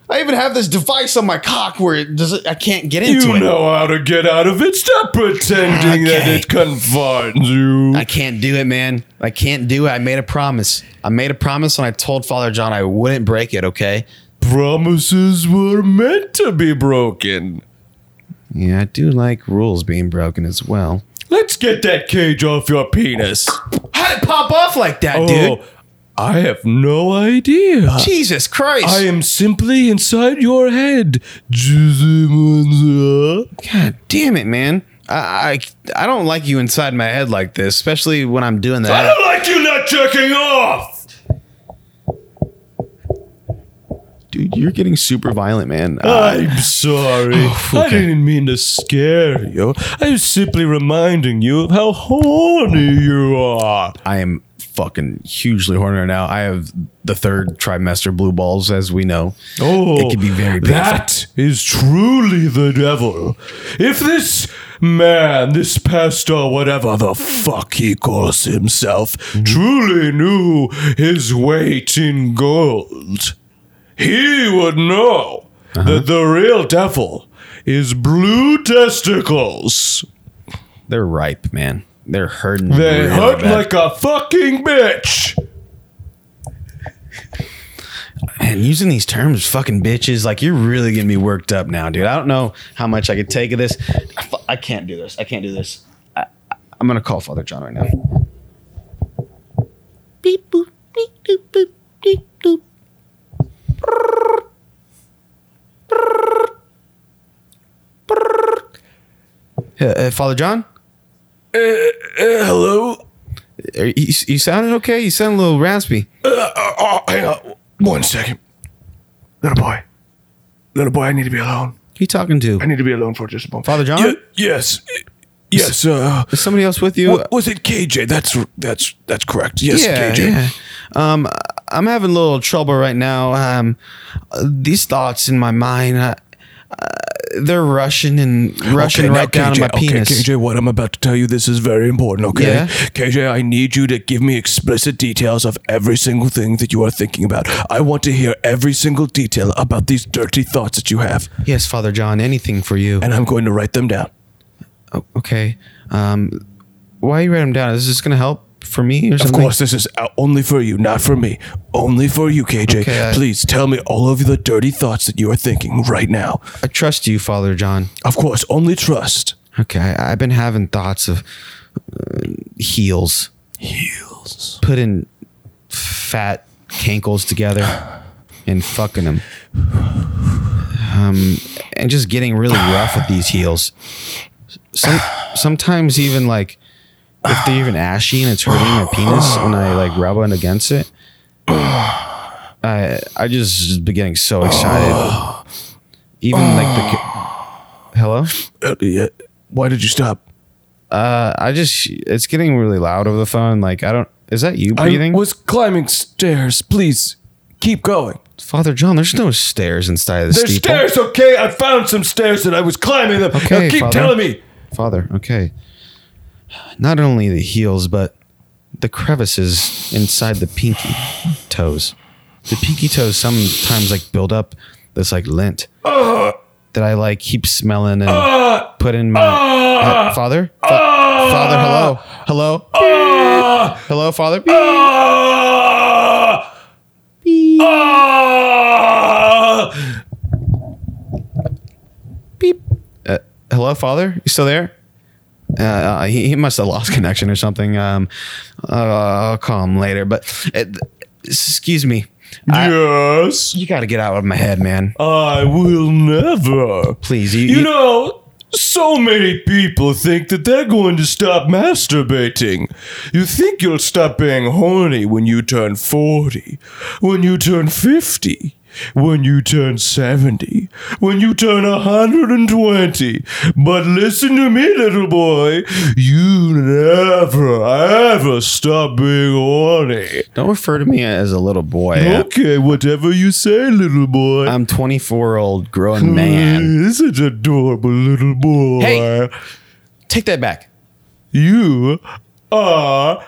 I even have this device on my cock where it does I can't get into You it. know how to get out of it. Stop (sighs) pretending that Okay. it confines you. I can't do it, man. I can't do it. I made a promise. I made a promise, and I told Father John I wouldn't break it. Okay. Promises were meant to be broken. Yeah, I do like rules being broken as well. Let's get that cage off your penis. How did it pop off like that, Oh, dude? I have no idea. Jesus Christ. I am simply inside your head. Jizimunza. God damn it, man. I, I I don't like you inside my head like this, especially when I'm doing that. I don't like you not jerking off. Dude, you're getting super violent, man. Uh, (laughs) I'm sorry. Oh, I didn't mean to scare you. I was simply reminding you of how horny you are. I am fucking hugely horny right now. I have the third trimester blue balls, as we know. Oh, It can be very painful. That is truly the devil. If this man, this pastor, whatever the fuck he calls himself, Mm-hmm. truly knew his weight in gold, he would know Uh-huh. that the real devil is blue testicles. They're ripe, man. They're hurting. They really hurt bad. like a fucking bitch. Man, using these terms, fucking bitches, like you're really getting me worked up now, dude. I don't know how much I could take of this. I, fu- I can't do this. I can't do this. I, I- I'm gonna call Father John right now. Beep boop, beep doop boop, beep doop. Yeah, uh, Father John, Hello? Are you, you sounded okay. You sound a little raspy. Oh, hang on. One second. Little boy. Little boy, I need to be alone. Who you talking to? I need to be alone for just a moment. Father John? Ye- yes. Yes, uh, Is somebody else with you? wa- was it KJ? That's that's that's correct. Yes, KJ. Um, I'm having a little trouble right now. Um, uh, these thoughts in my mind, uh, uh, they're rushing and rushing Okay, now, right down KJ, to my penis. Okay, KJ, what I'm about to tell you, this is very important, okay? Yeah. KJ, I need you to give me explicit details of every single thing that you are thinking about. I want to hear every single detail about these dirty thoughts that you have, Yes, Father John, anything for you. and I'm going to write them down. Oh, okay. Um, why you write them down? Is this gonna help for me or Of something? course, this is out- only for you, not for me. Only for you, KJ. Okay, I- Please tell me all of the dirty thoughts that you are thinking right now. I trust you, Father John. Of course, only trust. Okay, I, I've been having thoughts of uh, heels, Heels. putting fat cankles together and fucking them, um, and just getting really rough with these heels. Some sometimes even like if they're even ashy and it's hurting my penis when I like rub it against it. I I just been getting so excited. Even like the ca- hello. Uh, yeah. Why did you stop? Uh, I just it's getting really loud over the phone. Like I don't is that you I breathing? was climbing stairs. Please keep going. Father John, there's no stairs inside of the There's steeple. stairs, okay? I found some stairs and I was climbing them. Okay, now keep Father. telling me. Father, okay. Not only the heels, but the crevices inside the pinky toes. The pinky toes sometimes like build up this like lint that I like keep smelling and put in my Uh, father. Fa- father, hello, hello, hello, father. Ah! Ah! hello father you still there uh, uh, he, he must have lost connection or something um uh, i'll call him later but uh, excuse me I- yes. you got to get out of my head man I will never. please you, Oh, You know, so many people think that they're going to stop masturbating. You think you'll stop being horny when you turn 40, when you turn 50. When you turn 70, when you turn 120. But listen to me, little boy, you never ever stop being horny. don't refer to me as a little boy Okay, whatever you say, little boy. i'm 24 year old grown Oh, man This is adorable little boy. Hey. take that back You are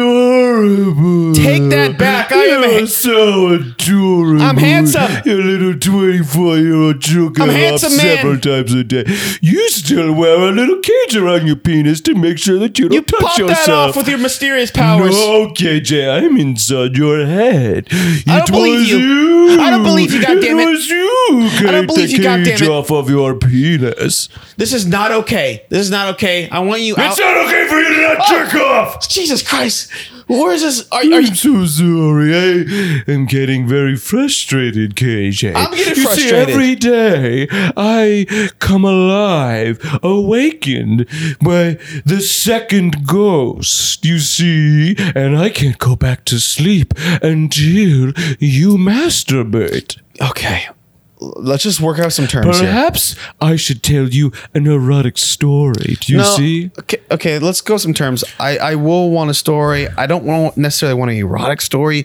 adorable. Take that back. I am You're ha- so adorable. I'm handsome. Your little 24 year old jerk I'm off handsome, man. several times a day. You still wear a little cage around your penis to make sure that you don't you touch pop yourself. that off with your mysterious powers No, KJ, I'm inside your head. I It don't believe was you. I don't believe you, goddammit. It was you. I Take don't believe the you, cage goddammit. off of your penis. this is not okay this is not okay i want you out It's not okay waiting for you to not jerk off. Jesus Christ! Where is this? Are, are you? so sorry. I am getting very frustrated, KJ. I'm getting you See, frustrated. every day I come alive, awakened by the second ghost, you see, and I can't go back to sleep until you masturbate. Okay. Let's just work out some terms here. Perhaps I should tell you an erotic story. Do you No, see? Okay, okay, let's go some terms. I, I will want a story. I don't want necessarily want an erotic story.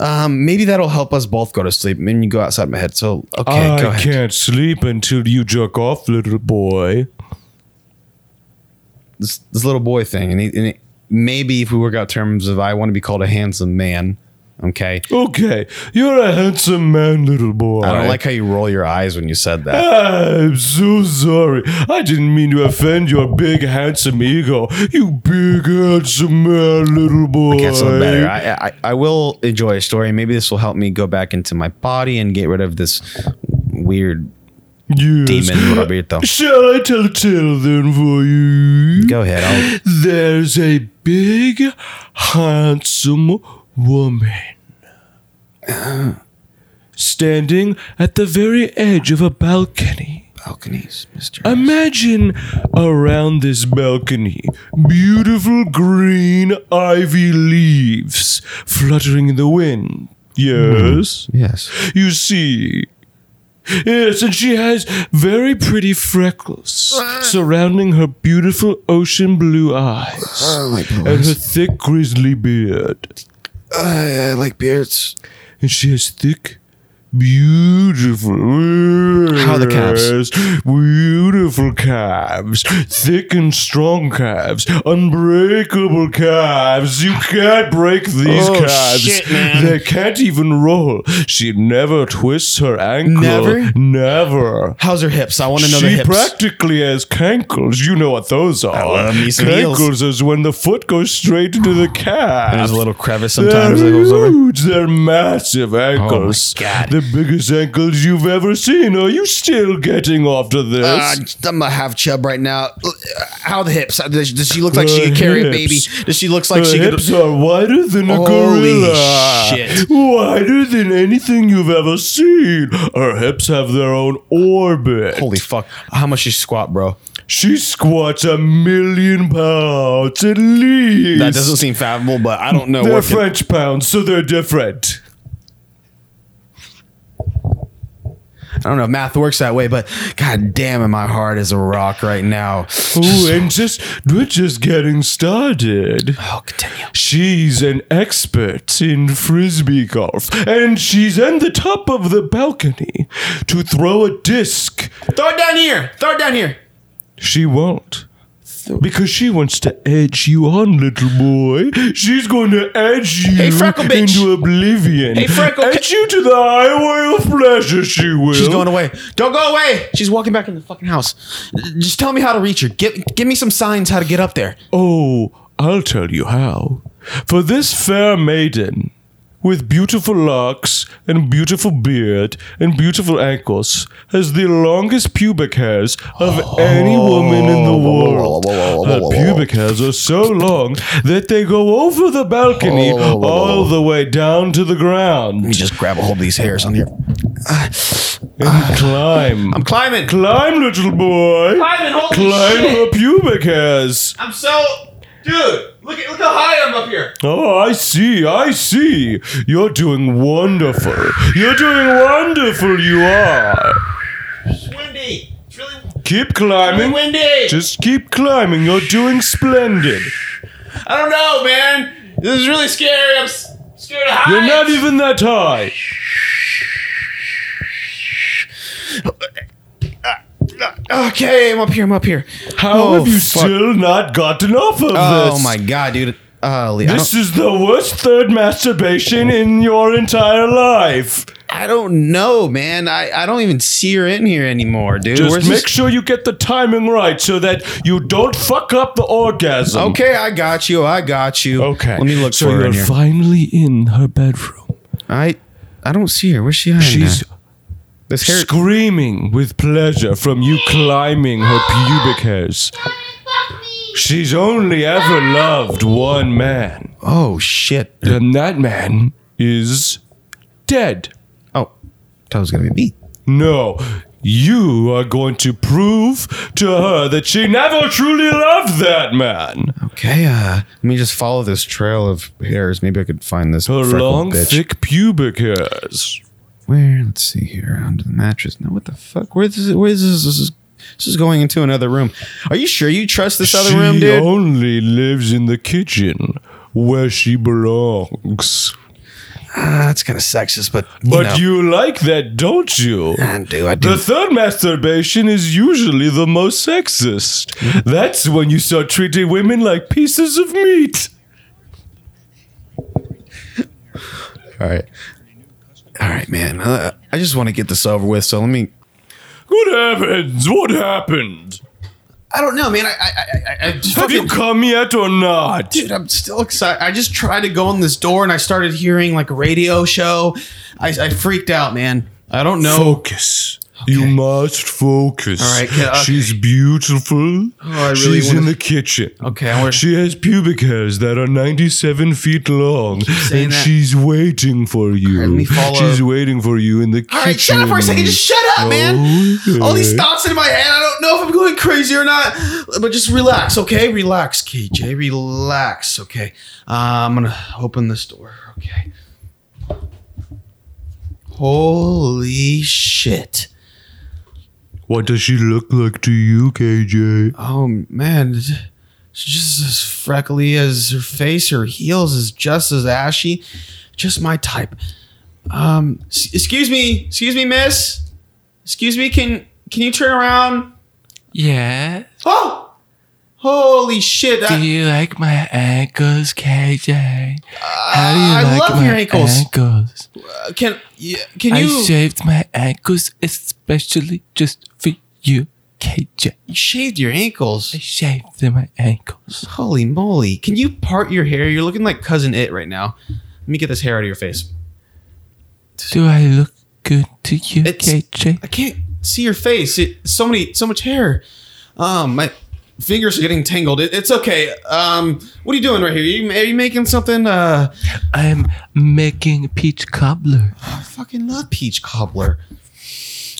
Um, maybe that'll help us both go to sleep. I mean, you go outside my head. So okay, go I ahead. can't sleep until you jerk off, little boy. This, this little boy thing, and, he, and it, maybe if we work out terms of I want to be called a handsome man. Okay, Okay, you're a handsome man, little boy. I don't like how you roll your eyes when you said that. I'm so sorry. I didn't mean to offend your big, handsome ego. You big, handsome man, little boy. Can't sound better. I, I I will enjoy a story. Maybe this will help me go back into my body and get rid of this weird Yes. uh, demon, Roberto. Shall I tell a tale then for you? Go ahead. I'll, There's a big, handsome woman standing at the very edge of a balcony. balconies, Mister. Imagine around this balcony beautiful green ivy leaves fluttering in the wind. Yes. yes. You see. Yes, and she has very pretty freckles surrounding her beautiful ocean blue eyes Oh, and her thick grizzly beard. I, I like beards. And she has thick, beautiful. How are the calves? Beautiful calves. Thick and strong calves. Unbreakable calves. You can't break these Oh, calves. shit, man. They can't even roll. She never twists her ankle. Never? Never. How's her hips? I want to know the She hips. practically has cankles. You know what those are. love me some heels. cankles is when the foot goes straight into the calf. There's a little crevice sometimes that They're goes over. Oh huge. They're massive ankles. God. The biggest ankles you've ever seen. Are you still getting off to this? Uh, I'm gonna have chub right now. Uh, How the hips? Uh, Does, does she look like she Her could carry a baby? hips. Does she looks like Her she could? hips are wider than a Holy gorilla. shit. Wider than anything you've ever seen. Her hips have their own orbit. Holy fuck! How much she squat, bro? She squats a million pounds at least. That doesn't seem fathomable, but I don't know They're what. Can, French pounds, so they're (laughs) different. I don't know if math works that way, but god damn it, my heart is a rock right now. Ooh, and just we're just getting started. Oh, continue. She's an expert in frisbee golf, and she's on the top of the balcony to throw a disc. Throw it down here. Throw it down here. She won't. Because she wants to edge you on, little boy. She's going to edge you freckle bitch. into oblivion. Hey, freckle ca- edge you to the highway of pleasure. She will. She's going away. Don't go away. She's walking back in the fucking house. Just tell me how to reach her. Give give me some signs how to get up there. Oh, I'll tell you how. For this fair maiden, with beautiful locks and beautiful beard and beautiful ankles, has the longest pubic hairs of any woman in the world. Her pubic hairs are so long that they go over the balcony all the way down to the ground Just grab a hold of these hairs on here. and climb. I'm climbing. Climb, little boy. Climbing, holy Climb her pubic hairs. I'm so. Dude, look at look how high I'm up here. Oh, I see, I see. You're doing wonderful. You're doing wonderful, you are. Windy. It's really Keep climbing. windy. Just keep climbing. You're doing splendid. I don't know, man. This is really scary. I'm s- scared of heights. You're not even that high. Uh, Okay, I'm up here. I'm up here. How Oh, have you fuck. still not gotten off of Oh this? my god, dude. Uh, Lee, I, This don't, is the worst third masturbation in your entire life. I don't know, man. I, I don't even see her in here anymore, dude. Just Where's make this- sure you get the timing right so that you don't fuck up the orgasm. Okay, I got you. I got you. Okay. Let me look so for her you're in here. finally in her bedroom. I I don't see her. Where's she hiding? She's at? this hair. screaming with pleasure from you climbing her pubic hairs. Fuck me! She's only ever loved one man, Oh shit! and that man is dead. Oh, that was gonna be me. No, you are going to prove to her that she never truly loved that man. Okay, uh, let me just follow this trail of hairs. Maybe I could find this Her freckled long, bitch. thick pubic hairs. Where? Let's see here. Under the mattress. No, what the fuck? Where is this? Where is this? This is, this is going into another room. Are you sure you trust this other she room, dude? only lives in the kitchen where she belongs. That's kind of sexist, but you But know. Ah, you like that, don't you? I do. I do. The third masturbation is usually the most sexist. That's when you start treating women like pieces of meat. All right. All right, man. Uh, I just want to get this over with. So let me. What happened? What happened? I don't know, man. I I I, I, I just Have you come yet or not? dude, I'm still excited. I just tried to go in this door and I started hearing like a radio show. I, I freaked out, man. I don't know. Focus. You must focus. All right, ca- okay. She's beautiful. I really She's in wanna- the kitchen. Okay, I wanna- She has pubic hairs that are 97 feet long. saying And that. she's waiting for you. let me follow- She's waiting for you in the kitchen. Oh, All right, shut up for a second. Just Oh. shut up, man. All these thoughts in my head. I don't know if I'm going crazy or not, but just relax, okay? Relax, KJ. Relax, okay? Uh, I'm gonna open this door, okay? Holy shit! What does she look like to you, KJ? Oh man, it's- she's just as freckly as her face. Her heels is just as ashy. Just my type. Um, s- excuse me, excuse me, miss. Excuse me. Can can you turn around? Yeah. Oh, holy shit! Do I, you like my ankles, KJ? How do you Uh, I love your ankles. ankles? Can yeah, can I you shaved my ankles especially just for you, KJ. you shaved your ankles? I shaved my ankles. Holy moly! Can you part your hair? You're looking like cousin it right now. Let me get this hair out of your face. Do I look good to you, It's- KJ? I can't see your face. It, so many, so much hair. Um, my fingers are getting tangled. It, it's okay. Um, what are you doing right here? You, are you making something? Uh, I'm making peach cobbler. (sighs) I fucking love peach cobbler.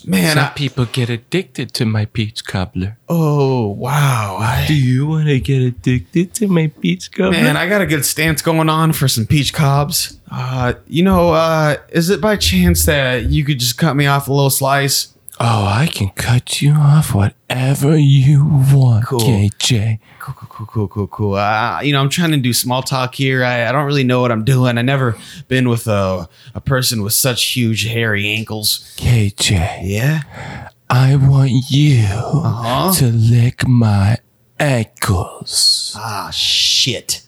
Man, Some I, people get addicted to my peach cobbler. oh wow, I, Do you want to get addicted to my peach cobbler? man, I got a good stance going on for some peach cobs. Uh, you know, uh, is it by chance that you could just cut me off a little slice? Oh, I can cut you off whatever you want, KJ. Cool, cool, cool, cool, cool, cool. Uh, you know, I'm trying to do small talk here. I, I don't really know what I'm doing. I never been with a, a person with such huge hairy ankles. KJ, Yeah. I want you Uh-huh. to lick my ankles. Ah, shit.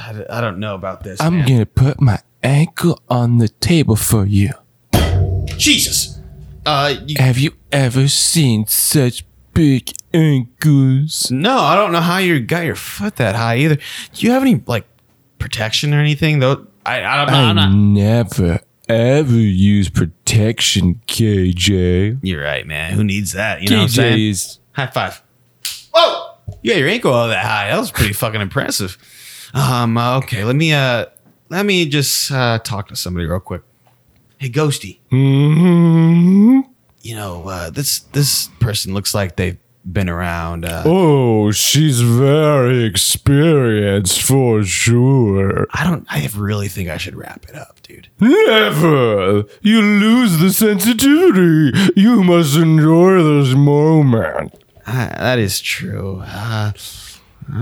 I, d- I don't know about this. I'm man. gonna put my ankle on the table for you. Jesus. Uh, you, Have you ever seen such big ankles? no, I don't know how you got your foot that high either. Do you have any like protection or anything though? I, I don't know. I I'm not. never ever use protection, KJ. You're right, man. Who needs that? You know what I'm KJ saying? is High five. Whoa! You got your ankle all that high. That was pretty fucking impressive. Um, uh, okay, let me uh let me just uh talk to somebody real quick. Hey Ghosty. You know, uh this this person looks like they've been around uh Oh, she's very experienced for sure. I don't I really think I should wrap it up, dude. Never! You lose the sensitivity. You must enjoy this moment. Uh, that is true. Uh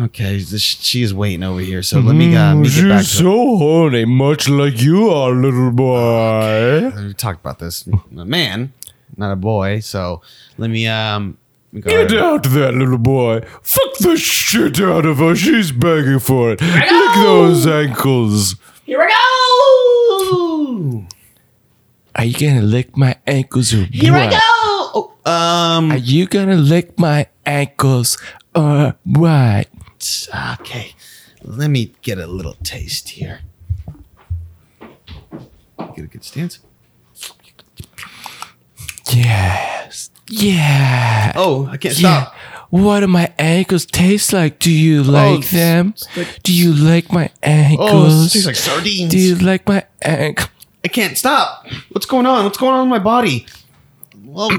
Okay, this- she is waiting over here, so let me, uh, let me get back She's to so horny, much like you are, little boy. We talked about this. I'm A man, not a boy, so let me um let me go Get ahead. out that little boy. Fuck the shit out of her. She's begging for it. Lick those ankles. Are you gonna lick my ankles or Here what? Oh, I go! Um. Are you gonna lick my ankles or what? Okay. Let me get a little taste here. Get a good stance. Yes. Yeah. Oh, I can't stop. What do my ankles taste like? Do you like Oh, it's- them? Do you like my Oh, ankles? tastes like sardines. do you like my ankle? I can't stop. What's going on? What's going on in my body? Well,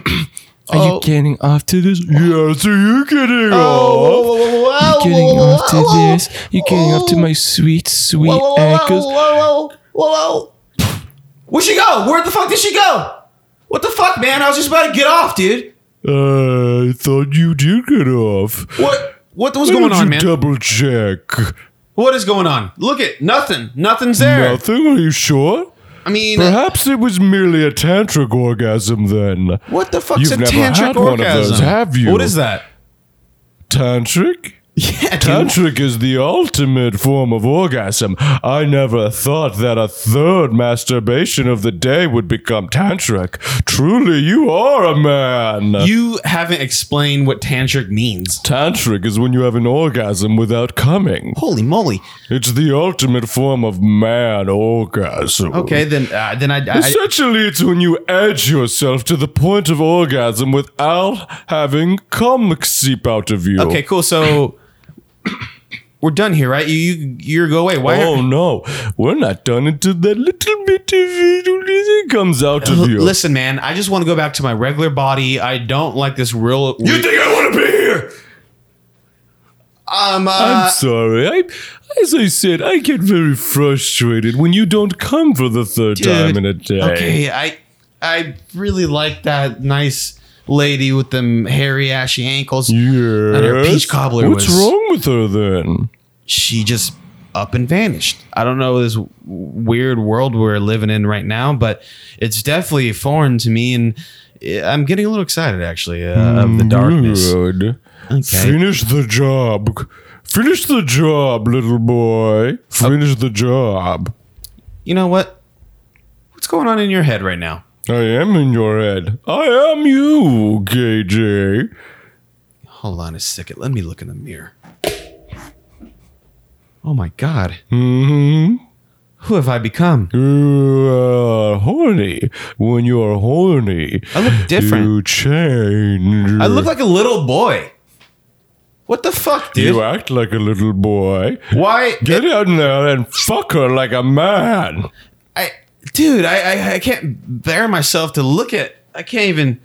Are Oh. you getting off to this? Yes, are you getting off? oh, Getting off to this? You getting off to my sweet, sweet Oh. ankles? whoa, whoa, whoa. Where'd she go? Where the fuck did she go? What the fuck, man? I was just about to get off, dude. Uh, I thought you did get off. What? What was going on, man? Double check. What is going on? Look at nothing. Nothing's there. Nothing? Are you sure? I mean, Perhaps it was merely a tantric orgasm then. what the fuck's You've a never tantric had orgasm? one of those, have you? What is that? Tantric? (laughs) Yeah, dude. Tantric is the ultimate form of orgasm. I never thought that a third masturbation of the day would become tantric. Truly, you are a man. You haven't explained what tantric means. tantric is when you have an orgasm without coming. Holy moly! It's the ultimate form of man orgasm. Okay, then, uh, then I, I, Essentially, it's when you edge yourself to the point of orgasm without having cum seep out of you. Okay, cool. So we're done here, right? You you you go away. Why? Oh no, we're not done until that little bit of it comes out L- of you. listen, man. I just want to go back to my regular body. I don't like this real. You think I want to be here? I'm um, uh, sorry. I, as I said, I get very frustrated when you don't come for the third time in a day. okay. I I really like that nice lady with them hairy, ashy ankles. Yes. And her peach cobbler What's was- wrong with her then? She just up and vanished. I don't know this w- weird world we're living in right now, but it's definitely foreign to me, and uh, I'm getting a little excited actually uh, of the darkness. Mm, Good. Finish the job. Finish the job, little boy. Finish the job. you know what? What's going on in your head right now? I am in your head. I am you, KJ. Hold on a second. Let me look in the mirror. Oh my God. Mm-hmm. Who have I become? You are horny. When you are horny, I look different. you change. I look like a little boy. What the fuck, dude? you act like a little boy. Why? Get in there and fuck her like a man. I, dude, I, I, I can't bear myself to look at. I can't even.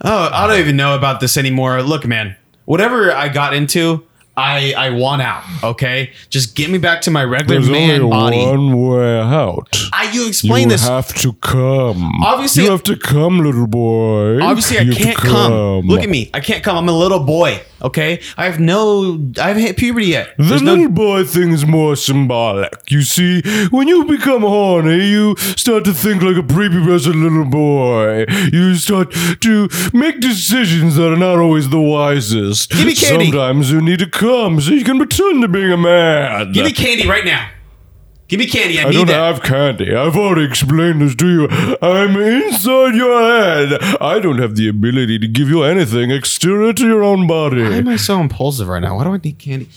Oh, I don't even know about this anymore. Look, man, whatever I got into, I, I want out. Okay, just get me back to my regular There's man only body. one way out. I, you explain you this. have to come. Obviously- you have to come, little boy. Obviously, I You have to can't come. Look at me. I can't come. I'm a little boy. Okay. I have no. I haven't hit puberty yet. The There's little no. boy thing's more symbolic. You see, when you become horny, you start to think like a prepubescent little boy. You start to make decisions that are not always the wisest. Gimme candy. Sometimes you need to come so you can pretend to being a man. Give me candy right now. Give me candy. I, I need don't that. have candy. I've already explained this to you. I'm inside your head. I don't have the ability to give you anything exterior to your own body. Why am I so impulsive right now? Why do I need candy?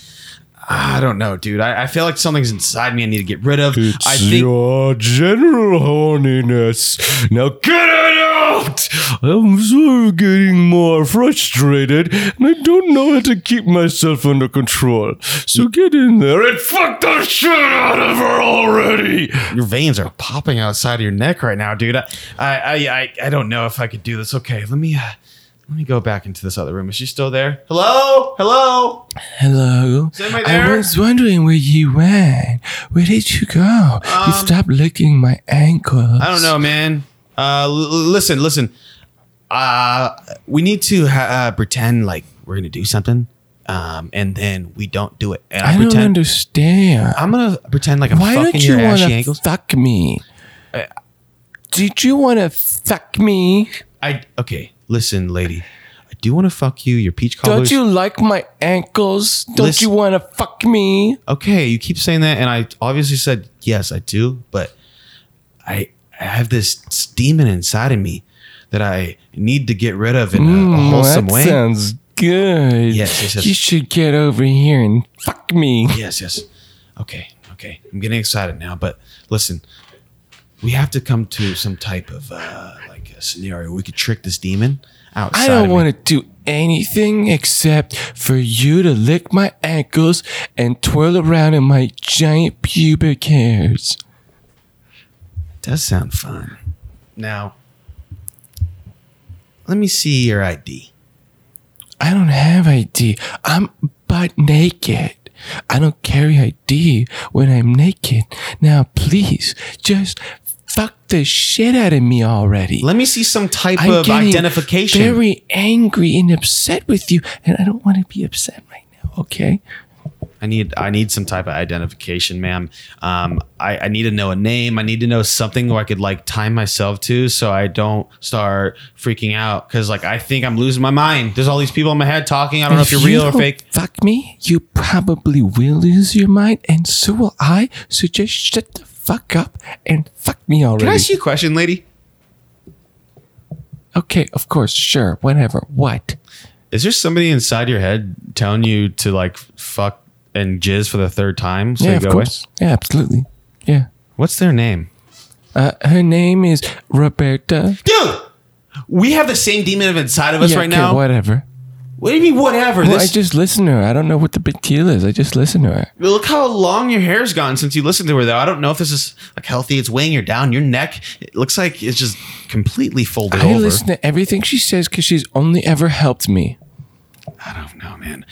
I don't know, dude. I, I feel like something's inside me. I need to get rid of. It's I think. your general horniness. Now get it out! I'm sort of getting more frustrated, and I don't know how to keep myself under control. So get in there and fuck the shit out of her already! your veins are popping outside of your neck right now, dude. I, I, I, I, I don't know if I could do this. Okay, let me, uh, let me go back into this other room. Is she still there? Hello, hello. Hello. anybody there? I was wondering where you went. Where did you go? you stopped licking my ankles. Um, I don't know, man. Uh, l- l- listen, listen. Uh, we need to ha- uh, pretend like we're gonna do something, um, and then we don't do it. And I, I don't pretend. understand. I'm gonna pretend like I'm Why fucking don't you your want ashy to ankles. Uh, fuck me? Did you want to fuck me? I okay. Listen, lady. I do want to fuck you. Your peach collars. Don't you like my ankles? Don't Listen- you want to fuck me? okay, you keep saying that, and I obviously said yes, I do, but I I have this demon inside of me that I need to get rid of in a, a Mm, wholesome that way. sounds good. Yes, yes, yes. You should get over here and fuck me. yes, yes. Okay, okay. I'm getting excited now, but listen, we have to come to some type of uh, like a scenario. We could trick this demon outside. I don't want to do anything except for you to lick my ankles and twirl around in my giant pubic hairs. It does sound fun. Now, let me see your ID. I don't have ID. I'm butt naked. I don't carry ID when I'm naked. Now, please, just fuck the shit out of me already. Let me see some type I'm of getting identification. Very angry and upset with you, and I don't want to be upset right now. Okay. I need I need some type of identification, ma'am. Um, I, I need to know a name. I need to know something where I could like time myself to, so I don't start freaking out. Because like I think I'm losing my mind. There's all these people in my head talking. I don't know if you're real or don't fake. Fuck me. You probably will lose your mind, and so will I. So just shut the fuck up and fuck me already. Can I ask you a question, lady? okay, of course, sure, whatever. What? Is there somebody inside your head telling you to like fuck and jizz for the third time? So yeah, you of go away? course. Yeah, absolutely. Yeah. What's their name? Uh, her name is Roberta. Dude, we have the same demon inside of us Yeah, right okay, now. What? Whatever. do you mean whatever? Well, this, I just listen to her. I don't know what the big deal is. I just listen to her. Look how long your hair's gone since you listened to her, though. I don't know if this is like healthy. It's weighing you down. Your neck, it looks like it's just completely folded I over. listen to everything she says because she's only ever helped me. I don't know, man.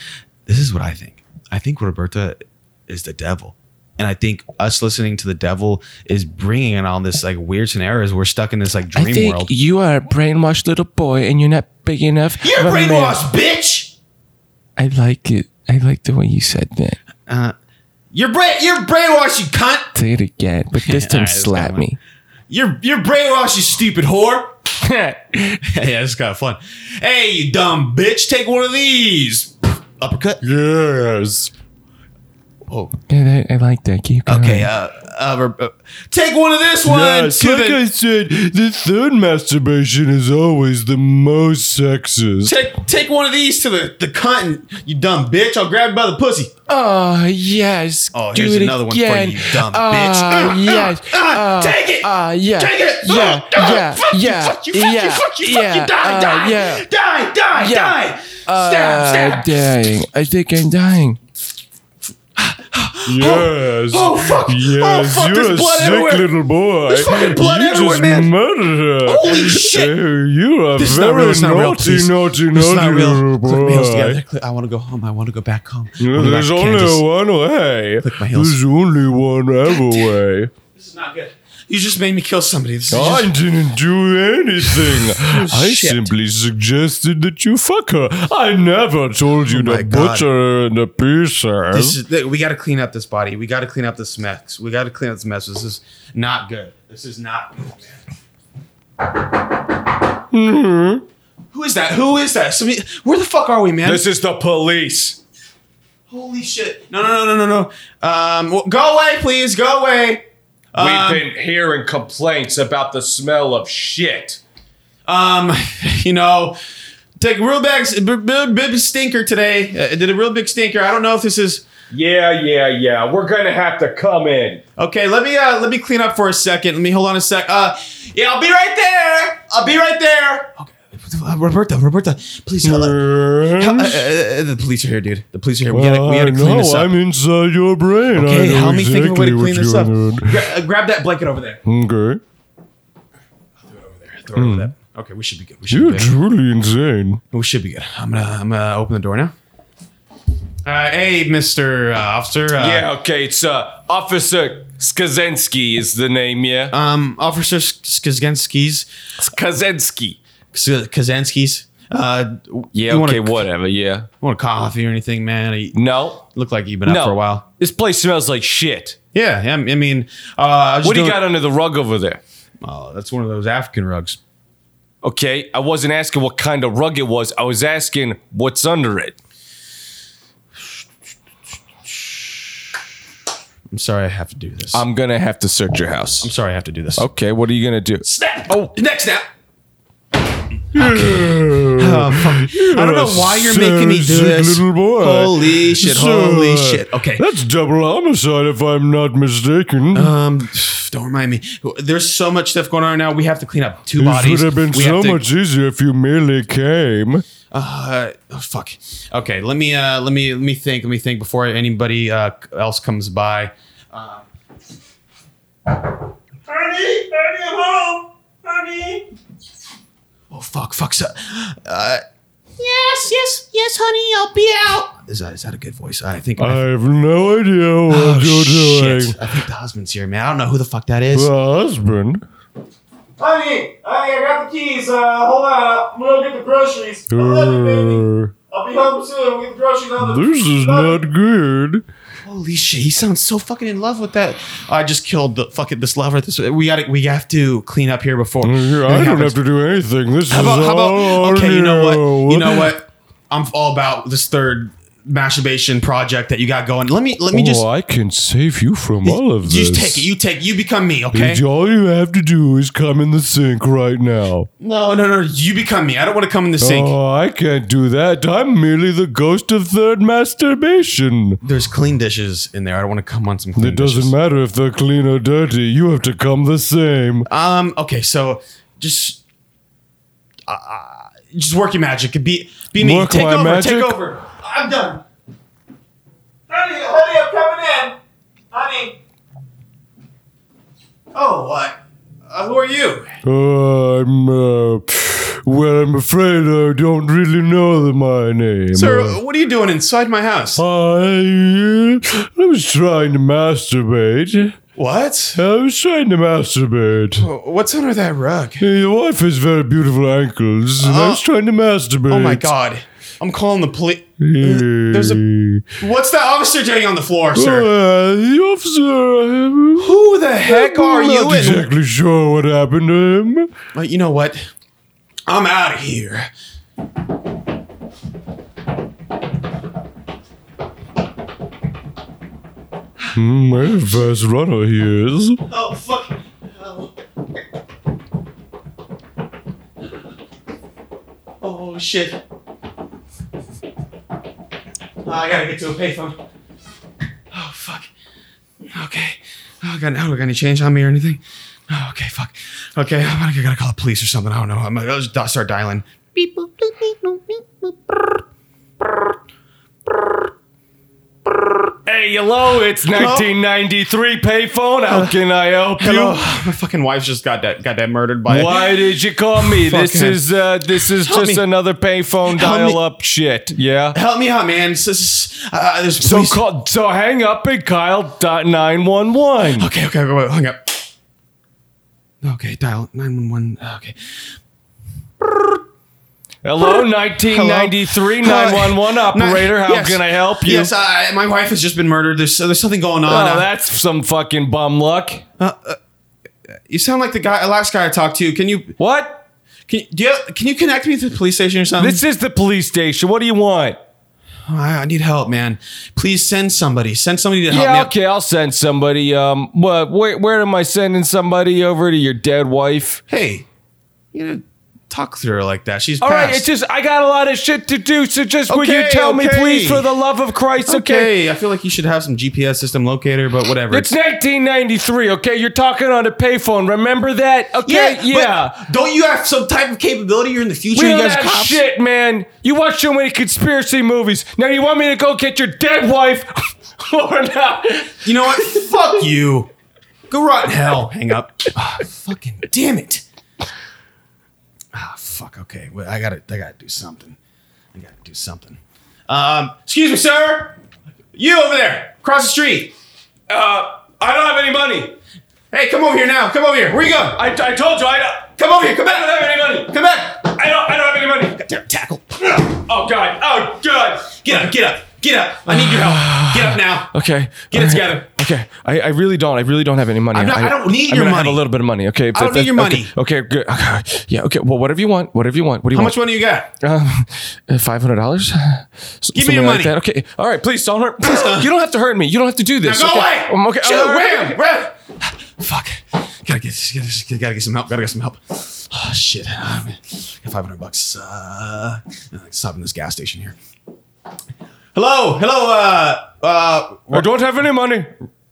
This is what I think. I think Roberta is the devil. And I think us listening to the devil is bringing it on this like weird scenarios. We're stuck in this like I dream think world. you are a brainwashed little boy and you're not big enough. You're of a man. brainwashed, bitch. I like it. I like the way you said that. You're bra- you're brainwashed, you cunt. Say it again, but (laughs) this time Alright, let's slap go on. me. You're you're brainwashed, you (laughs) stupid whore. (laughs) yeah, it's kind of fun. Hey, you dumb bitch, take one of these. Uppercut. Yes. Yeah, that, I like that. Keep going. Okay, uh, uh, Rob- uh, take one of this one. to the- said, the third masturbation is always the most sexist. take take one of these to the the cunt, and, you dumb bitch. I'll grab you by the pussy. Oh yes. Oh, here's do it another one for again. you, you dumb Ah, (laughs) bitch. Ah, yes. ah, Ah, take it. ah, yeah. Take it. Yeah. Ah, yeah. ah, fuck you, yeah. fuck you, fuck you, yeah. fuck you, fuck you, yeah. die, uh, die, Yeah. Die, die, Yeah. die. Stab, Uh, stab. dying. I think I'm dying. Yes. Oh fuck! Yes, oh fuck! you're a There's blood sick everywhere. little boy. There's fucking blood you everywhere, just man. murdered her. Holy shit. Oh, you are This is not very real, it's not real, naughty, please. naughty, This is naughty not little real. Click my heels boy. together. Click- I want to go home. I want to go back home. I wanna go back There's to only Kansas. one way. my heels. There's only one ever way. Oh, This is not good. You just made me kill somebody. This is I just- didn't do (laughs) anything. I Oh, Shit. simply suggested that you fuck her. I never told you Oh my to God. butcher her and to piece her. this is, th- we got to clean up this body. We got to clean up this mess. We got to clean up this mess. This is not good. This is not good, man. Mm-hmm. Who is that? Who is that? Somebody, where the fuck are we, man? is the police. Holy shit! No, no, no, no, no, no. Um, w- go away, please. Go away. Um, We've been hearing complaints about the smell of shit. um, (laughs) you know, take a real big, big, big stinker today. Uh, did a real big stinker. I don't know if this is Yeah, yeah, yeah. We're gonna have to come in. okay. Let me uh, let me clean up for a second. Let me hold on a sec. Uh, yeah, I'll be right there. I'll be right there. Okay, Uh, Roberta, Roberta, please. Help, help- uh, uh, uh, the police are here, dude. The police are here. We gotta, we gotta I clean know, this up. I'm inside your brain. I okay, know help me think of a way to exactly clean this what's up. going Gra- uh, grab that blanket over there. on. Okay. Hmm. Throw it over there. Okay, we should be good. We should You're be good. truly insane. We should be good. I'm gonna I'm gonna open the door now. Uh, hey, Mister uh, Officer. Uh, Yeah, okay. It's uh, Officer Skazensky is the name. Yeah, Um, Officer Skazensky's Skazensky. Kazensky's. Uh, Yeah, you okay, Want, whatever. Yeah, a, want a coffee or anything, man? You no, look like you've been no. up for a while. This place smells like shit. Yeah, I I mean, uh, I was What just do you doing- got under the rug over there? Oh, that's one of those African rugs. Okay, I wasn't asking what kind of rug it was. I was asking what's under it. I'm sorry, I have to do this. I'm gonna have to search your house. I'm sorry, I have to do this. Okay, what are you gonna do? Snap! Oh, next snap. I don't know why you're making me do Sick this. little boy. Holy shit! So, Holy uh, shit! Okay. That's double homicide if I'm not mistaken. Um, Don't remind me. There's so much stuff going on right now. We have to clean up two bodies. We have to- easier if you merely came. Uh, oh, fuck. Okay, let me uh, let me let me think. Let me think before anybody uh, else comes by. Honey, honey, I'm home. Honey. Oh fuck, fuck. So, Yes, yes, yes, honey, I'll be out. is that is that a good voice? I think. I have no idea what oh, you're shit. doing. I think the husband's here, man. I don't know who the fuck that is. The husband. Honey, honey, I got the keys. Uh, hold on. I'm gonna get the groceries. I love you, baby. Uh, I'll be home soon. We'll get the groceries on the. this is not good. Holy shit, he sounds so fucking in love with that. I just killed the fucking this lover. This we got to we have to clean up here before. I don't have to do anything. This How is about, how all about okay? You know what? You know new. what? I'm all about this third masturbation project that you got going. Let me let me oh, just I can save you from all of this. You take it. You take. You become me. Okay. It's All you have to do is come in the sink right now. No, no, no. You become me. I don't want to come in the sink. Oh, I can't do that. I'm merely the ghost of third masturbation. There's clean dishes in there. I don't want to come on some. Clean It doesn't dishes. matter if they're clean or dirty. You have to come the same. Um. Okay. So just, uh, just work your magic. Be be me. Work take my over. Take magic? over. I'm done. Honey, honey, I'm coming in. Honey. Oh, what? Uh, who are you? Uh, I'm, uh, well, I'm afraid I don't really know the, my name. Uh, Sir, what are you doing inside my house? I, uh, I was trying to masturbate. What? Oh, I was trying to masturbate. What's under that rug? Your wife has very beautiful ankles, and I was trying to masturbate. Oh my god. I'm calling the police. There's a- What's that officer doing on the floor, sir? Uh, the officer. uh, Who the heck are I'm you? Not And- exactly sure what happened to him. Uh, you know what? I'm out of here. Hmm, what a fast runner he is. Oh, fuck. Oh shit. I gotta get to a payphone. Oh fuck. Okay. Oh god, now do I got any change on me or anything? Oh, okay, fuck. Okay, I gotta, I gotta call the police or something. I don't know. I'm gonna I'll just I'll start dialing. Beep, boop, doop, beep, boop, beep, boop. Hey, hello, it's 1993 payphone. How can I help Hello. (laughs) you? My fucking wife just got that got that murdered by Why did you call me? this Fucking- is uh, this is Help just me. another payphone Help me. dial up shit. Yeah. Help me out, man. This is, uh, there's So police- call so hang up and Kyle dot nine one one. Okay, okay, okay, wait, hang up. Okay, dial 911. Okay. Hello, nineteen ninety three nine one one operator. How Yes. can I help you? Yes, I, my wife has just been murdered. There's there's something going on. oh, Uh, that's some fucking bum luck. you sound like the guy, last guy I talked to. Can you What? can do you, can you connect me to the police station or something? This is the police station. What do you want? Oh, I, I need help, man. Please send somebody. Send somebody to help me. Yeah, out. okay, I'll send somebody. Um, what? Where, where am I sending somebody over to your dead wife? Hey, you know, talk through her like that. She's All right, passed. it's just I got a lot of shit to do, so just would you Okay, tell me, okay. please, for the love of Christ? Okay, okay. I feel like you should have some GPS system locator, but whatever. it's 1993. Okay, you're talking on a payphone. Remember that? Okay, yeah. but Don't you have some type of capability? You're in the future. We you don't guys have are cops. shit, man. You watch so many conspiracy movies. Now you want me to go get your dead wife (laughs) or not? You know what? (laughs) Fuck you. Go rot in hell. Hang up. Ah, fucking damn it. Ah, fuck. Okay. Well, I gotta. I gotta do something. I gotta do something. Um. Excuse me, sir. You over there, across the street. Uh, I don't have any money. Hey, come over here now. Come over here. Where you going? I, I told you I don't, Come over here. Come back. have any money. Come back. I don't I don't have any money. Goddamn tackle. Oh god. Oh god. Get up. Get up. Get up. I need your help. Get up now. Okay. Get it All together. Okay. I, I really don't. I really don't have any money. I'm not- I don't need I your mean, I have a money. little bit of money. Okay. I don't need your money. Okay. okay, good. (laughs) Okay. Yeah. Okay. Well, whatever you want. Whatever you want. What do you How want? much money you got? Um, five hundred dollars. Give me your money. Okay. All right. Please don't (laughs) hurt. Please. you don't have to hurt me. You don't have to do this. Go okay. away. Um, okay. Chill. all right, Ram, okay. ram. Fuck. Gotta get, gotta, gotta get some help. Gotta get some help. Oh, shit. Ah, man. Got 500 bucks. Uh, stop in this gas station here. Hello. Hello. Uh, uh, I don't have any money.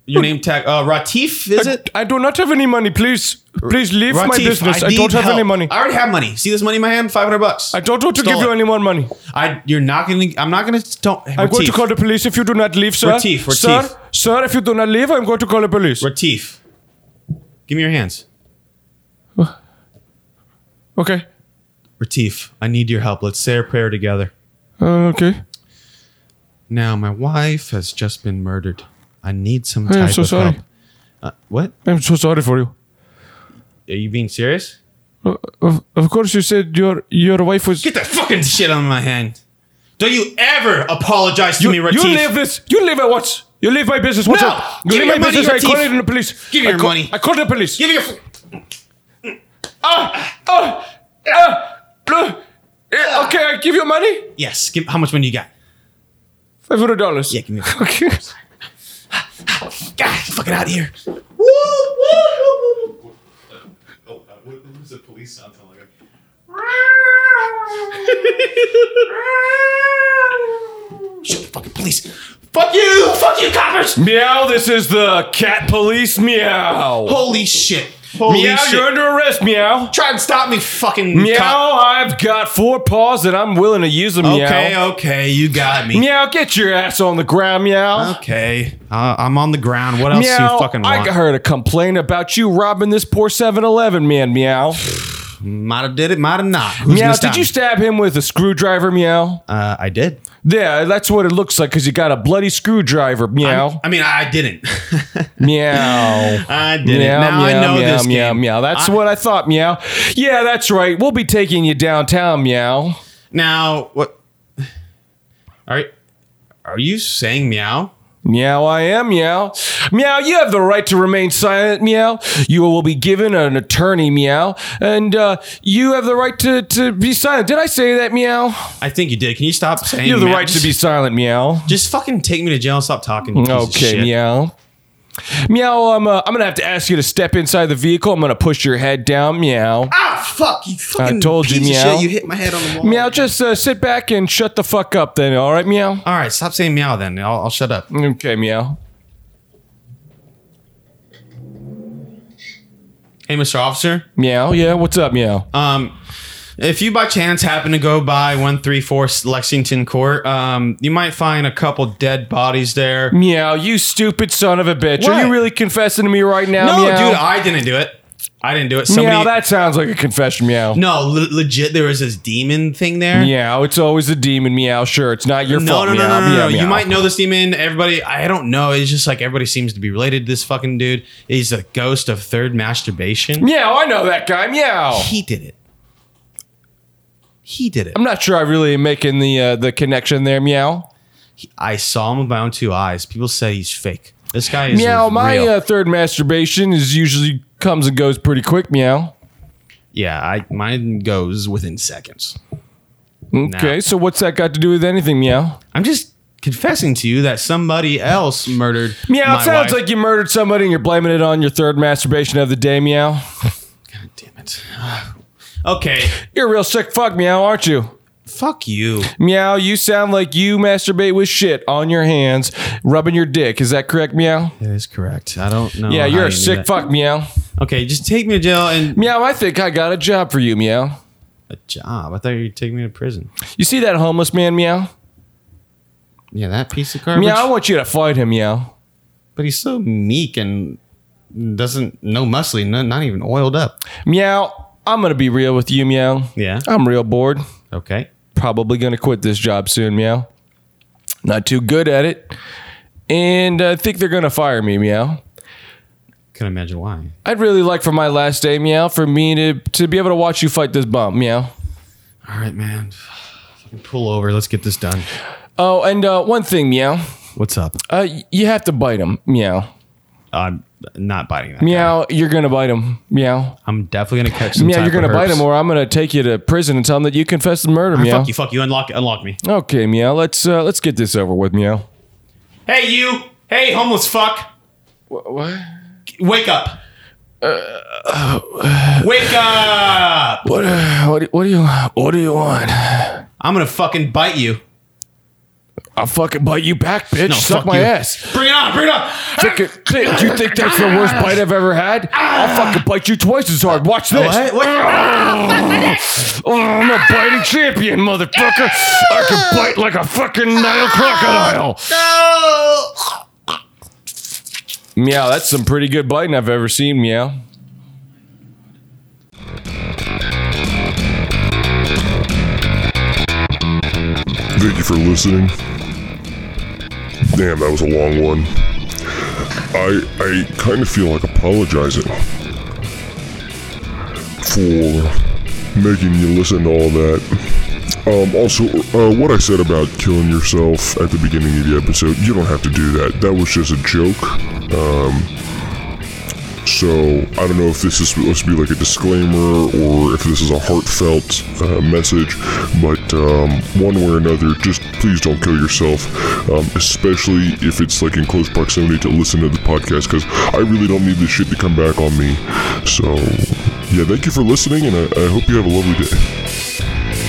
your name tag. Uh, Ratif, is it? I do not have any money. Please, please leave my Ratif, business. I, don't need have any help. money. I already have money. See this money in my hand? Five hundred bucks. I don't want to Stole give you it. any more money. I. You're not gonna. I'm not gonna. Don't. Hey, I'm going to Ratif. call the police if you do not leave, sir. Retief, Retief. Sir, sir, if you do not leave, I'm going to call the police. Ratif. Give me your hands, okay. Ratif. I need your help. Let's say a prayer together. Uh, okay. Now, my wife has just been murdered. I need some Hey, type I'm so of sorry. help. Uh, what? I'm so sorry for you. Are you being serious? Uh, Of, of course, you said your your wife was. Get that fucking shit on my hand. Don't you ever apologize to you, me, Ratif. you leave this. You leave at once. You leave my business. What's No! up? You Give me leave your my money, business. I call Retief. in the police. Give me I your call- money. I call the police. Give me your. Uh, yeah, okay, I give you money. Yes. Give, how much money you got? Five hundred dollars. Yeah, give me. Okay. God, fucking out of here. Oh, uh, what, what was the police sound sound like? Shoot, fucking police. Fuck you. Fuck you, coppers. Meow. This is the cat police. Meow. Holy shit. Holy meow. shit. You're under arrest. Meow. Try and stop me, fucking Meow, cop. I've got four paws and I'm willing to use them, Okay, meow. okay, you got me. Meow, get your ass on the ground, meow. Okay, uh, I'm on the ground. What else do meow, you fucking I want? got her to complain about you robbing this poor 7-Eleven man, meow. might have did it, might have not. Who's meow, gonna did stop you me? stab him with a screwdriver, meow? uh, I did. yeah, that's what it looks like because you got a bloody screwdriver, meow, I mean, I didn't. (laughs) meow. I didn't. now I know meow, this meow, game. meow. That's I- what I thought, meow. Yeah, that's right. We'll be taking you downtown, meow. Now what? All right. Are you saying meow? Meow, I am, meow. Meow, you have the right to remain silent, meow. You will be given an attorney, meow. And uh, you have the right to, to be silent. Did I say that, meow? I think you did. Can you stop saying? You have the meow? right to Just- be silent, meow. Just fucking take me to jail. and Stop talking. You piece of Okay, shit. meow. Meow, I'm, uh, I'm going to have to ask you to step inside the vehicle. I'm going to push your head down, meow. Ah, fuck you! Fucking told you, piece of meow. shit. You hit my head on the wall. Meow, just uh, sit back and shut the fuck up then, all right, meow? All right, stop saying meow. Then I'll, I'll shut up. Okay, meow. Hey, Mr. Officer. Meow, yeah, what's up, meow? Um, if you by chance happen to go by 134 Lexington Court, um, you might find a couple dead bodies there. meow, you stupid son of a bitch. Are What? you really confessing to me right now, No, meow? dude, I didn't do it. I didn't do it. Somebody. meow, that sounds like a confession, meow. no, le- legit, there was this demon thing there. Meow, it's always a demon, meow. Sure, it's not your No, fault, no, no, meow. no, no, no, meow, no. meow. You might know this demon. Everybody, I don't know. It's just like everybody seems to be related to this fucking dude. He's the ghost of third masturbation. Meow, I know that guy, meow. He did it. He did it. I'm not sure I really am making the uh, the connection there, meow. I saw him with my own two eyes. People say he's fake. This guy is Meow, my real. uh, third masturbation is usually comes and goes pretty quick, meow. Yeah, I mine goes within seconds. Okay, so what's that got to do with anything, meow? I'm just confessing to you that somebody else murdered. Meow, my it sounds wife. like you murdered somebody and you're blaming it on your third masturbation of the day, meow. God damn it. okay, You're a real sick fuck, meow, aren't you? fuck you. Meow, (laughs) you sound like you masturbate with shit on your hands, rubbing your dick. Is that correct, meow? That is correct. I don't know. yeah, how you're you a knew sick that. fuck, meow. Okay, just take me to jail and Meow, I think I got a job for you, meow. a job. I thought you were taking me to prison. You see that homeless man, meow? Yeah, that piece of garbage. Meow, I want you to fight him, meow. but he's so meek and doesn't no muscly, no, not even oiled up. Meow, I'm gonna be real with you, meow. Yeah. I'm real bored. Okay. Probably gonna quit this job soon, meow. Not too good at it. And I think they're gonna fire me, meow. Can imagine why. I'd really like for my last day, meow, for me to, to be able to watch you fight this bump, meow. All right, man. Fucking pull over. Let's get this done. Oh, and uh, one thing, meow. What's up? Uh, y- you have to bite him, meow. I'm not biting that. guy. Meow, you're gonna bite him, meow. I'm definitely gonna catch some. meow, type you're of gonna bite herpes. him, or I'm gonna take you to prison and tell him that you confessed to murder, meow. Fuck you, fuck you. Unlock, unlock me. Okay, meow. Let's uh, let's get this over with, meow. Hey, you. Hey, homeless fuck. What? Wake up. Wake up! What? Uh, what, do, what do you? What do you want? I'm gonna fucking bite you. I'll fucking bite you back, bitch. Suck my ass. Bring it on, bring it on. Think it- think- do you think that's the worst bite I've ever had? I'll fucking bite you twice as hard. Watch this. Oh, I'm a biting champion, motherfucker. I can bite like a fucking Nile crocodile. Meow, that's some pretty good biting I've ever seen, meow. Thank you for listening. Damn, that was a long one. I I kind of feel like apologizing for making you listen to all that. Um, also, uh, what I said about killing yourself at the beginning of the episode, you don't have to do that. That was just a joke. Um, so I don't know if this is supposed to be like a disclaimer or if this is a heartfelt uh, message, but um, one way or another, just please don't kill yourself, um, especially if it's like in close proximity to listen to the podcast, because I really don't need this shit to come back on me. So yeah, thank you for listening, and I, I hope you have a lovely day.